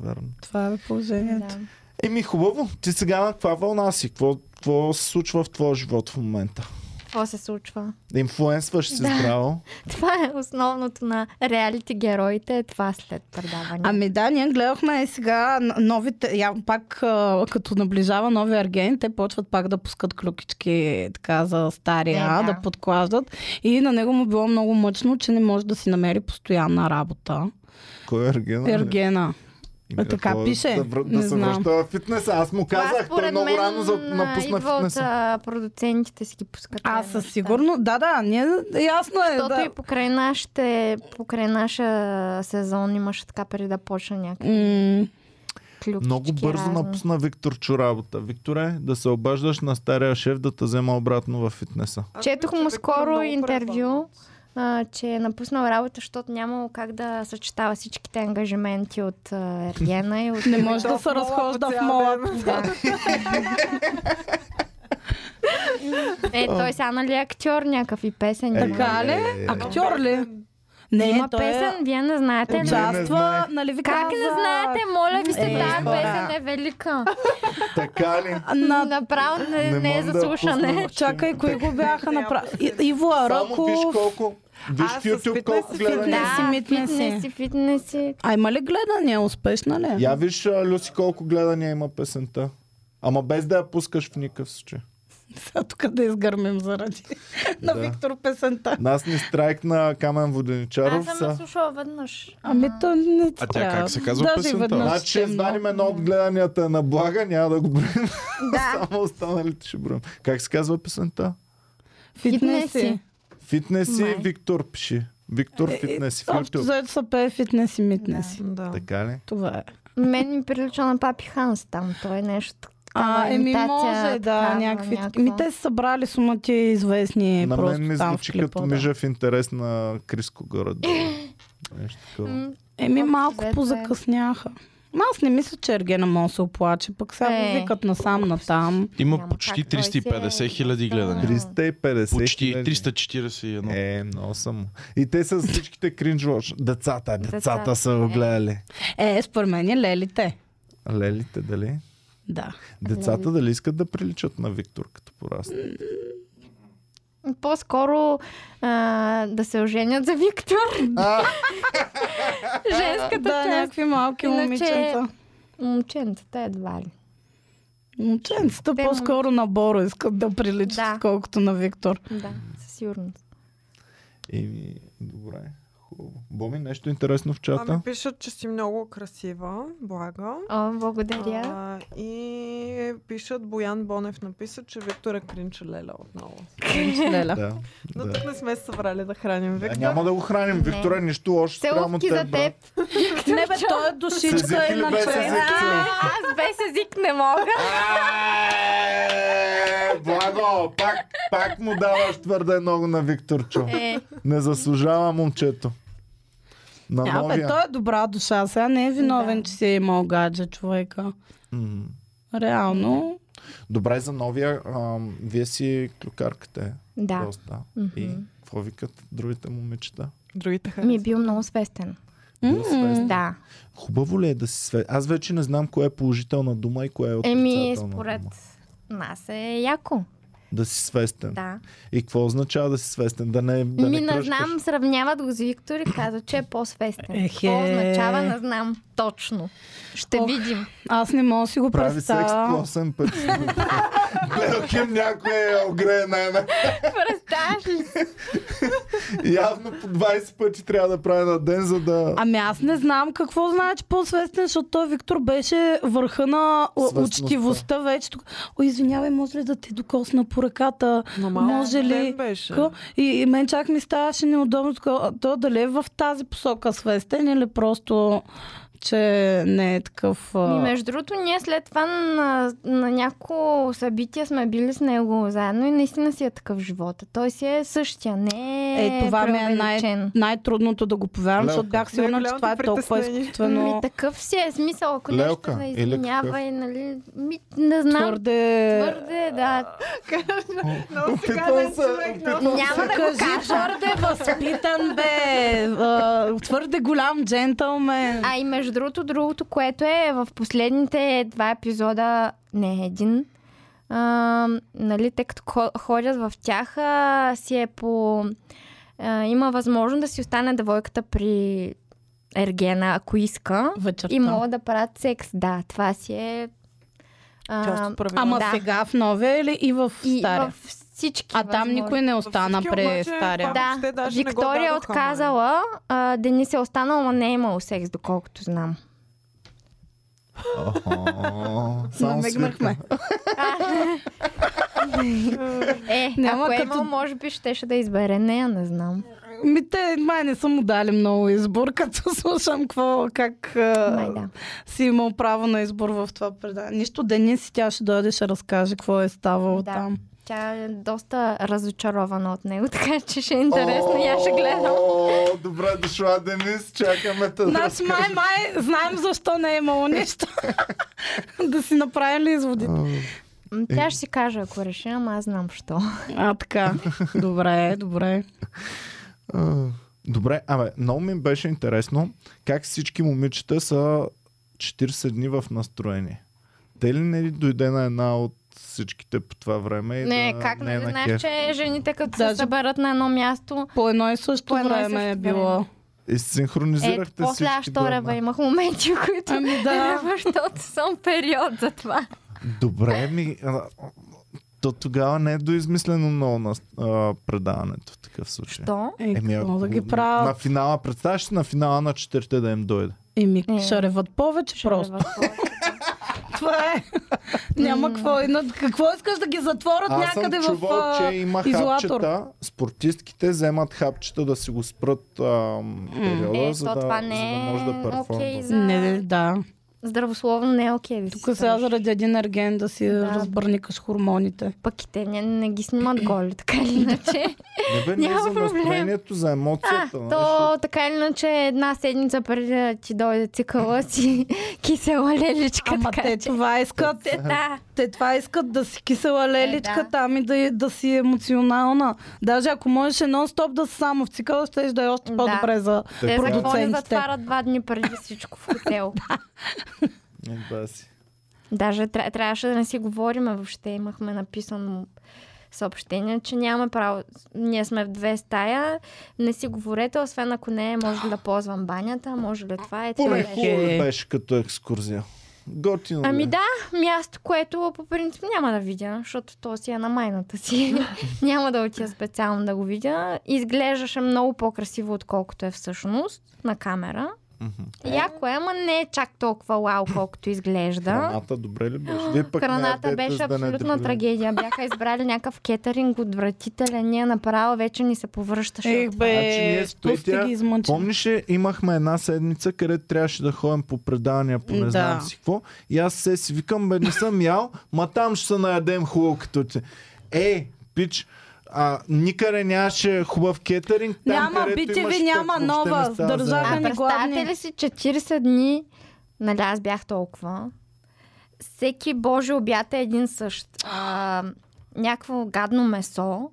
S1: Верно.
S3: това е положението.
S2: Да.
S1: Еми хубаво, ти сега на каква вълна си? Какво, какво се случва в твоя живот в момента?
S2: Това какво се случва.
S1: Инфлуенсваш си
S2: Да.
S1: здраво.
S2: Това е основното на реалити героите, е това след предаване.
S3: Ами да, ние гледахме и сега н- новите, я, пак а, като наближава новия арген, те почват пак да пускат клюкички така за стария,
S2: Е,
S3: да.
S2: да.
S3: да подклаждат. И на него му било много мъчно, че не може да си намери постоянна работа.
S1: Кой е Ергена?
S3: Ергена.
S1: Ими,
S3: Е, така
S1: какво е?
S3: пише.
S1: Да, вр- да
S3: Не
S1: се
S3: знам.
S1: връща в фитнеса. Аз му
S2: Това
S1: казах, той
S2: според
S1: много
S2: мен,
S1: рано
S3: е
S1: за...
S2: а,
S1: напусна
S2: идва от
S1: фитнеса.
S2: а, продуцентите си ги пускат.
S3: А,
S2: тези
S3: със
S2: неща.
S3: сигурност. Да, да, ние, ясно е.
S2: Защото
S3: Да.
S2: и покрай нашите, покрай наша сезон имаше така преди да почне някакви
S3: М,
S2: клюкички.
S1: Много бързо
S2: разни.
S1: напусна Виктор Чорабата. Викторе, да се обаждаш на стария шеф да те взема обратно в фитнеса.
S4: Аз
S2: Четох
S4: мисля,
S2: му
S4: че
S2: скоро
S4: много
S2: интервю, а, че е напуснал работа, защото нямало как да съчетава всичките ангажименти от а, Ергена и от...
S3: Не може
S4: То
S3: да
S4: в
S3: се
S4: мола по
S3: разхожда в
S4: цял
S3: мола.
S4: ден.
S2: Да. е, той сега нали е актьор някакъв и песен.
S1: Е,
S3: Така ли?
S1: е, е, е.
S3: Актьор ли?
S2: Не,
S3: Не,
S2: Има
S3: той
S2: песен,
S3: е...
S2: вие не знаете. ли?
S1: Уча- Не
S3: Участва,
S1: знаех.
S3: нали ви
S2: Как
S3: казах?
S2: не знаете, моля ви се,
S3: Е,
S2: тази
S3: хора.
S2: песен е велика.
S1: Така ли?
S3: На
S2: Направо не,
S1: Не
S2: не, е
S1: мога
S2: за
S1: да пусна
S2: слушане.
S1: ноч.
S3: Чакай, кои го бяха
S4: Трябва
S3: направили? Иво
S1: Само виж
S3: Аръков.
S1: колко... Виж
S4: Аз
S1: в
S4: с
S1: YouTube
S4: фитнес
S1: колко
S4: си
S1: гледания.
S3: фитнес.
S2: Да,
S3: Фитнеси,
S2: фитнеси, фитнеси.
S3: А има ли гледания? Успешна ли? е?
S1: Я виж, а, Люси, колко гледания има песента. Ама без да я пускаш в никакъв случай.
S3: Сега тук да изгърмим заради на
S1: Да.
S3: Виктор песента.
S1: Нас ни страйк на Камен
S2: Аз
S1: Воденичаров
S2: съм я
S1: са.
S2: слушала веднъж.
S3: Ами то не
S5: А тя
S3: трябва.
S5: как се казва
S3: Даже и
S5: песента?
S3: веднъж
S1: Значи ще
S3: ще е
S1: извадим
S3: много.
S1: едно от гледанията на блага, няма да го броим.
S2: Да.
S1: Само останалите ще броим. Как се казва песента?
S3: Фитнеси.
S2: Фитнеси.
S1: Фитнеси
S2: Май. Е,
S1: Виктор пиши. Виктор фитнеси в
S3: Общо
S1: YouTube.
S3: заето са пее фитнеси, митнеси.
S4: Да.
S1: Така ли?
S3: Това е.
S2: Мен ми прилича на Папи Ханс там. Той е нещо.
S3: А,
S2: Такава
S3: еми
S2: имитация,
S3: може, да,
S2: такава,
S3: някакви.
S2: някаква.
S3: Ми те са събрали сума ти известни
S1: На
S3: Е, просто
S1: мен ми
S3: там в
S1: звучи
S3: клипа,
S1: като
S3: да.
S1: мижа в интерес на Криско город. Нещо такова.
S2: М,
S3: Еми
S2: Общо
S3: малко
S2: взето е.
S3: позакъсняха. Ма аз не мисля, че Ергена може да се оплаче, пък сега
S2: Е.
S3: го викат насам натам.
S5: Има
S2: Няма
S5: почти
S2: как, той си е
S5: 350 хиляди
S2: доста-
S5: гледания.
S1: 350
S5: Почти
S1: хиляди.
S5: 341.
S1: Е, много съм. И те са всичките кринжвош. Децата, децата
S2: Децата,
S1: са го
S2: е.
S1: гледали.
S3: Е, според мен е лелите.
S1: Лелите, дали?
S3: Да.
S1: Децата дали искат да приличат на Виктор като пораснат?
S2: По-скоро а, да се оженят за Виктор. Женската
S3: да,
S2: част.
S3: някакви малки
S2: Иначе-
S3: момиченца.
S2: Момченцата едва ли.
S3: Момченцата
S2: Те
S3: по-скоро на Боро искат да приличат,
S2: Да.
S3: колкото на Виктор.
S2: Да, със сигурност.
S1: Еми, добре. Хубаво. Боми, нещо интересно в
S4: Ами
S1: чата?
S4: пишат, че си много красива, блага.
S2: О, благодаря.
S4: А, и пишат, Боян Бонев написа, че Виктор е кринчелеля отново.
S3: Леля.
S1: Да.
S4: Но
S1: да.
S4: тук не сме се събрали да храним
S1: А,
S4: Виктор.
S1: няма да го храним. Виктора, нищо лошо спрямо
S2: Селовки
S1: те,
S2: за
S1: брат.
S2: теб.
S3: Не бе, той е
S1: С език
S3: душичка
S1: или без език?
S3: иначе.
S1: Целовки?
S2: Аз без език не мога.
S1: Е, Благо, пак, пак му даваш твърде много на Викторчо.
S2: Е,
S1: Не заслужава момчето. На
S3: А, бе,
S1: новия.
S3: той е добра душа. Сега не е виновен,
S2: Да.
S3: че си е имал гадже човека.
S1: М.
S3: Реално.
S1: Добре, за новия, ам, вие си клюкаркате.
S2: да.
S1: Доста.
S2: Мгм.
S1: И какво викат другите момичета?
S4: Другите
S2: Ми е
S4: харесват.
S2: бил много свестен.
S1: Бил свестен.
S2: Да.
S1: Хубаво ли е да си све... Аз вече не знам кое е положителна дума и кое е отрицателна
S2: Еми, според
S1: дума.
S2: нас е яко.
S1: Да си свестен.
S2: Да.
S1: И какво означава да си свестен? Да не, да
S2: Ми
S1: не
S2: не
S1: кръщаш.
S2: знам, сравняват го с Виктор и казват, че е по-свестен.
S3: Ехе.
S2: Какво означава, не знам точно. Ще
S3: Ох.
S2: видим.
S3: Аз не мога да си го
S1: Прави секс по
S3: представя.
S1: 8 пъти. Гледах им някоя е огреена. една.
S2: Представяш ли си?
S1: Явно по 20 пъти трябва да прави на ден, за да...
S3: Ами аз не знам какво значи по-свестен, защото той Виктор беше върха на у-
S1: Свестността.
S3: учтивостта вече. тук. О, извинявай, може ли да те докосна по ръката?
S4: Но малко
S3: Може ли?
S4: ден Беше.
S3: Ко- И, и мен чак ми ставаше неудобно. така, а То дали е в тази посока свестен или просто, че не е такъв... а,
S2: Ми, между другото, ние след това на, на няколко събития сме били с него заедно и наистина си е такъв живота. Той си е същия, не е
S3: Е, това ми е най-
S2: преувеличен.
S3: най-трудното да го повярвам,
S1: Лелка.
S3: защото бях сигурна, че
S4: Най-голямото
S3: това е толкова
S4: притеснение.
S2: Ми
S3: изкуствено.
S2: Ами такъв си е смисъл, ако
S1: Лелка
S2: нещо не
S1: или какъв?
S2: извинява и нали... Ми, не знам.
S3: Твърде...
S2: твърде да.
S4: Много сега
S1: Опитвам
S4: ден
S1: се,
S4: човек, много
S2: Няма да го
S3: Кажи,
S2: кажа.
S3: твърде възпитан бе, а, твърде голям джентълмен.
S2: А и между другото, другото, което е в последните два епизода, не един, а, нали, тъй като хо- ходят в тях, а, си е по... А, има възможност да си остане девойката при Ергена, ако иска.
S3: вечерта.
S2: И могат да правят секс. Да, това си е... а,
S4: Част от правилата.
S3: Ама
S2: Да.
S3: сега в новия или и в
S2: и
S3: стария?
S2: в всички
S3: А там
S2: възможни-
S3: никой не остана
S4: всички
S3: при
S4: обаче,
S3: стария.
S4: пак-
S2: Да,
S4: Въобще даже не го
S2: Виктория е
S4: дадоха,
S2: отказала, а, Денис е останал, но не е имал секс, доколкото знам.
S1: Охо, само свирка.
S3: Намигнахме.
S2: Е,
S3: Няма
S2: ако е
S3: като-
S2: имал, може би щеше да избере нея, не знам.
S3: Ми те, май не са му дали много избор, като слушам какво, как а,
S2: Май да.
S3: си имал право на избор в това предание. Нищо, Денис, тя ще дойде, ще разкаже какво е ставало
S2: Да.
S3: там.
S2: Тя е доста разочарована от него, така че ще е интересно и аз ще гледам.
S1: О, Добре дошла, Денис. Чакаме те. да
S3: Значи май, май, знаем защо не е имало нищо. да си направили изводите.
S2: М, Тя ще си каже, ако реши, ама аз знам що.
S3: А, така. Добре, добре.
S1: А, Добре, абе, много ми беше интересно как всички момичета са 40 дни в настроение. Те ли не ли дойде на една от всичките по това време? и
S2: Не,
S1: да,
S2: как
S1: не е
S2: не
S1: на
S2: знаеш,
S1: кеф?
S2: че жените като се
S3: Даже-
S2: съберат на едно място,
S3: По едно и също
S2: По едно и
S3: време
S2: също
S3: е
S2: време.
S3: било.
S1: И
S2: е,
S1: синхронизирахте
S2: после аз
S1: всички. до
S2: що
S1: една.
S2: рева имах моменти, в които
S3: Ами да.
S2: защото съм период за това.
S1: Добре, ми... а, То тогава не е доизмислено много на а, предаването в такъв случай.
S2: То?
S3: Е, какво
S1: ако
S3: да ги
S1: На
S3: правят?
S1: финала, представяш ли на финала на четирите да им дойде?
S3: Еми,
S2: Е.
S3: ще реват повече
S2: Ще
S3: просто.
S2: рева повече.
S3: Това е. Няма какво. и на- Какво искаш да ги затворят
S1: Аз съм
S3: някъде в
S1: чувал,
S3: а,
S1: че има
S3: изолатор?
S1: хапчета. Спортистките вземат хапчета да си го спрат ам, периода,
S2: Е,
S1: за,
S2: то
S1: да,
S2: това
S1: за
S2: не
S1: да
S2: е
S1: може да перформва.
S2: окей за-
S3: Не, да.
S2: Здравословно не е окей да си
S3: Тук сега
S2: срещаш.
S3: заради един ерген да си
S2: Да.
S3: разбърникаш хормоните.
S2: Пък и те не, не ги снимат голи, така или иначе.
S1: Не бе, не е
S2: Няма
S1: за
S2: проблем.
S1: настроението, за емоцията.
S2: а,
S1: нали,
S2: то така или иначе една седмица преди да ти дойде цикъла си кисела леличка.
S3: Ама
S2: така
S3: те
S2: че-
S3: това искат.
S1: Е,
S2: Те, да.
S3: Те това искат да си кисела леличка
S2: Е, да.
S3: там и да, да си емоционална. Даже ако можеш е нон-стоп да си само в цикъла, ще да е още
S2: Да.
S3: по-добре за...
S1: Те
S2: Те за какво не
S3: Продуцентите.
S2: затварят два дни преди всичко в хотел?
S1: ще- Е, баси.
S2: Даже тря- трябваше да не си говорим въобще. Имахме написано съобщение, че нямаме право. Ние сме в две стая. Не си говорете, освен ако не е, може ли да ползвам банята, може ли това е
S1: Поне
S3: Окей.
S1: хубаво ли беше като екскурзия. Готино ли е?
S2: Ами да, място, което по принцип няма да видя, защото то си е на майната си. няма да отида специално да го видя. Изглеждаше много по-красиво, отколкото е всъщност на камера.
S1: Мгм.
S2: Яко е, ама не е чак толкова вау, колкото изглежда.
S1: Храната добре ли беше? Вие пък
S2: Храната
S1: не
S2: беше
S1: ядете, за да не
S2: абсолютна
S1: дебелеете.
S2: трагедия. Бяха избрали някакъв кетеринг отвратителен. Ние направо вече ни се повръщаше.
S3: Ех
S2: от-
S1: Значи ние
S3: Е, бе,
S1: с
S3: що сте
S1: Петя
S3: ги измънчили.
S1: Помниш ли, имахме една седмица, където трябваше да ходим по предавания, по не
S3: Да.
S1: знам си какво. И аз се си викам, бе, не съм ял, ма там ще се наядем хубаво като ти. Е, пич, а, никъде нямаше хубав кетеринг. Там,
S3: Няма
S1: където
S3: BTV,
S1: имаш, пък
S3: няма
S1: въобще не
S3: нова,
S1: става за
S3: държавен
S1: яд.
S2: А
S3: ни
S2: представяте
S3: гладни.
S2: ли си 40 дни, нали аз бях толкова, всеки божи обяд е един същ. А, някакво гадно месо,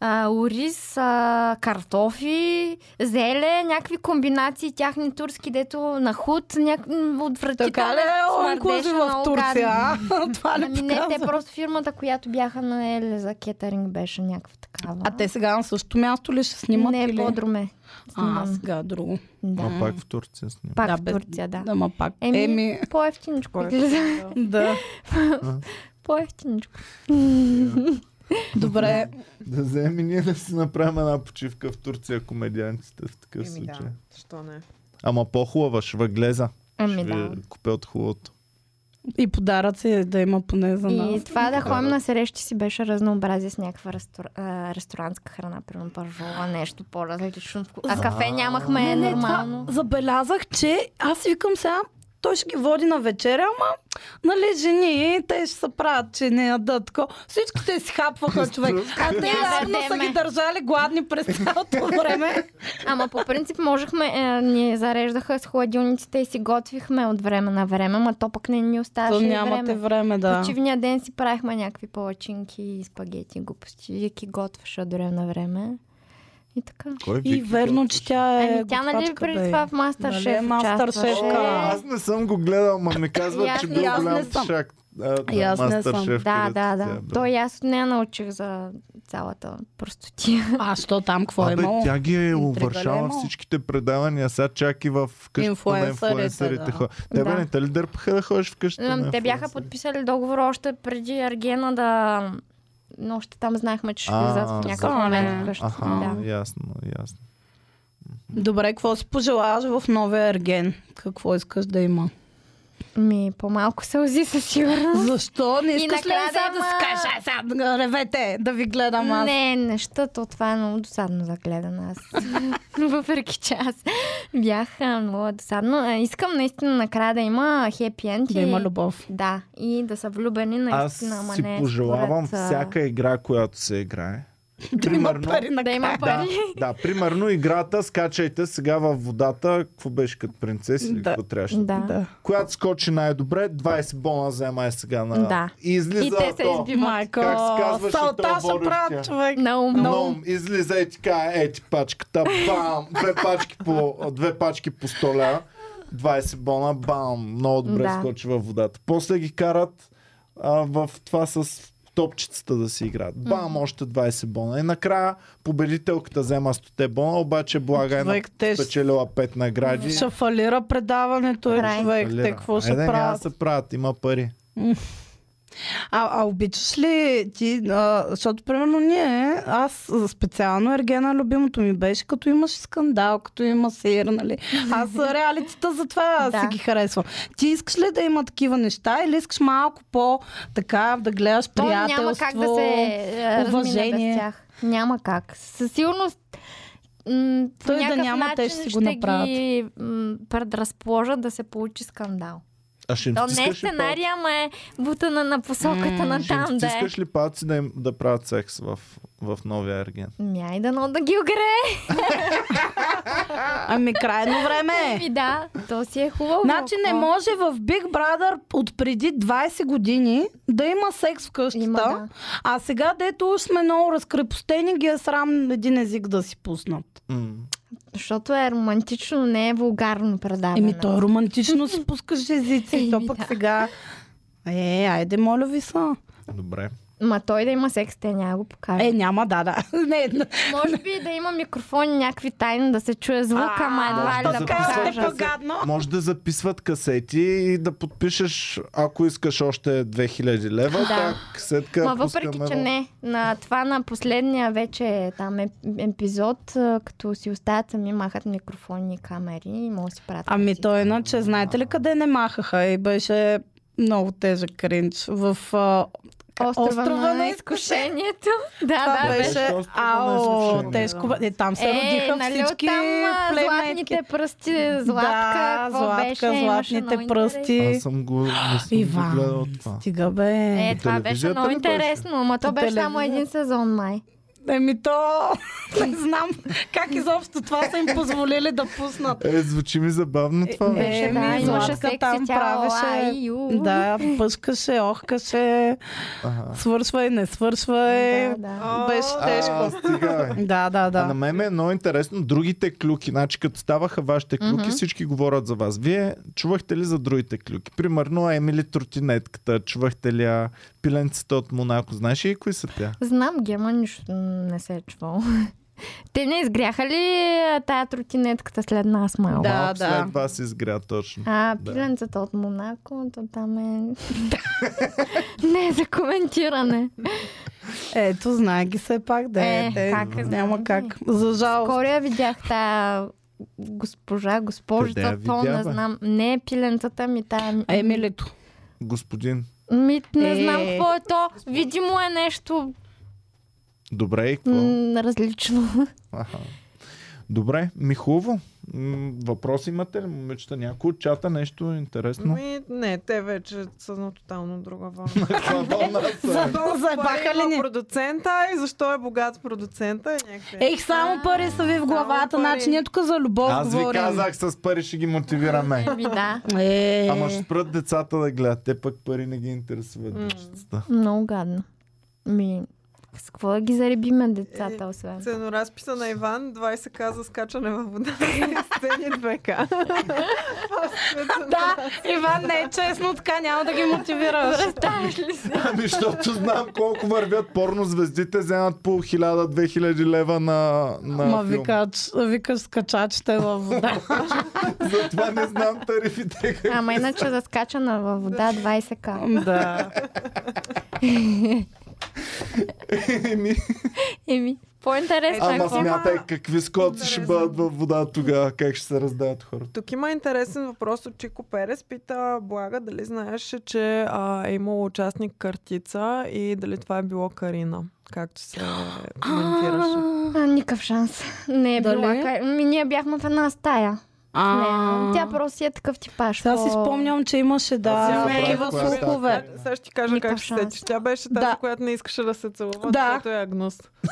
S2: а, ориз, а, картофи, зеле, някакви комбинации тяхни турски, дето на худ, някакви отвратителни.
S3: Така ли е онкози в Турция? а? Това ли
S2: Ами не, те
S3: показва?
S2: просто фирмата, която бяха наели за кетеринг беше някаква такава.
S3: А те сега на същото място ли ще снимат?
S2: не, е
S3: или?
S2: по-друме.
S3: А,
S2: Снимам.
S3: сега друго.
S2: Да.
S1: Ма пак в Турция снимам.
S2: Пак
S3: Да,
S2: в
S3: бе.
S2: Турция, да.
S3: Да, ма пак.
S2: Еми,
S3: Еми,
S2: по-ефтиничко
S4: Кой е?
S2: излиза.
S3: да.
S2: По-ефтиничко.
S3: Добре.
S1: Да вземем и ние да си направим една почивка в Турция, комедианците в такъв
S4: Еми да,
S1: случай.
S4: защо не?
S1: Ама по-хубава, ще въглеза.
S2: Ами
S1: ще
S2: да.
S1: ви купя от хубавото.
S3: И подаръци е да има поне за
S2: И
S3: нас.
S2: това да ходим
S1: Да.
S2: на срещи си беше разнообразие с някаква рестор... а, ресторантска храна, примерно пържола, нещо по-различно. вку- А кафе нямахме е
S3: Не, не,
S2: нормално.
S3: Това, забелязах, че аз си викам сега, той ще ги води на вечеря, ама нали жени, те ще се правят, че не ядат. тако. Всичките си хапваха човек. А те
S2: Няма
S3: явно са
S2: време.
S3: ги държали гладни през цялото време.
S2: Ама по принцип можехме, е, ни зареждаха с хладилниците и си готвихме от време на време, ма то пък не ни
S3: То
S2: оставаше и
S3: нямате
S2: време.
S3: време, да.
S2: Почивния ден си правихме някакви палачинки и спагети и глупости. Вики готвеше от време на време. И така.
S1: Кой
S3: И верно, че тя е
S2: Ами тя нали
S3: готвачка,
S2: преди
S3: бе.
S2: това в Мастер
S3: Нали е
S2: Шеф
S3: Masterchef-ка?
S1: Аз не съм го гледал, ма ми казват,
S2: И Е, Ами, аз
S1: че
S2: не- Ами,
S1: бил
S3: аз не
S1: голям
S3: съм.
S1: шак. а,
S3: И аз не
S1: Мастер
S3: съм.
S1: Шеф,
S2: Да,
S1: където
S2: да,
S1: тя,
S2: е да. То и аз от нея научих за цялата простотия.
S3: А, що там, какво е
S1: Абе,
S3: имало?
S1: тя ги е
S3: Интрига ли
S1: увършала
S3: имало?
S1: всичките предавания, сега чак и в къщата на
S3: Инфлуенсърите,
S1: инфлуенсърите.
S3: да.
S1: Да. Те бе,
S2: Да.
S1: не те ли дърпаха да ходиш в къщата на
S2: Ам, Те бяха
S1: инфлуенсърите?
S2: подписали договор още преди Аргена да... Но още там знаехме, че ще
S1: А,
S2: влизат в някакъв
S3: за-
S2: момент в къщата.
S1: Аха,
S2: Да.
S1: ясно, ясно.
S3: Добре, какво си пожелаваш в новия ерген? Какво искаш да има?
S2: Ми, по-малко сълзи със сигурност.
S3: Защо? Не
S2: И
S3: искаш ли
S2: накрая
S3: сега
S2: да
S3: да си
S2: има-
S3: кажеш, ай сега да ревете, да ви гледам аз?
S2: Не, нещата, това е много досадно за гледане аз. Въпреки че аз бях а, много досадно. А, Искам наистина накрая да има хепи енд
S3: Да
S2: и-
S3: има любов.
S2: Да, и да са влюбени
S1: Аз
S2: наистина. ама
S1: си
S2: не е
S1: пожелавам
S2: според, а,
S1: всяка игра, която се играе.
S3: Да има
S1: Примерно-
S3: пари на
S2: Да има
S1: Да,
S2: пари.
S1: да, примерно играта, скачайте сега във водата, какво беше като принцеси или
S3: Да.
S1: какво трябваше.
S2: Да. да.
S3: Да.
S1: Която скочи най-добре, 20 бона взема е сега на...
S2: Да.
S1: И излиза
S2: И те се
S1: то.
S2: избиват.
S3: Майко,
S1: Как се казваше
S3: салта
S1: тоя
S3: ще
S1: водещия?
S3: правят човек.
S2: На ум.
S1: Но ум, излиза и така, ети пачката, бам, две пачки по, две пачки по 100 лева, 20 бона, бам, много добре
S2: Да.
S1: скочи във водата. После ги карат а, в това с топчицата да си играят. Бам, още 20 бона. И накрая победителката взема 100 бона, обаче блага е на-
S3: Човек, те ще-
S1: спечелила 5 награди.
S3: Ще фалира предаването е
S2: Край.
S3: човек.
S1: Фалира.
S3: Те какво ще
S1: Айде, няма да
S3: правят?
S1: се правят, има пари.
S3: А, а обичаш ли ти, а, защото примерно ние, аз а, специално Ергена любимото ми беше, като имаше скандал, като има сир, нали? Аз а, реалитета затова
S2: Да.
S3: си ги харесвам. Ти искаш ли да има такива неща или искаш малко по така да гледаш
S2: То
S3: приятелство?
S2: няма как да се е,
S3: уважение.
S2: размине без тях. Няма как. Със сигурност м, по
S3: Той да
S2: някакъв
S3: няма, те
S2: начин
S3: ще си го направят.
S2: ги м, предразположат да се получи скандал.
S1: А ще им
S2: То не е
S1: стискаш ли палци?
S2: сценария, ама е бутана на посоката
S3: М,
S2: на
S1: Ще им
S2: там да е.
S1: стискаш ли палци да, им, да правят секс в, в новия ерген?
S2: Мяй да Ами, но да ги огре.
S3: Ами крайно време е.
S2: И да, то си е хубаво.
S3: Значи не
S2: Какво?
S3: може в Big Brother от преди 20 години да има секс в къщата,
S2: Има, да.
S3: а сега дето уж сме много разкрепостени, ги е срам един език да си пуснат.
S1: М.
S2: Защото е романтично, не е вулгарно предаване.
S3: Еми то романтично си пускаш езици, то
S2: Еми,
S3: пък
S2: да.
S3: сега... Е, айде, моля ви са.
S1: Добре.
S2: Ма той да има секс, те няма го покажат.
S3: Е, няма, да, да. Не, н-
S2: Може би да има микрофони, някакви тайни, да се чуе звука,
S3: А,
S2: ама едва
S1: може
S2: ли да
S1: да записваш.
S2: покажат.
S3: е по-гадно.
S1: Може да записват касети и да подпишеш, ако искаш още 2000 лева,
S2: Да.
S1: да. касетка
S2: Ма въпреки,
S1: пускаме
S2: че
S1: в-
S2: не, на това на последния вече там е, епизод, а, като си оставят сами, махат микрофони и камери и може да си правят.
S3: Ами
S2: картинки.
S3: то иначе, знаете ли къде не махаха и беше много тежък кринч. В а,
S2: Острова,
S3: острова
S2: на,
S3: на
S2: изкушението. да,
S3: Това
S2: да, беше.
S3: беше
S1: Просто
S3: ао,
S1: несъвършено.
S3: тежко. бе. Е, там се
S2: Е,
S3: родиха
S2: нали от
S3: всички
S2: там а,
S3: племетки.
S2: златните пръсти, златка,
S3: да,
S2: какво
S3: златка,
S2: беше, имаше много
S3: златните
S2: интерес.
S1: Аз
S3: пръсти.
S1: съм го, не съм
S3: Иван.
S1: го гледал това.
S3: Стига бе.
S2: Е, това беше
S1: телевизията
S2: много
S1: ли беше?
S2: интересно, ама то
S3: По
S2: беше само
S3: телевизията.
S2: един сезон май.
S3: Еми Е, то, не знам как изобщо това са им позволили да пуснат.
S1: Е, звучи ми забавно това.
S3: Е,
S1: бе.
S2: Беше, да,
S3: ми,
S2: имаше
S3: Златка
S2: секси,
S3: там
S2: тя
S3: правеше-
S2: ла, и ю.
S3: Да, пъскаше, охкаше,
S1: Ага.
S3: свършва и не свършва и...
S2: Да, да.
S3: Беше
S1: А,
S4: ами,
S3: тежко.
S1: стига, бе.
S3: Да, да,
S1: А на
S3: да.
S1: мен ми е много интересно другите клюки. Значи, като ставаха вашите клюки,
S2: Мгм.
S1: всички говорят за вас. Вие чувахте ли за другите клюки? Примерно Емили Тротинетката, чувахте ли я пиленцата от Монако? Знаеш ли кои са тя?
S2: Знам ги, ама нищо не се е чувало. Те не изгряха ли а, тая тротинетката след нас, малко?
S3: Да,
S1: Малко
S3: да.
S1: след вас изгря точно.
S2: А,
S1: Да.
S2: пиленцата от Монако, то там е... не е за коментиране.
S3: Ето, знае ги се пак, да е.
S2: Е,
S3: те-
S2: как е,
S3: Няма
S2: знае
S3: как.
S2: ги.
S3: За жалост.
S2: Скоро я видях тая госпожа,
S1: Къде я
S2: госпожица, то
S1: видя, бе?
S2: не знам. Не е пиленцата ми, тая...
S3: Емилито.
S1: Господин,
S2: Ми, не
S3: Е.
S2: знам какво е то. Видимо е нещо
S1: добре и какво?
S2: м- различно.
S1: Аха. Добре, ми хубаво. М, Въпрос имате ли, момичета? Някой от чата нещо интересно?
S4: Ми, не, те вече са на тотално друга вълна.
S3: За заебаха ли ни?
S4: Има продуцента и защо е богат продуцента и някакви.
S3: Ех, само пари са ви в главата,
S4: Само пари.
S3: значи ние тук за любов
S1: Аз ви
S3: говорим.
S1: казах, с пари ще ги мотивираме.
S2: Ми, да.
S3: Е,
S1: Ама ще спрат децата да гледат. Те пък пари не ги интересуват дечицата.
S2: Много гадно. Ми, С какво да ги заребиме
S1: Е,
S2: децата, освен?
S4: Ценоразписа на Иван, 20 каза скачане във вода. Стени 2К.
S3: Да, Иван, не е честно, така няма да ги мотивираш.
S2: Представяш ли си?
S1: Ами, защото знам колко вървят порно звездите, вземат по 1000-2000 лева на, на
S3: Ма
S1: филм.
S3: викаш, викаш скачачите във вода.
S1: Затова не знам тарифите. как-
S2: Ама иначе за скачана във вода 20к.
S3: да.
S1: Еми,
S2: Еми, по-интересно е
S1: Ама
S2: какво.
S4: сме-
S1: смятай какви скоци ще бъдат във вода тогава, как ще се раздаят хората.
S4: Тук има интересен въпрос от Чико Перес. Пита Блага дали знаеш, че а, е имало участник картица и дали това е било Карина, както се коментираше.
S2: А, никакъв шанс. Не е
S3: Дали?
S2: била. кай- Ми, ние бяхме в една стая. Не, тя просто си е такъв типаж.
S3: Сега си
S2: по-
S3: сломням, че имаше,
S4: Аз
S3: да,
S4: я направих,
S3: такива
S1: която-
S3: слухове.
S4: Сега ще ти кажа
S2: Никакъв
S4: как ще
S2: шанс.
S4: сетиш. Тя беше тази,
S3: Да.
S4: която не искаше да се целува,
S3: Да.
S4: защото е агнус.
S3: Той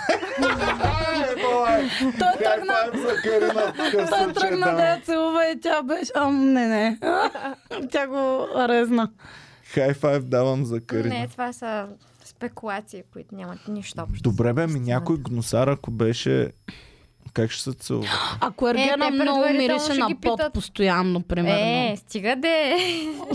S1: Как
S3: тръгна,
S1: пак за Карина в такъв
S3: той
S1: случай,
S3: тръгна да я целува и тя беше... Ам, не, не. тя го резна.
S1: Хай-файв давам за
S2: Не,
S1: Карина.
S2: това са спекулации, които нямат нищо общо.
S1: Добре бе, ми някой гносар, ако беше... Как ще се целува?
S3: Ако
S2: Е,
S3: Ергена
S2: те
S3: много
S2: предварително
S3: мирише
S2: ще
S3: на
S2: ги
S3: пот
S2: питат.
S3: постоянно, примерно.
S2: Е, стига де.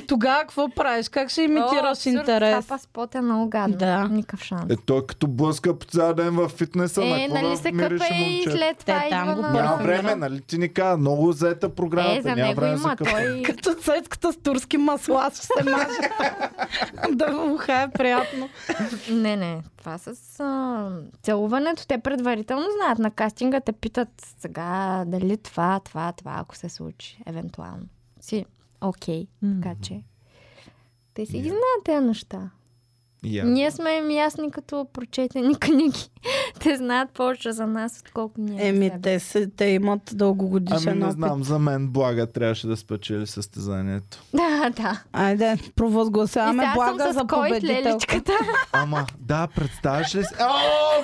S3: Тогава какво правиш? Как ще
S2: О,
S3: имитираш
S2: абсурд,
S3: интерес?
S2: Това паспорт е много гадно.
S3: Да.
S2: Никакъв шанс.
S1: Е, той като блъска по цял ден във фитнеса, на
S2: Е,
S1: какво
S2: нали
S1: да
S2: се
S1: мириш,
S2: къпе и
S1: момче?
S2: след това
S3: Те там
S2: идва
S3: го
S2: на...
S1: Няма
S3: Първо
S1: време,
S3: мирам.
S1: нали ти ни каза, много заета програмата,
S2: Е, за
S1: няма
S2: него
S1: време за
S2: има
S1: къпе.
S2: той.
S3: Като цвет като с турски масла ще се маже. да му хае приятно.
S2: Не, не. Това с а, целуването, те предварително знаят. На кастинга те питат сега дали това, това, това, ако се случи, евентуално. Си, окей, така че. Те си ги знаят тези неща.
S1: Я.
S2: Ние сме им ясни като прочетени книги. те знаят повече за нас, отколкото ние. за
S3: Еми,
S2: себе.
S3: те, се, те имат дългогодишен
S1: Ами не
S3: опит.
S1: знам, за мен Блага трябваше да спечели състезанието.
S2: Да, да.
S3: Айде,
S2: и
S3: провъзгласяваме
S2: сега
S3: е блага
S2: съм с
S3: за
S2: кой
S3: победител.
S2: леличката.
S1: Ама, да, представяш ли си? О,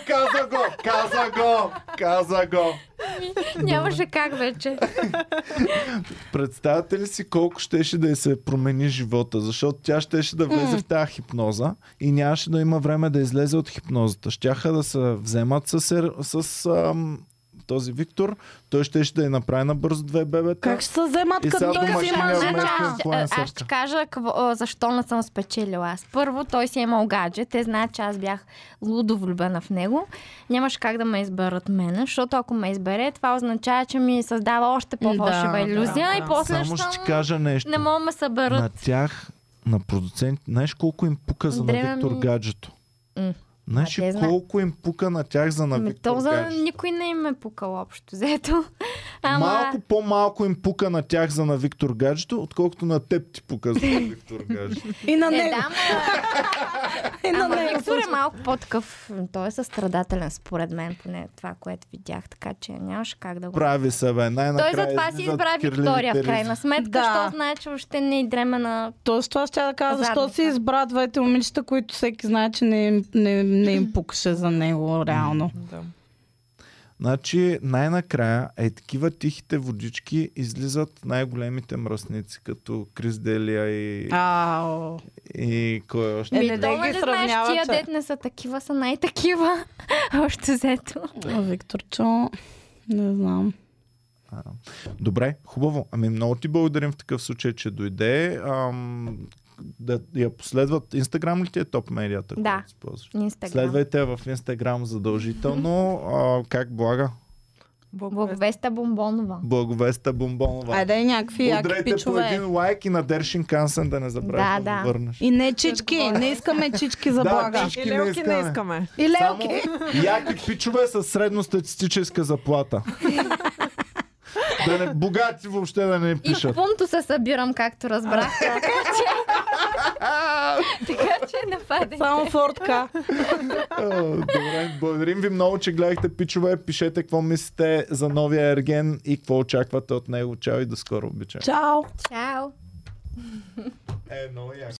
S1: каза го! Каза го! Каза го!
S2: Ами, Нямаше как вече.
S1: Представяте ли си колко щеше да й се промени живота? Защото тя щеше да влезе в тази хипноза и нямаше да има време да излезе от хипнозата. Щяха да се вземат с, ер- с ам, този Виктор. Той щеше да я направи набързо две бебета.
S3: Как ще се вземат
S1: И сега
S3: като
S1: домакиня
S3: си
S1: вместо
S3: мъже?
S2: Значи, аз, ще-
S1: инфлуенсърка.
S2: аз ще кажа какво, а, защо не съм спечелила аз. Първо, той си е имал гадже. Те знаят, че аз бях лудо влюбена в него. Нямаше как да ме изберат мене, защото ако ме избере, това означава, че ми създава още по-фалшива
S3: Да,
S2: иллюзия
S3: да,
S2: и
S3: да.
S2: после
S1: Само ще
S2: ще
S1: ти кажа нещо.
S2: не мога да ме съберат.
S1: на тях, на продуцент, знаеш колко им пука за на
S2: Дреме
S1: Виктор
S2: ми.
S1: гаджето?
S2: М.
S1: Знаеш
S2: А те
S1: ли
S2: знаят.
S1: колко им пука на тях за на
S2: Ами,
S1: Виктор
S2: то за
S1: гаджето?
S2: никой не им е пукал общо, взето. Ама...
S1: Малко по-малко им пука на тях за на Виктор гаджето, отколкото на теб ти пука за на Виктор гаджето.
S3: И на
S2: Е,
S3: него.
S2: да, ма...
S3: И на
S2: Ама
S3: него.
S2: Виктор е малко по-такъв. Той е състрадателен, според мен, поне това, което видях, така че нямаше как да го.
S1: Прави се, бе. Най-накрая
S2: Той затова си
S1: излизат
S2: избра
S1: кирливите
S2: Виктория, в
S1: ризи.
S2: крайна сметка,
S3: Да.
S2: да. защото знае, че въобще не и дреме на...
S3: Точно това ще я да кажа. Защо
S2: Задница.
S3: си избра двете момичета, които всеки знае, че не, им- не, не им пукаше за него, реално.
S4: Да.
S1: Значи, най-накрая е такива тихите водички излизат най-големите мръсници, като Крис Делия и,
S3: Ау.
S1: и кой още.
S3: Е,
S2: Ми,
S3: не
S2: то,
S3: да ги
S2: нали
S3: сравнява,
S2: Знаеш,
S3: че-
S2: тия дет не са такива, са най-такива. Още взето.
S3: Викторчо, не знам.
S1: Добре, хубаво. Ами много ти благодарим в такъв случай, че дойде. Ам, да я последват. Инстаграм ли ти е топ медията?
S2: Да.
S1: която използваш?
S2: Инстаграм.
S1: Следвайте я в Инстаграм задължително. А, как блага?
S4: Благодаря.
S2: Благовеста Бомбонова.
S1: Благовеста Бомбонова.
S3: Айде някакви яки
S1: Удрайте по
S3: пичове.
S1: един лайк и на Дершин Кансен да не забравяш да,
S2: Да,
S1: го
S2: да.
S1: върнеш.
S3: И не чички, не искаме чички за
S1: Да,
S3: блага.
S1: чички.
S4: И лелки не искаме.
S3: И
S1: Само
S3: лелки.
S1: яки пичове с средностатистическа заплата. да не богати въобще да не
S2: И
S1: пишат.
S2: в пункто се събирам, както разбрах. така че... така че нападайте.
S3: Само
S4: Е,
S3: фортка.
S1: А, Добре, благодарим ви много, че гледахте пичове. Пишете какво мислите за новия Ерген и какво очаквате от него. Чао и до скоро, обичам.
S3: Чао.
S2: Чао.
S1: Е, много яко.